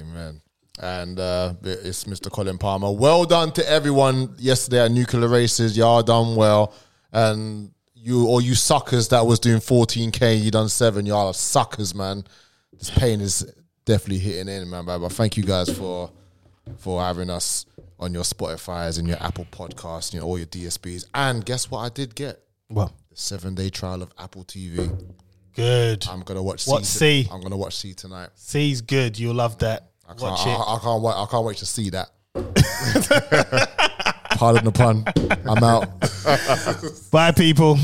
Amen. And uh, it's Mr. Colin Palmer. Well done to everyone yesterday at Nuclear Races. Y'all done well. And you or you suckers that was doing 14K, you done seven. Y'all are suckers, man. This pain is definitely hitting in, man. But but thank you guys for for having us on your Spotify's and your Apple Podcasts and your, all your DSPs. And guess what I did get?
Well,
The seven day trial of Apple TV.
good.
I'm gonna watch
What
C.
C?
I'm gonna watch C tonight.
C's good. You'll love that.
I can't,
Watch
I,
it.
I can't wait. I can't wait to see that. Pardon the pun. I'm out.
Bye, people.